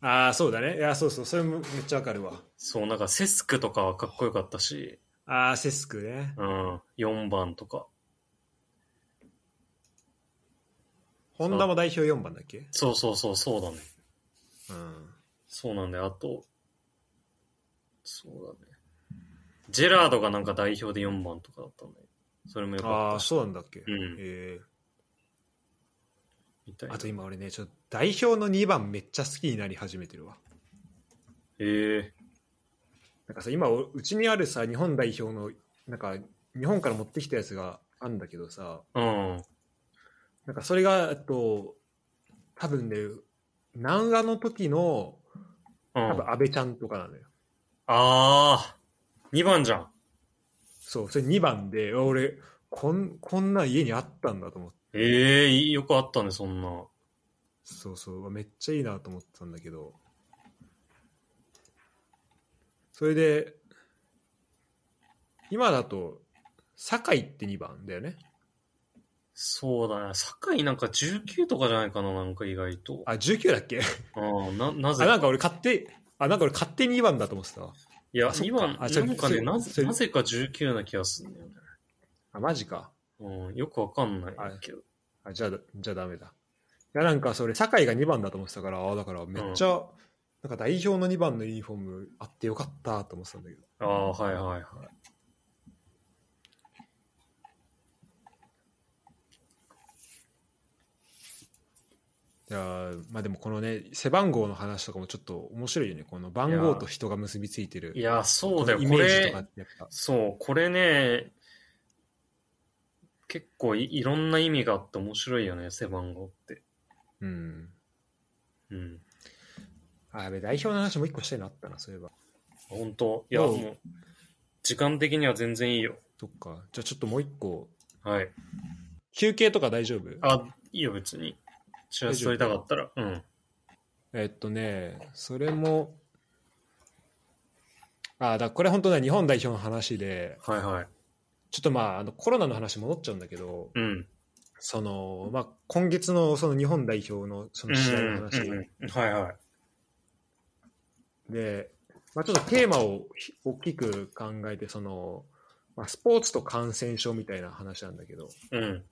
ああそうだねいやそうそうそれもめっちゃわかるわそう、なんかセスクとかはかっこよかったし、ああセスクねうん、4番とか。ホンダも代表4番だっけそうそうそう、そうだね。うんそうなんだよ。あと、そうだね。ジェラードがなんか代表で4番とかだったんだよ。それもよかあっあたし。そうなんだっけ、んえみたいーなあと今俺ねちょっと代表の2番めっちゃ好きになり始めてるわええなんかさ今おうちにあるさ日本代表のなんか日本から持ってきたやつがあんだけどさうん。なんかそれがえっと多分ね南アの時のうん。多分あ安倍ちゃんとかなのよ、あー、2番じゃん。そうそれ2番で俺こんこんなん家にあったんだと思ってええよくあったね、そんな。そうそうめっちゃいいなと思ってたんだけどそれで今だと酒井って2番だよねそうだね。酒井なんか19とかじゃないかな、なんか意外と。ああ19だっけあ、な、なあなぜんか俺勝手あなんか俺勝手に2番だと思ってたわいや、あそっか2番、あじゃあなんかね、それなそぜ、れなぜか19な気がするんだよね。あマジかうん、よくわかんないけど。あじゃあじゃあダメだいやなんかそれ酒井が2番だと思ってたからあだからめっちゃ、なんか代表の2番のユニフォームあってよかったと思ってたんだけどああ、はいはいはい。いやーまあでもこのね背番号の話とかもちょっと面白いよねこの番号と人が結びついてるいや、そうだよ、このこイメージとかれっ、てやっぱそう、これね、結構いいろんな意味があって面白いよね、背番号って。うんうん。あやべ代表の話もう一個したいのあったなそういえば本当いや、うんもう、時間的には全然いいよ。そっかじゃあちょっともう一個はい。休憩とか大丈夫あ、いいよ、別に。知らせとりたかったら。うん。えっとねそれもあだからこれ本当ね日本代表の話ではいはい。ちょっとまああのコロナの話戻っちゃうんだけどうん。その、まあ、今月のその日本代表のその試合の話、うんうんうんはいはい。で、まあ、ちょっとテーマをひ大きく考えてその、まあ、スポーツと感染症みたいな話なんだけどだかうん。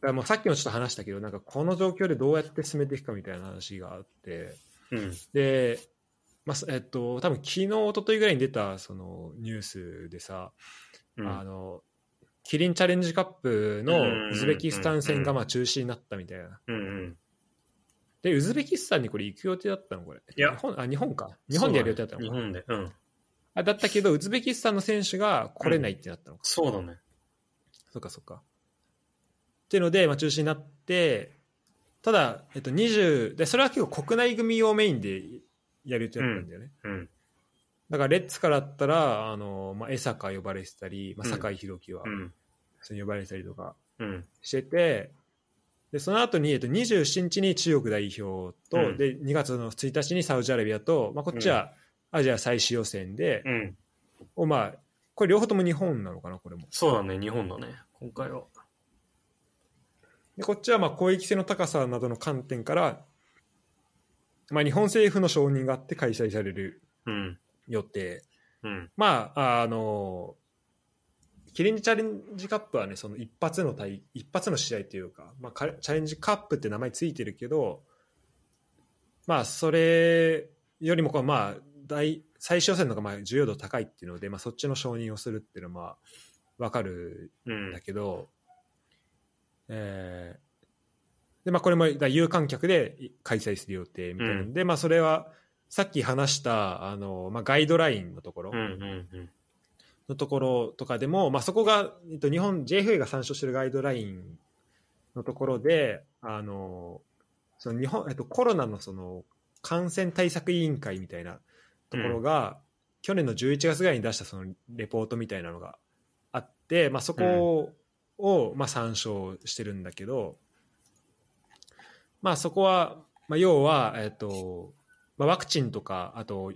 らもうさっきもちょっと話したけどなんかこの状況でどうやって進めていくかみたいな話があってうん。で、まあすえっと、多分昨日一昨日ぐらいに出たそのニュースでさ、うんあのキリンチャレンジカップうんうんうんうんのウズベキスタン戦がまあ中止になったみたいな。うんうん。で、ウズベキスタンにこれ行く予定だったのこれ。いや日本あ、日本か。日本でやる予定だった日のか。本で。うん。あだったけど、ウズベキスタンの選手が来れないってなったのか。そうだね。そっかそっか。っていうので、まあ、中止になって、ただ、えっと、20で、それは結構国内組をメインでやる予定だったんだよね。うん。だから、レッツからだったら、あの、まあ、江坂呼ばれてたり、まあ、うん酒井宏樹はうん。普通に呼ばれてたりとかうん。してて、で、その後に、えっと、27日に中国代表と、うんで、2月の1日にサウジアラビアと、まあ、こっちはアジア最終予選で、うん。をまあ、これ両方とも日本なのかな、これも。そうだね。日本だね。今回は。でこっちはまあ公益性の高さなどの観点から、まあ、日本政府の承認があって開催されるうん。予定、うん。まあ、あのキリンジチャレンジカップは、ね、その一発の対一発の試合というか、まあ、かチャレンジカップって名前ついてるけど、まあ、それよりもこう、まあ、大最小戦の方がまあ重要度高いっていうので、まあ、そっちの承認をするっていうのはまあ分かるうんだ。けど、えーでまあ、これもだから有観客で開催する予定みたいなんで、まあ、それはさっき話したあの、まあ、ガイドラインのところうん。うん。のところとかでも、まあ、そこが、えっと、日本 JFA が参照してるガイドラインのところであのその日本、えっと、コロナのその感染対策委員会みたいなところが、去年の11月ぐらいに出したそのレポートみたいなのがあって、まあ、そこを、まあ、参照してるんだけど、まあ、そこは、まあ、要は、えっとまあ、ワクチンとかあと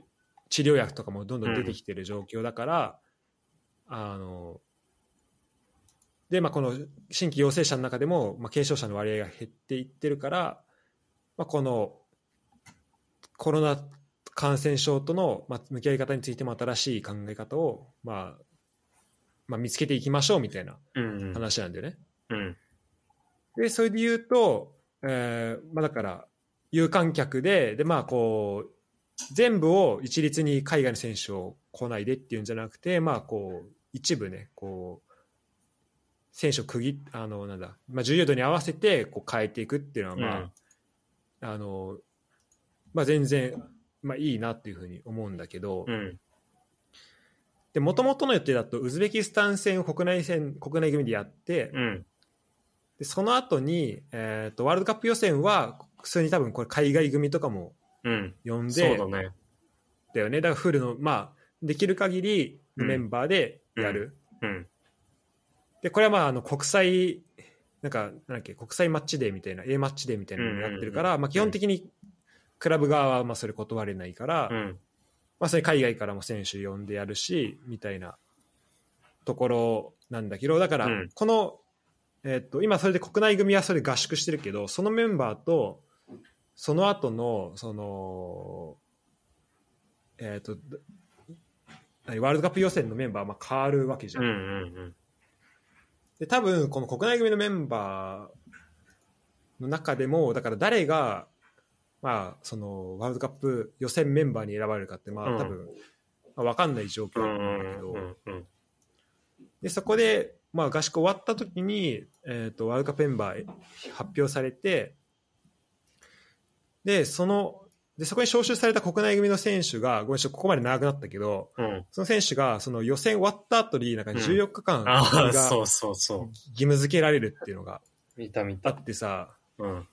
治療薬とかもどんどん出てきてる状況だから、あのでまあ、この新規陽性者の中でも、まあ、軽症者の割合が減っていってるから、まあ、このコロナ感染症との、まあ、向き合い方についても新しい考え方を、まあまあ、見つけていきましょうみたいなうん。うん。話なんだよね。うん。で、それで言うと、えーまあ、だから、有観客で、で、まあ、こう、全部を一律に海外の選手を来ないでっていうんじゃなくて、まあ、こう、一部ね、こう、選手を区切っあの、なんだ、まあ、重要度に合わせて、こう、変えていくっていうのは、まあ、あの、まあ、全然、まあ、いいなっていうふうに思うんだけど、うん。で、もともとの予定だと、ウズベキスタン戦を国内戦、国内組でやって、うん。でその後に、えー、とワールドカップ予選は普通に多分これ海外組とかもうん。呼んでそうだね。だよねだからフルのまあできる限りのメンバーでやる、うん。でこれはまああの国際なんかなんだっけ国際マッチデーみたいな A マッチデーみたいなのになってるから、うんうんうんまあ、基本的にクラブ側はまあそれ断れないから、うん。まあ、それ海外からも選手呼んでやるしみたいなところなんだけどだからうんこの、えっと今それで国内組はそれ合宿してるけどそのメンバーとその後のそのえっ、と何ワールドカップ予選のメンバーはまあ変わるわけじゃうん。うん。で多分この国内組のメンバーの中でもだから誰が、まあ、そのワールドカップ予選メンバーに選ばれるかって、まうんあ、多分、まあ、分かんない状況だうと思うんだけど、ん。うん。でそこで、まあ、合宿終わった時に、えー、とワールドカップメンバー発表されてでそのでそこに招集された国内組の選手がごめんなさいここまで長くなったけどうん。その選手がその予選終わった後になんかうん14日間あがあ、そ義うそうそ務付けられるっていうのがう。見た見あた。ってさうん。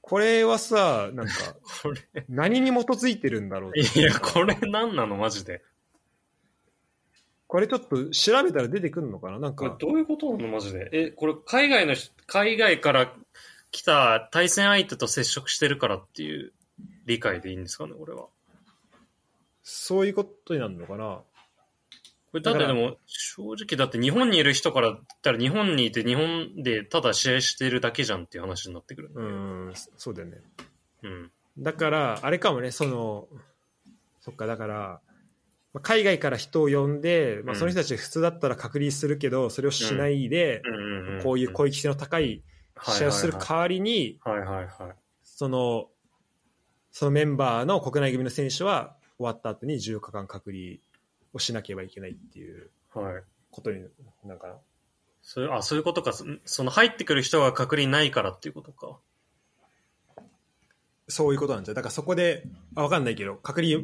これはさなんか [laughs] これ。何に基づいてるんだろうっていや、これ何なのマジで。これちょっと調べたら出てくるのかななんこれかどういうことなのマジで。え、これ海外の人、海外から来た対戦相手と接触してるからっていう理解でいいんですかね、俺は。こそういうことになるのかなれだってだからでも、正直だって日本にいる人から言ったら日本にいて日本でただ試合してるだけじゃんっていう話になってくるね、うんそうだよねうん。だから、あれかもね、その、そっか、だから、まあ海外から人を呼んで、まあ、うんその人たち普通だったら隔離するけど、それをしないで、うんんんこういう公益性の高い試合をする代わりに、はいはいはい。その、そのメンバーの国内組の選手は終わった後に14日間隔離をしなければいけないっていうはいはい。ことになるかな。そういうあ、そういうことか。そその入ってくる人が隔離ないからっていうことか。そういうことなんじゃだからそこであ分かんないけど隔離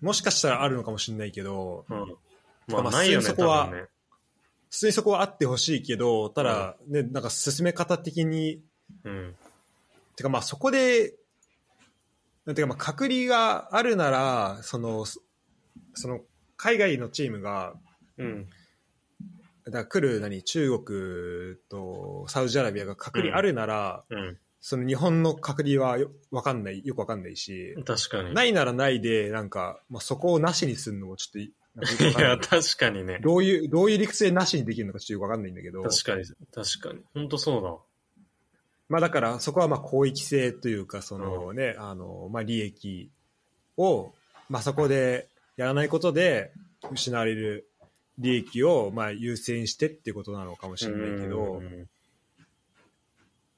もしかしたらあるのかもしれないけどうん。まあまあ、ないよね、そ多こは分ね。普通にそこはあってほしいけどただ、ねなんか進め方的にうん。てかまあそこでなんていうかまあ隔離があるならそのそその海外のチームがうん。だから来る何中国とサウジアラビアが隔離あるなら、うその日本の隔離はよわかんないよくわかんないし、ん。確かに。ないならないでなんか、まあ、そこをなしにするのもちょっといなんかよくわ [laughs] いかんないや、確かにね。どういうどういう理屈でなしにできるのかちょっとよくわかんないんだけど、確かに、確かに。本当そうだ。まあ、だからそこはまあ広域性というかその、ねあのまあ、利益を、まあ、そこでやらないことで失われる利益をまあ優先してっていうことなのかもしれないけど。うん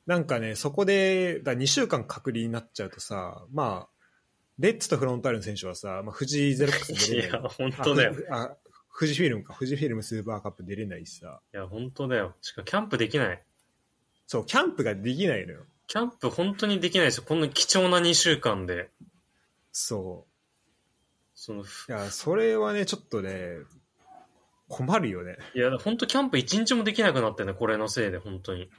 なんかね、そこで、だ2週間隔離になっちゃうとさ、まあ、レッツとフロンターレの選手はさ、まあ、富士ゼロカップ出 [laughs] いれなやい。、本当だよ。いあ。あ富士フィルムか、富士フィルムスーパーカップ出れないしさ、や、本当だよ。しかも、キャンプできない。そう、キャンプができないのよ。キャンプ本当にできないですよ。こんな貴重な2週間で。そその、う。いや、それはね、ちょっとね、困るよね。いや、本当キャンプ1日もできなくなってね、これのせいで、本当に。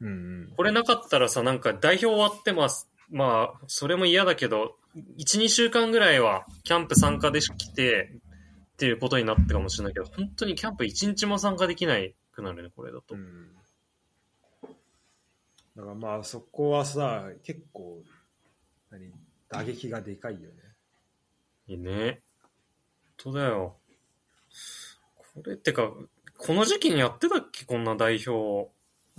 うん、うん。これなかったらさ、なんか代表終わってます。まあ、それも嫌だけど、1、2週間ぐらいはキャンプ参加できて、っていうことになったかもしれないけど、本当にキャンプ1日も参加できないくなるね、これだとう。ん。だからまあ、そこはさ、結構、何、打撃がでかいよね。いいね。本当だよ。これってか、この時期にやってたっけこんな代表。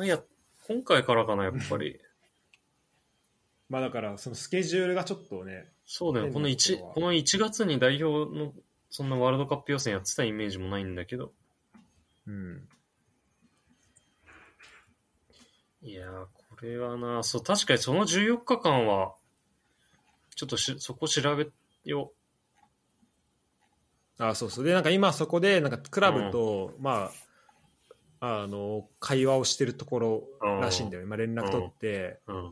いや、今回からかな、やっぱり。まあ、だから、そのスケジュールがちょっとね、そうだよ。こ変なの1、とこはこの1月に代表の、そんなワールドカップ予選やってたイメージもないんだけど。うん。いやー、これはな、そう、確かにその14日間は、ちょっとし、そこ調べよあそうそうでなんか今そこでなんかクラブと、まああの会話をしてるところらしいんだよね、まあ、連絡取って、っう。うん。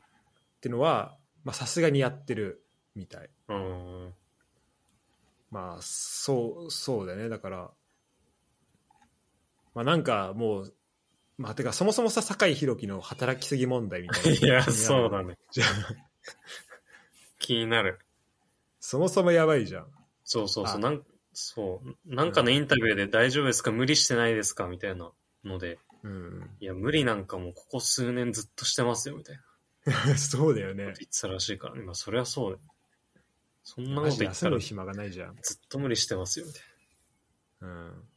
ていうのはまあさすがにやってるみたいうん。まあそうそうだよねだからまあなんかもうまあてかそもそもさ酒井宏樹の働きすぎ問題みたいな [laughs] いや、そうだね。じゃあ気になる。そもそもやばいじゃんそうそうそあう、なんそう、なんかのインタビューで大丈夫ですか無理してないですかみたいなので、うん、 [laughs] いや、無理なんかもうここ数年ずっとしてますよ、みたいなこそうだよねと言ってたらしいから、ね、まあ、そりゃそうだよ。そんなこマとジで言っ休たらむずっ暇がないじゃんと無理してますよ、みたいうん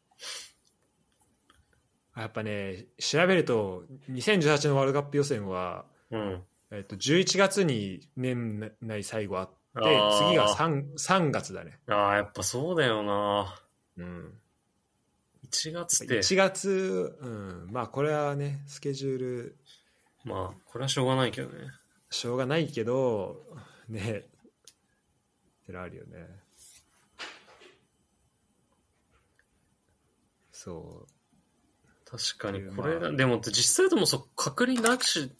あやっぱね調べると2018のワールドカップ予選は、な。うん。えっと、11月に年内最後あってあー次が 3, 3月だね、ああ、やっぱそうだよな。うん、 1月って、 1月、うん、まあこれはねスケジュールまあ、これはしょうがないけどね。しょうがないけどねってのあるよねそう確かにうん、これまだ、でも実際ともそう、隔離なくし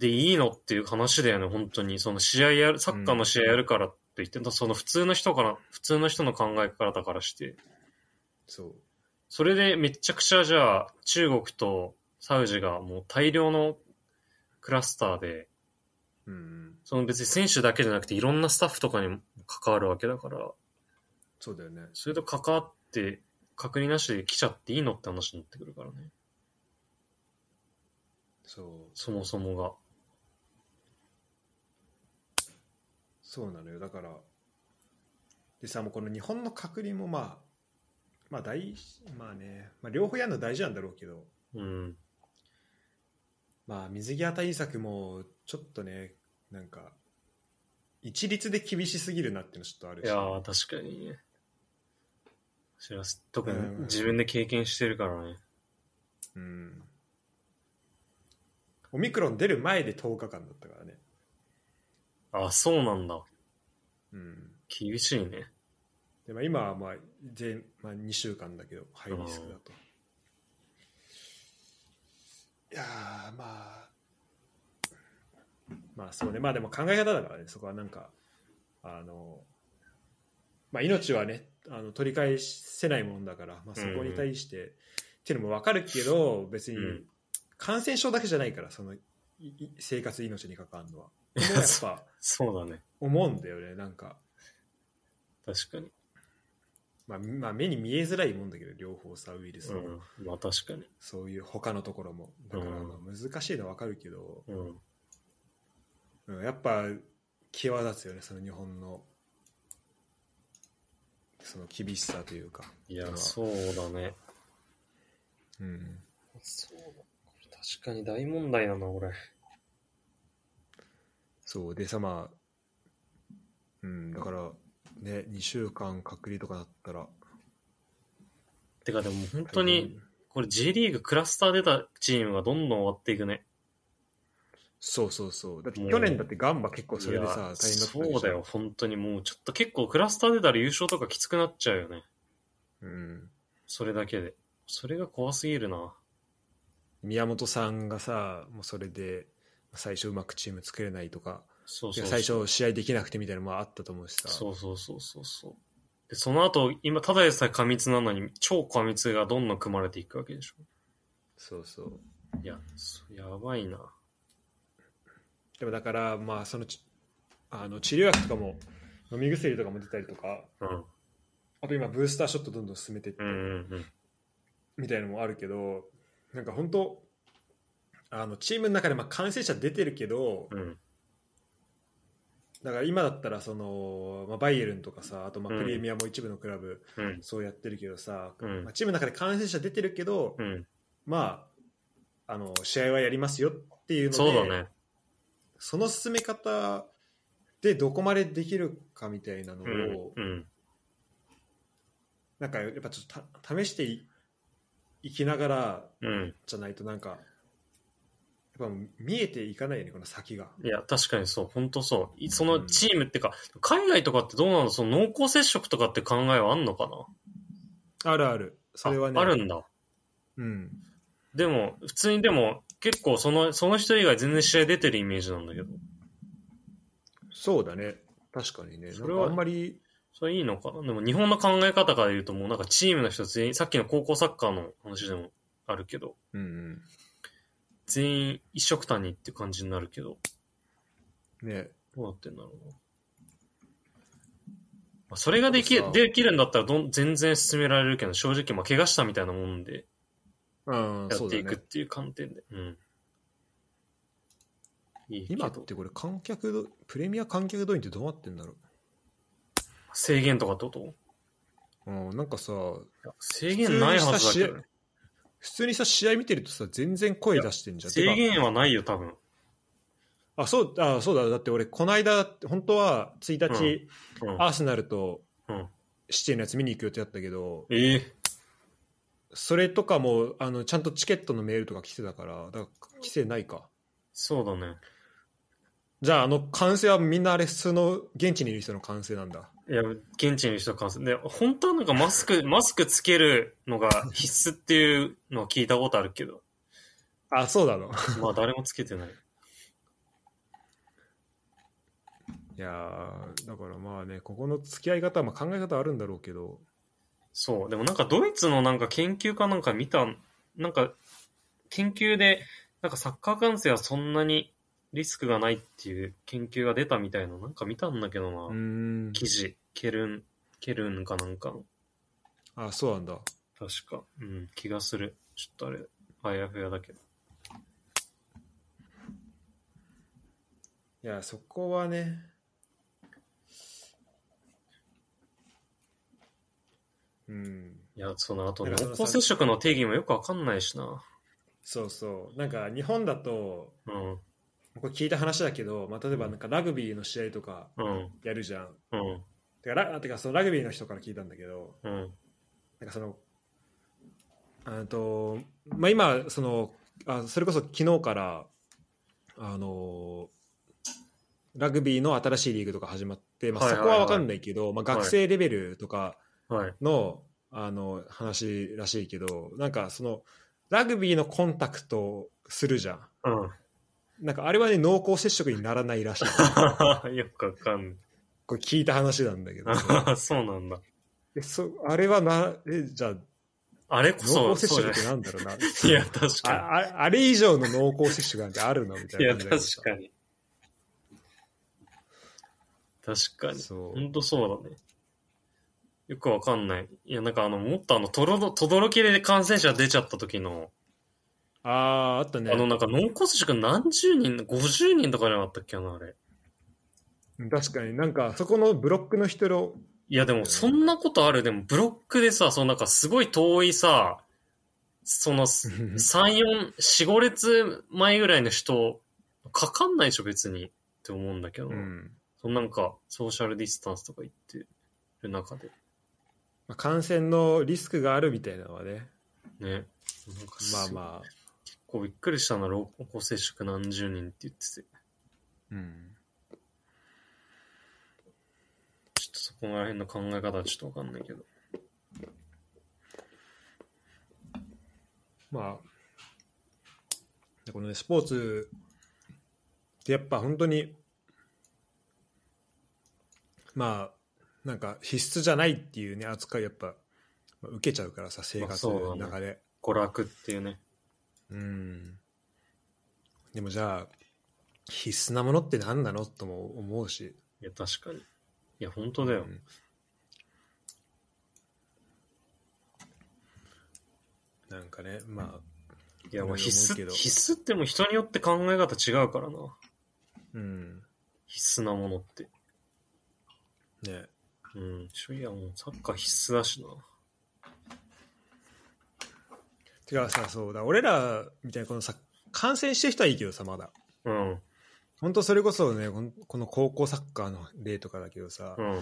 でいいのっていう話だよね、本当に。その試合やる、サッカーの試合やるからって言って、その普通の人から、普通の人の考え方からして。そうそれでめっちゃくちゃじゃあ、中国とサウジがもう大量のクラスターで、うんその別に選手だけじゃなくていろんなスタッフとかにも関わるわけだから、そうだよねそれと関わって、隔離なしで来ちゃっていいのって話になってくるからね。そうそもそもが。そうなのよだからでさもうこの日本の隔離もまあまあ大まあね、まあ、両方やるの大事なんだろうけどうん。まあ水際対策もちょっとねなんか一律で厳しすぎるなっていうのちょっとあるいしやー、確かにね。知らす特うんに自分で経験してるからね。うんオミクロン出る前で10日間だったからねあ、そうなんだ。うん厳しいね。で、まあ、今はまあ全、まあ、2週間だけどハイリスクだといやーまあままあそうね、まあでも考え方だからね、そこはなんか、あの、まあ命はね、あの取り返せないもんだから、まあそこに対して、っていうのもわかるけど、別にうん感染症だけじゃないから、そのいい生活命に関わる [laughs] のは。これもやっぱそうだね。思うんだよね、なんか、確かに。まあ、まあ目に見えづらいもんだけど、両方さ、ウイルスうも、ん。まあ確かに。そういう他のところも。だからうんまあ難しいのはわかるけど、うん。うん、やっぱ際立つよねその日本のその厳しさというかいやま、あそうだね。うんそうだ。これ確かに大問題だな、俺。そうでさまあうんだからね2週間隔離とかだったらてかでも本当に、これ J リーグクラスター出たチームがどんどん終わっていくね。そうそうそうだってもう去年だってガンバ結構それでいさや大変だったでしょそうだよ、本当にもうちょっと結構クラスター出たら優勝とかきつくなっちゃうよね。うん、それだけで。それが怖すぎるな。宮本さんがさもうそれで最初うまくチーム作れないとかそういそうやそう。最初試合できなくてみたいなのもあったと思うしさそうそうそうそうそう。で、その後、今、ただでさえ過密なのに、超過密がどんどん組まれていくわけでしょ。そうそういや、そやばいな。でもだから、まあ、そのちあの治療薬とかも飲み薬とかも出たりとかうん。あと今ブースターショットどんどん進めてって、うんうんみたいのもあるけどなんか本当あのチームの中でまあ感染者出てるけどうん。うん。だから今だったらその、まあ、バイエルンとかさあとまあうんプレミアも一部のクラブうん。そうやってるけどさ、うんまあ、チームの中で感染者出てるけど、うん。まああの試合はやりますよっていうのでそうだね。その進め方でどこまでできるかみたいなのを、うん。うん。なんかやっぱちょっとた試していいきながらうん。じゃないとなんかやっぱ見えていかないよねこの先がいや、確かにそう。本当そうい。そのチームってか、海外とかってどうなのその濃厚接触とかって考えはあんのかなあるあるそれはねああるんだ。うんでも、普通にでも、結構その、その人以外全然試合出てるイメージなんだけど。そうだね確かにねそれはなんかあんまりそれいいのかなでも日本の考え方から言うともうなんかチームの人全員、さっきの高校サッカーの話でもあるけど、うんうん全員一色単にっていう感じになるけど、ねどうなってんだろうな。まあ、それができそう、できるんだったらどん全然進められるけど、正直まあ怪我したみたいなもんでうんやそっうだていくっねていう観点で。うん。いいけ今っどてこれ観客どプレミア観客動員ってどうなってんだろ、制限とかってこといううん、なんかさや制限ないはずだけどね、普通にさ試合見てるとさ全然声出してんじゃん制てか限はないよ、多分。あそうあそうだだって俺この間本当は1日、うん。アーセナルとうんシティのやつ見に行く予定だったけど、ええそれとかもあのちゃんとチケットのメールとか来てたからだから規制ないかそうだね。じゃああの歓声はみんなあれ普通の現地にいる人の歓声なんだいや、現地の人感染。で、本当はなんかマ [laughs] スク、マスクつけるのが必須っていうのを聞いたことあるけど、あそうなの [laughs] まあ誰もつけてない。いやーだからまあねここの付き合い方はまあ考え方あるんだろうけどそう。でもなんかドイツのなんか研究かなんか見た、なんか研究で、なんかサッカー感染はそんなにリスクがないっていう研究が出たみたいな、なんか見たんだけどな。うーん記事、ケルン、ケルンかなんかの、あそうなんだ確か。うん、気がする。ちょっとあれ、あやふやだけど。いやそこはねうんいや、その後、なんかそ濃の厚接触の定義もよくわかんないしな。そうそうなんか日本だとうん、これ聞いた話だけど、まあ、例えばなんかラグビーの試合とかうん、やるじゃん。うん、てかラてかそのラグビーの人から聞いたんだけどうん、なんかそのあと、まあ、今そのあそれこそ昨日からあのラグビーの新しいリーグとか始まって、まあ、はいそはいこはいは分かんないけど、まあ、学生レベルとかはい。の,、あの話らしいけどなんかそのラグビーのコンタクトをするじゃん。うん、なんかあれはね濃厚接触にならない [laughs] らしいよくわかんないこれ聞いた話なんだけど [laughs] あそうなんだ。えそあれはなえじゃああれこそ、濃厚接触ってそうなんだろうなじゃないいや、確あかああれ以上の濃厚接触なんてあるのみたに。いいなや、感じ確だけどさかに。確かに。そう本当そうだね。よくわかんない。いや、なんかあの、もっとあの、とろろ、とどろきで感染者出ちゃった時の、あああったねあの、なんか濃厚接触何十人、50人とかじゃなかったっけな、あれ。確かになんかそこのブロックの人のいや、でも、そんなことある。でも、ブロックでさ、そのなんかすごい遠いさ、その、3、4、4、5列前ぐらいの人、かかんないでしょ、別に。って思うんだけど、うんそのなんか、ソーシャルディスタンスとか言ってる中で。まあ感染のリスクがあるみたいなのはねね。なんかまああ。まあ、結構びっくりしたな、濃厚接触何十人って言ってて。うん、ちょっとそこら辺の考え方はちょっとわかんないけど。まあこのねスポーツってやっぱ本当にまあなんか必須じゃないっていうね扱いやっぱまあ受けちゃうからさ生活のまあそ中で、娯楽っていうね。うんでもじゃあ必須なものって何なのとも思うしいや、確かに。いや、本当だよ。んなんかねまあいや、まいろいろ思あ必うけ須、ど必須っても人によって考え方違うからな。うん必須なものって。ねうん。いや、もうサッカー必須だしな。てかさそうだ俺らみたいなこのさ感染してる人はいいけどさまだうん。本当それこそねこのこの高校サッカーの例とかだけどさ、うん。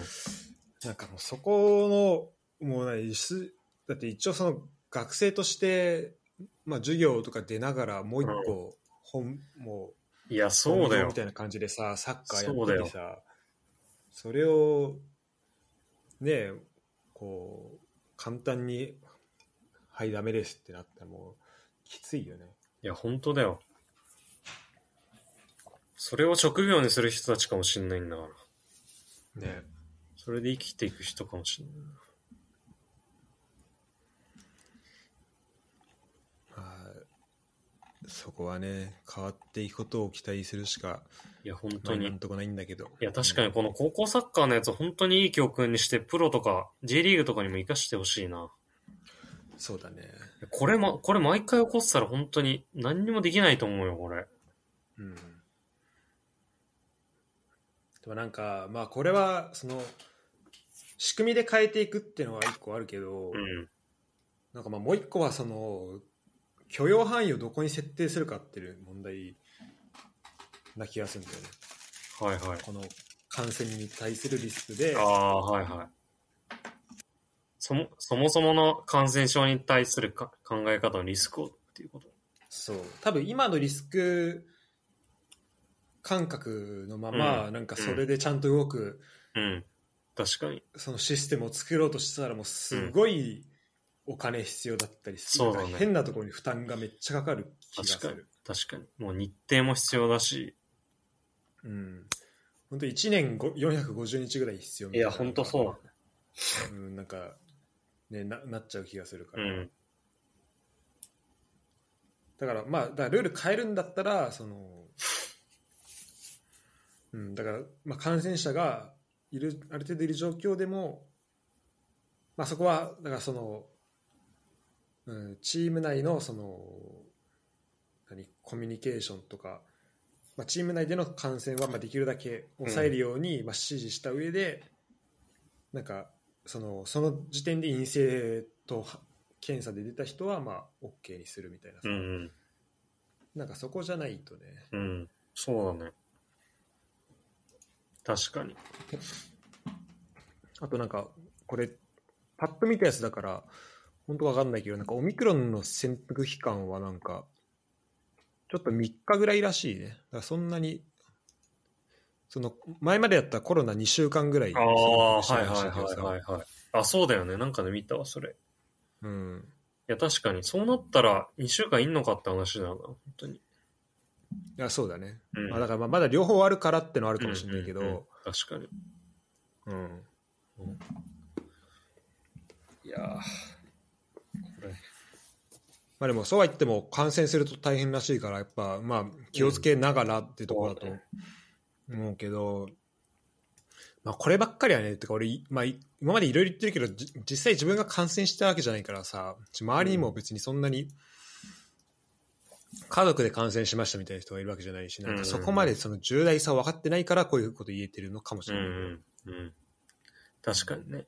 なんかもうそこのもうねすだって一応その学生として、まあ、授業とか出ながらもう一個本、もういや、そうだ本業よみ。たいな感じでさサッカーそうやだっよててさそれをねえこう簡単に「はいダメです」ってなったらもうきついよねいや、本当だよ。それを職業にする人たちかもしんないんだから。ねそれで生きていく人かもしんない。はいそこはね変わっていくことを期待するしかいや、本ま当あに。なんいとかないんだけどや、確かにこの高校サッカーのやつ、本当にいい教訓にして、プロとか、J リーグとかにも活かしてほしいな。うんそうだねこれま、これ毎回起こってたら本当に何にもできないと思うよ、これ。うんでもなんかまあこれはその仕組みで変えていくっていうのは一個あるけど、うん。なんかまあもう一個はその許容範囲をどこに設定するかっていう問題な気がするんだよね。はいはい。この感染に対するリスクで、ああ、はいはい。そも、そもそもの感染症に対するか考え方のリスクをっていうこと。そう多分今のリスク感覚のまま、うんなんかそれでちゃんと動く、うん。確かに。そのシステムを作ろうとしたらもうすごいお金必要だったりする、そうだねなんか変なところに負担がめっちゃかかる気がす確かにる。。確かに。もう日程も必要だし。うん本当1年ご450日ぐらい必要みたいなだね。うん、なんか、ね、ななっちゃう気がするかうら、ん。だからまあだからルール変えるんだったらその、うん、だから、まあ、感染者がいるある程度いる状況でも、まあ、そこはだからその、うん、チーム内のその何コミュニケーションとか、まあ、チーム内での感染はまあできるだけ抑えるように、まあ、指示した上でなんかそのその時点で陰性と検査で出た人はまあ OK にするみたいなさ、うん。なんかそこじゃないとね、うん。そうだね。確かに。あとなんか、これ、パッと見たやつだから、本当わかんないけど、なんかオミクロンの潜伏期間はなんか、ちょっと3日ぐらいらしいね。だからそんなに、その前までやったコロナ2週間ぐらいああ、は潜い伏してはたいらしけどはさいはいはい。あ、そうだよね。なんかで見たわ、それ。いうん。や、確かに。そうなったら2週間いんのかって話だよな、本当に。いやそうだね、うんまあ、だからまあまだ両方あるからってのはあるかもしれないけど、うんうんうん確かに。うんいやーこれまあ、でもそうは言っても感染すると大変らしいからやっぱまあ気をつけながらっていうところだとうん思うけど、まあ、こればっかりはねてか俺、いまあ、い今までいろいろ言ってるけどじ実際自分が感染したわけじゃないからさ周りにも別にそんなに家族で感染しましたみたいな人がいるわけじゃないしなんかそこまでその重大さを分かってないからこういうこと言えてるのかもしうれない。んうんうん。確かにね。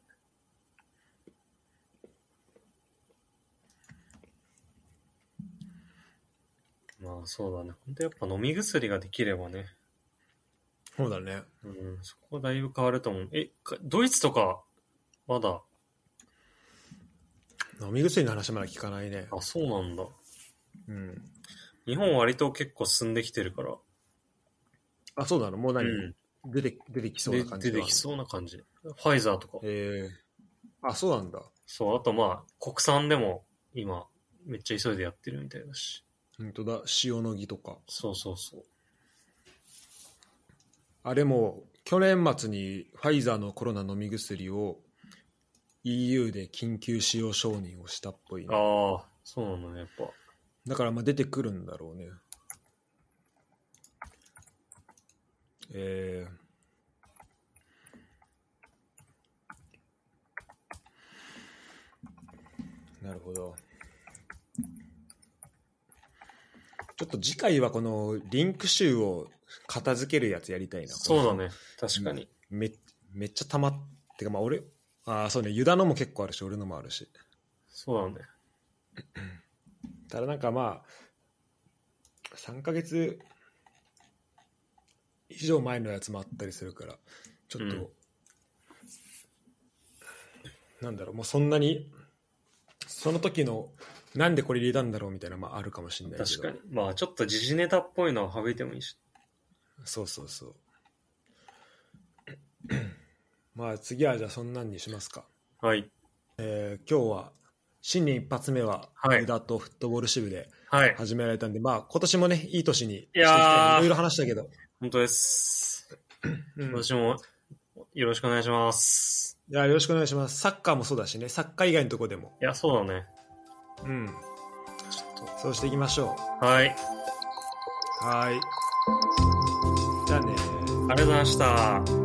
まあそうだね。本当やっぱ飲み薬ができればね。そうだねうん、そこはだいぶ変わると思う。え、かドイツとか、まだ、飲み薬の話はまだ聞かないね。あ、そうなんだ。うん、日本割と結構進んできてるから。あそうなのもう何、うん出て出てきそうな感じでが出てきそうな感じ。ファイザーとか。えー、あそうなんだそう、あとまあ、国産でも今、めっちゃ急いでやってるみたいだし。本当だ塩野義とかそうそうそう。あれも去年末にファイザーのコロナ飲み薬を EU で緊急使用承認をしたっぽいね、ああ、そうなのね、やっぱ。だからまあ出てくるんだろうねえーなるほどちょっと次回はこのリンク集を片付けるやつやりたいなそうだね、確かに。めめっちゃたまってかまあ俺ああそうねユダのも結構あるし俺のもあるしそうだね。ただなんかまあ3ヶ月以上前のやつもあったりするからちょっと、うんなんだろうもうそんなにその時のなんでこれ入れたんだろうみたいなのもあるかもしれないけど確かに。まあ、ちょっと時事ネタっぽいのは省いてもいいし。そうそうそう [clears throat] まあ次はじゃあそんなんにしますかはい。えー今日は新年一発目ははいユダとフットボール支部ではい。始められたんで、まあ今年もねいい年にしていきたいやーいろいろ話したけど、本当です。うんい私も、よろしくお願いします。やよろしくお願いしますサッカーもそうだしねサッカー以外のとこでもいや、そうだね。うんちょっそうしていきましょと。はい。ありうはーいじゃあねがとうございました。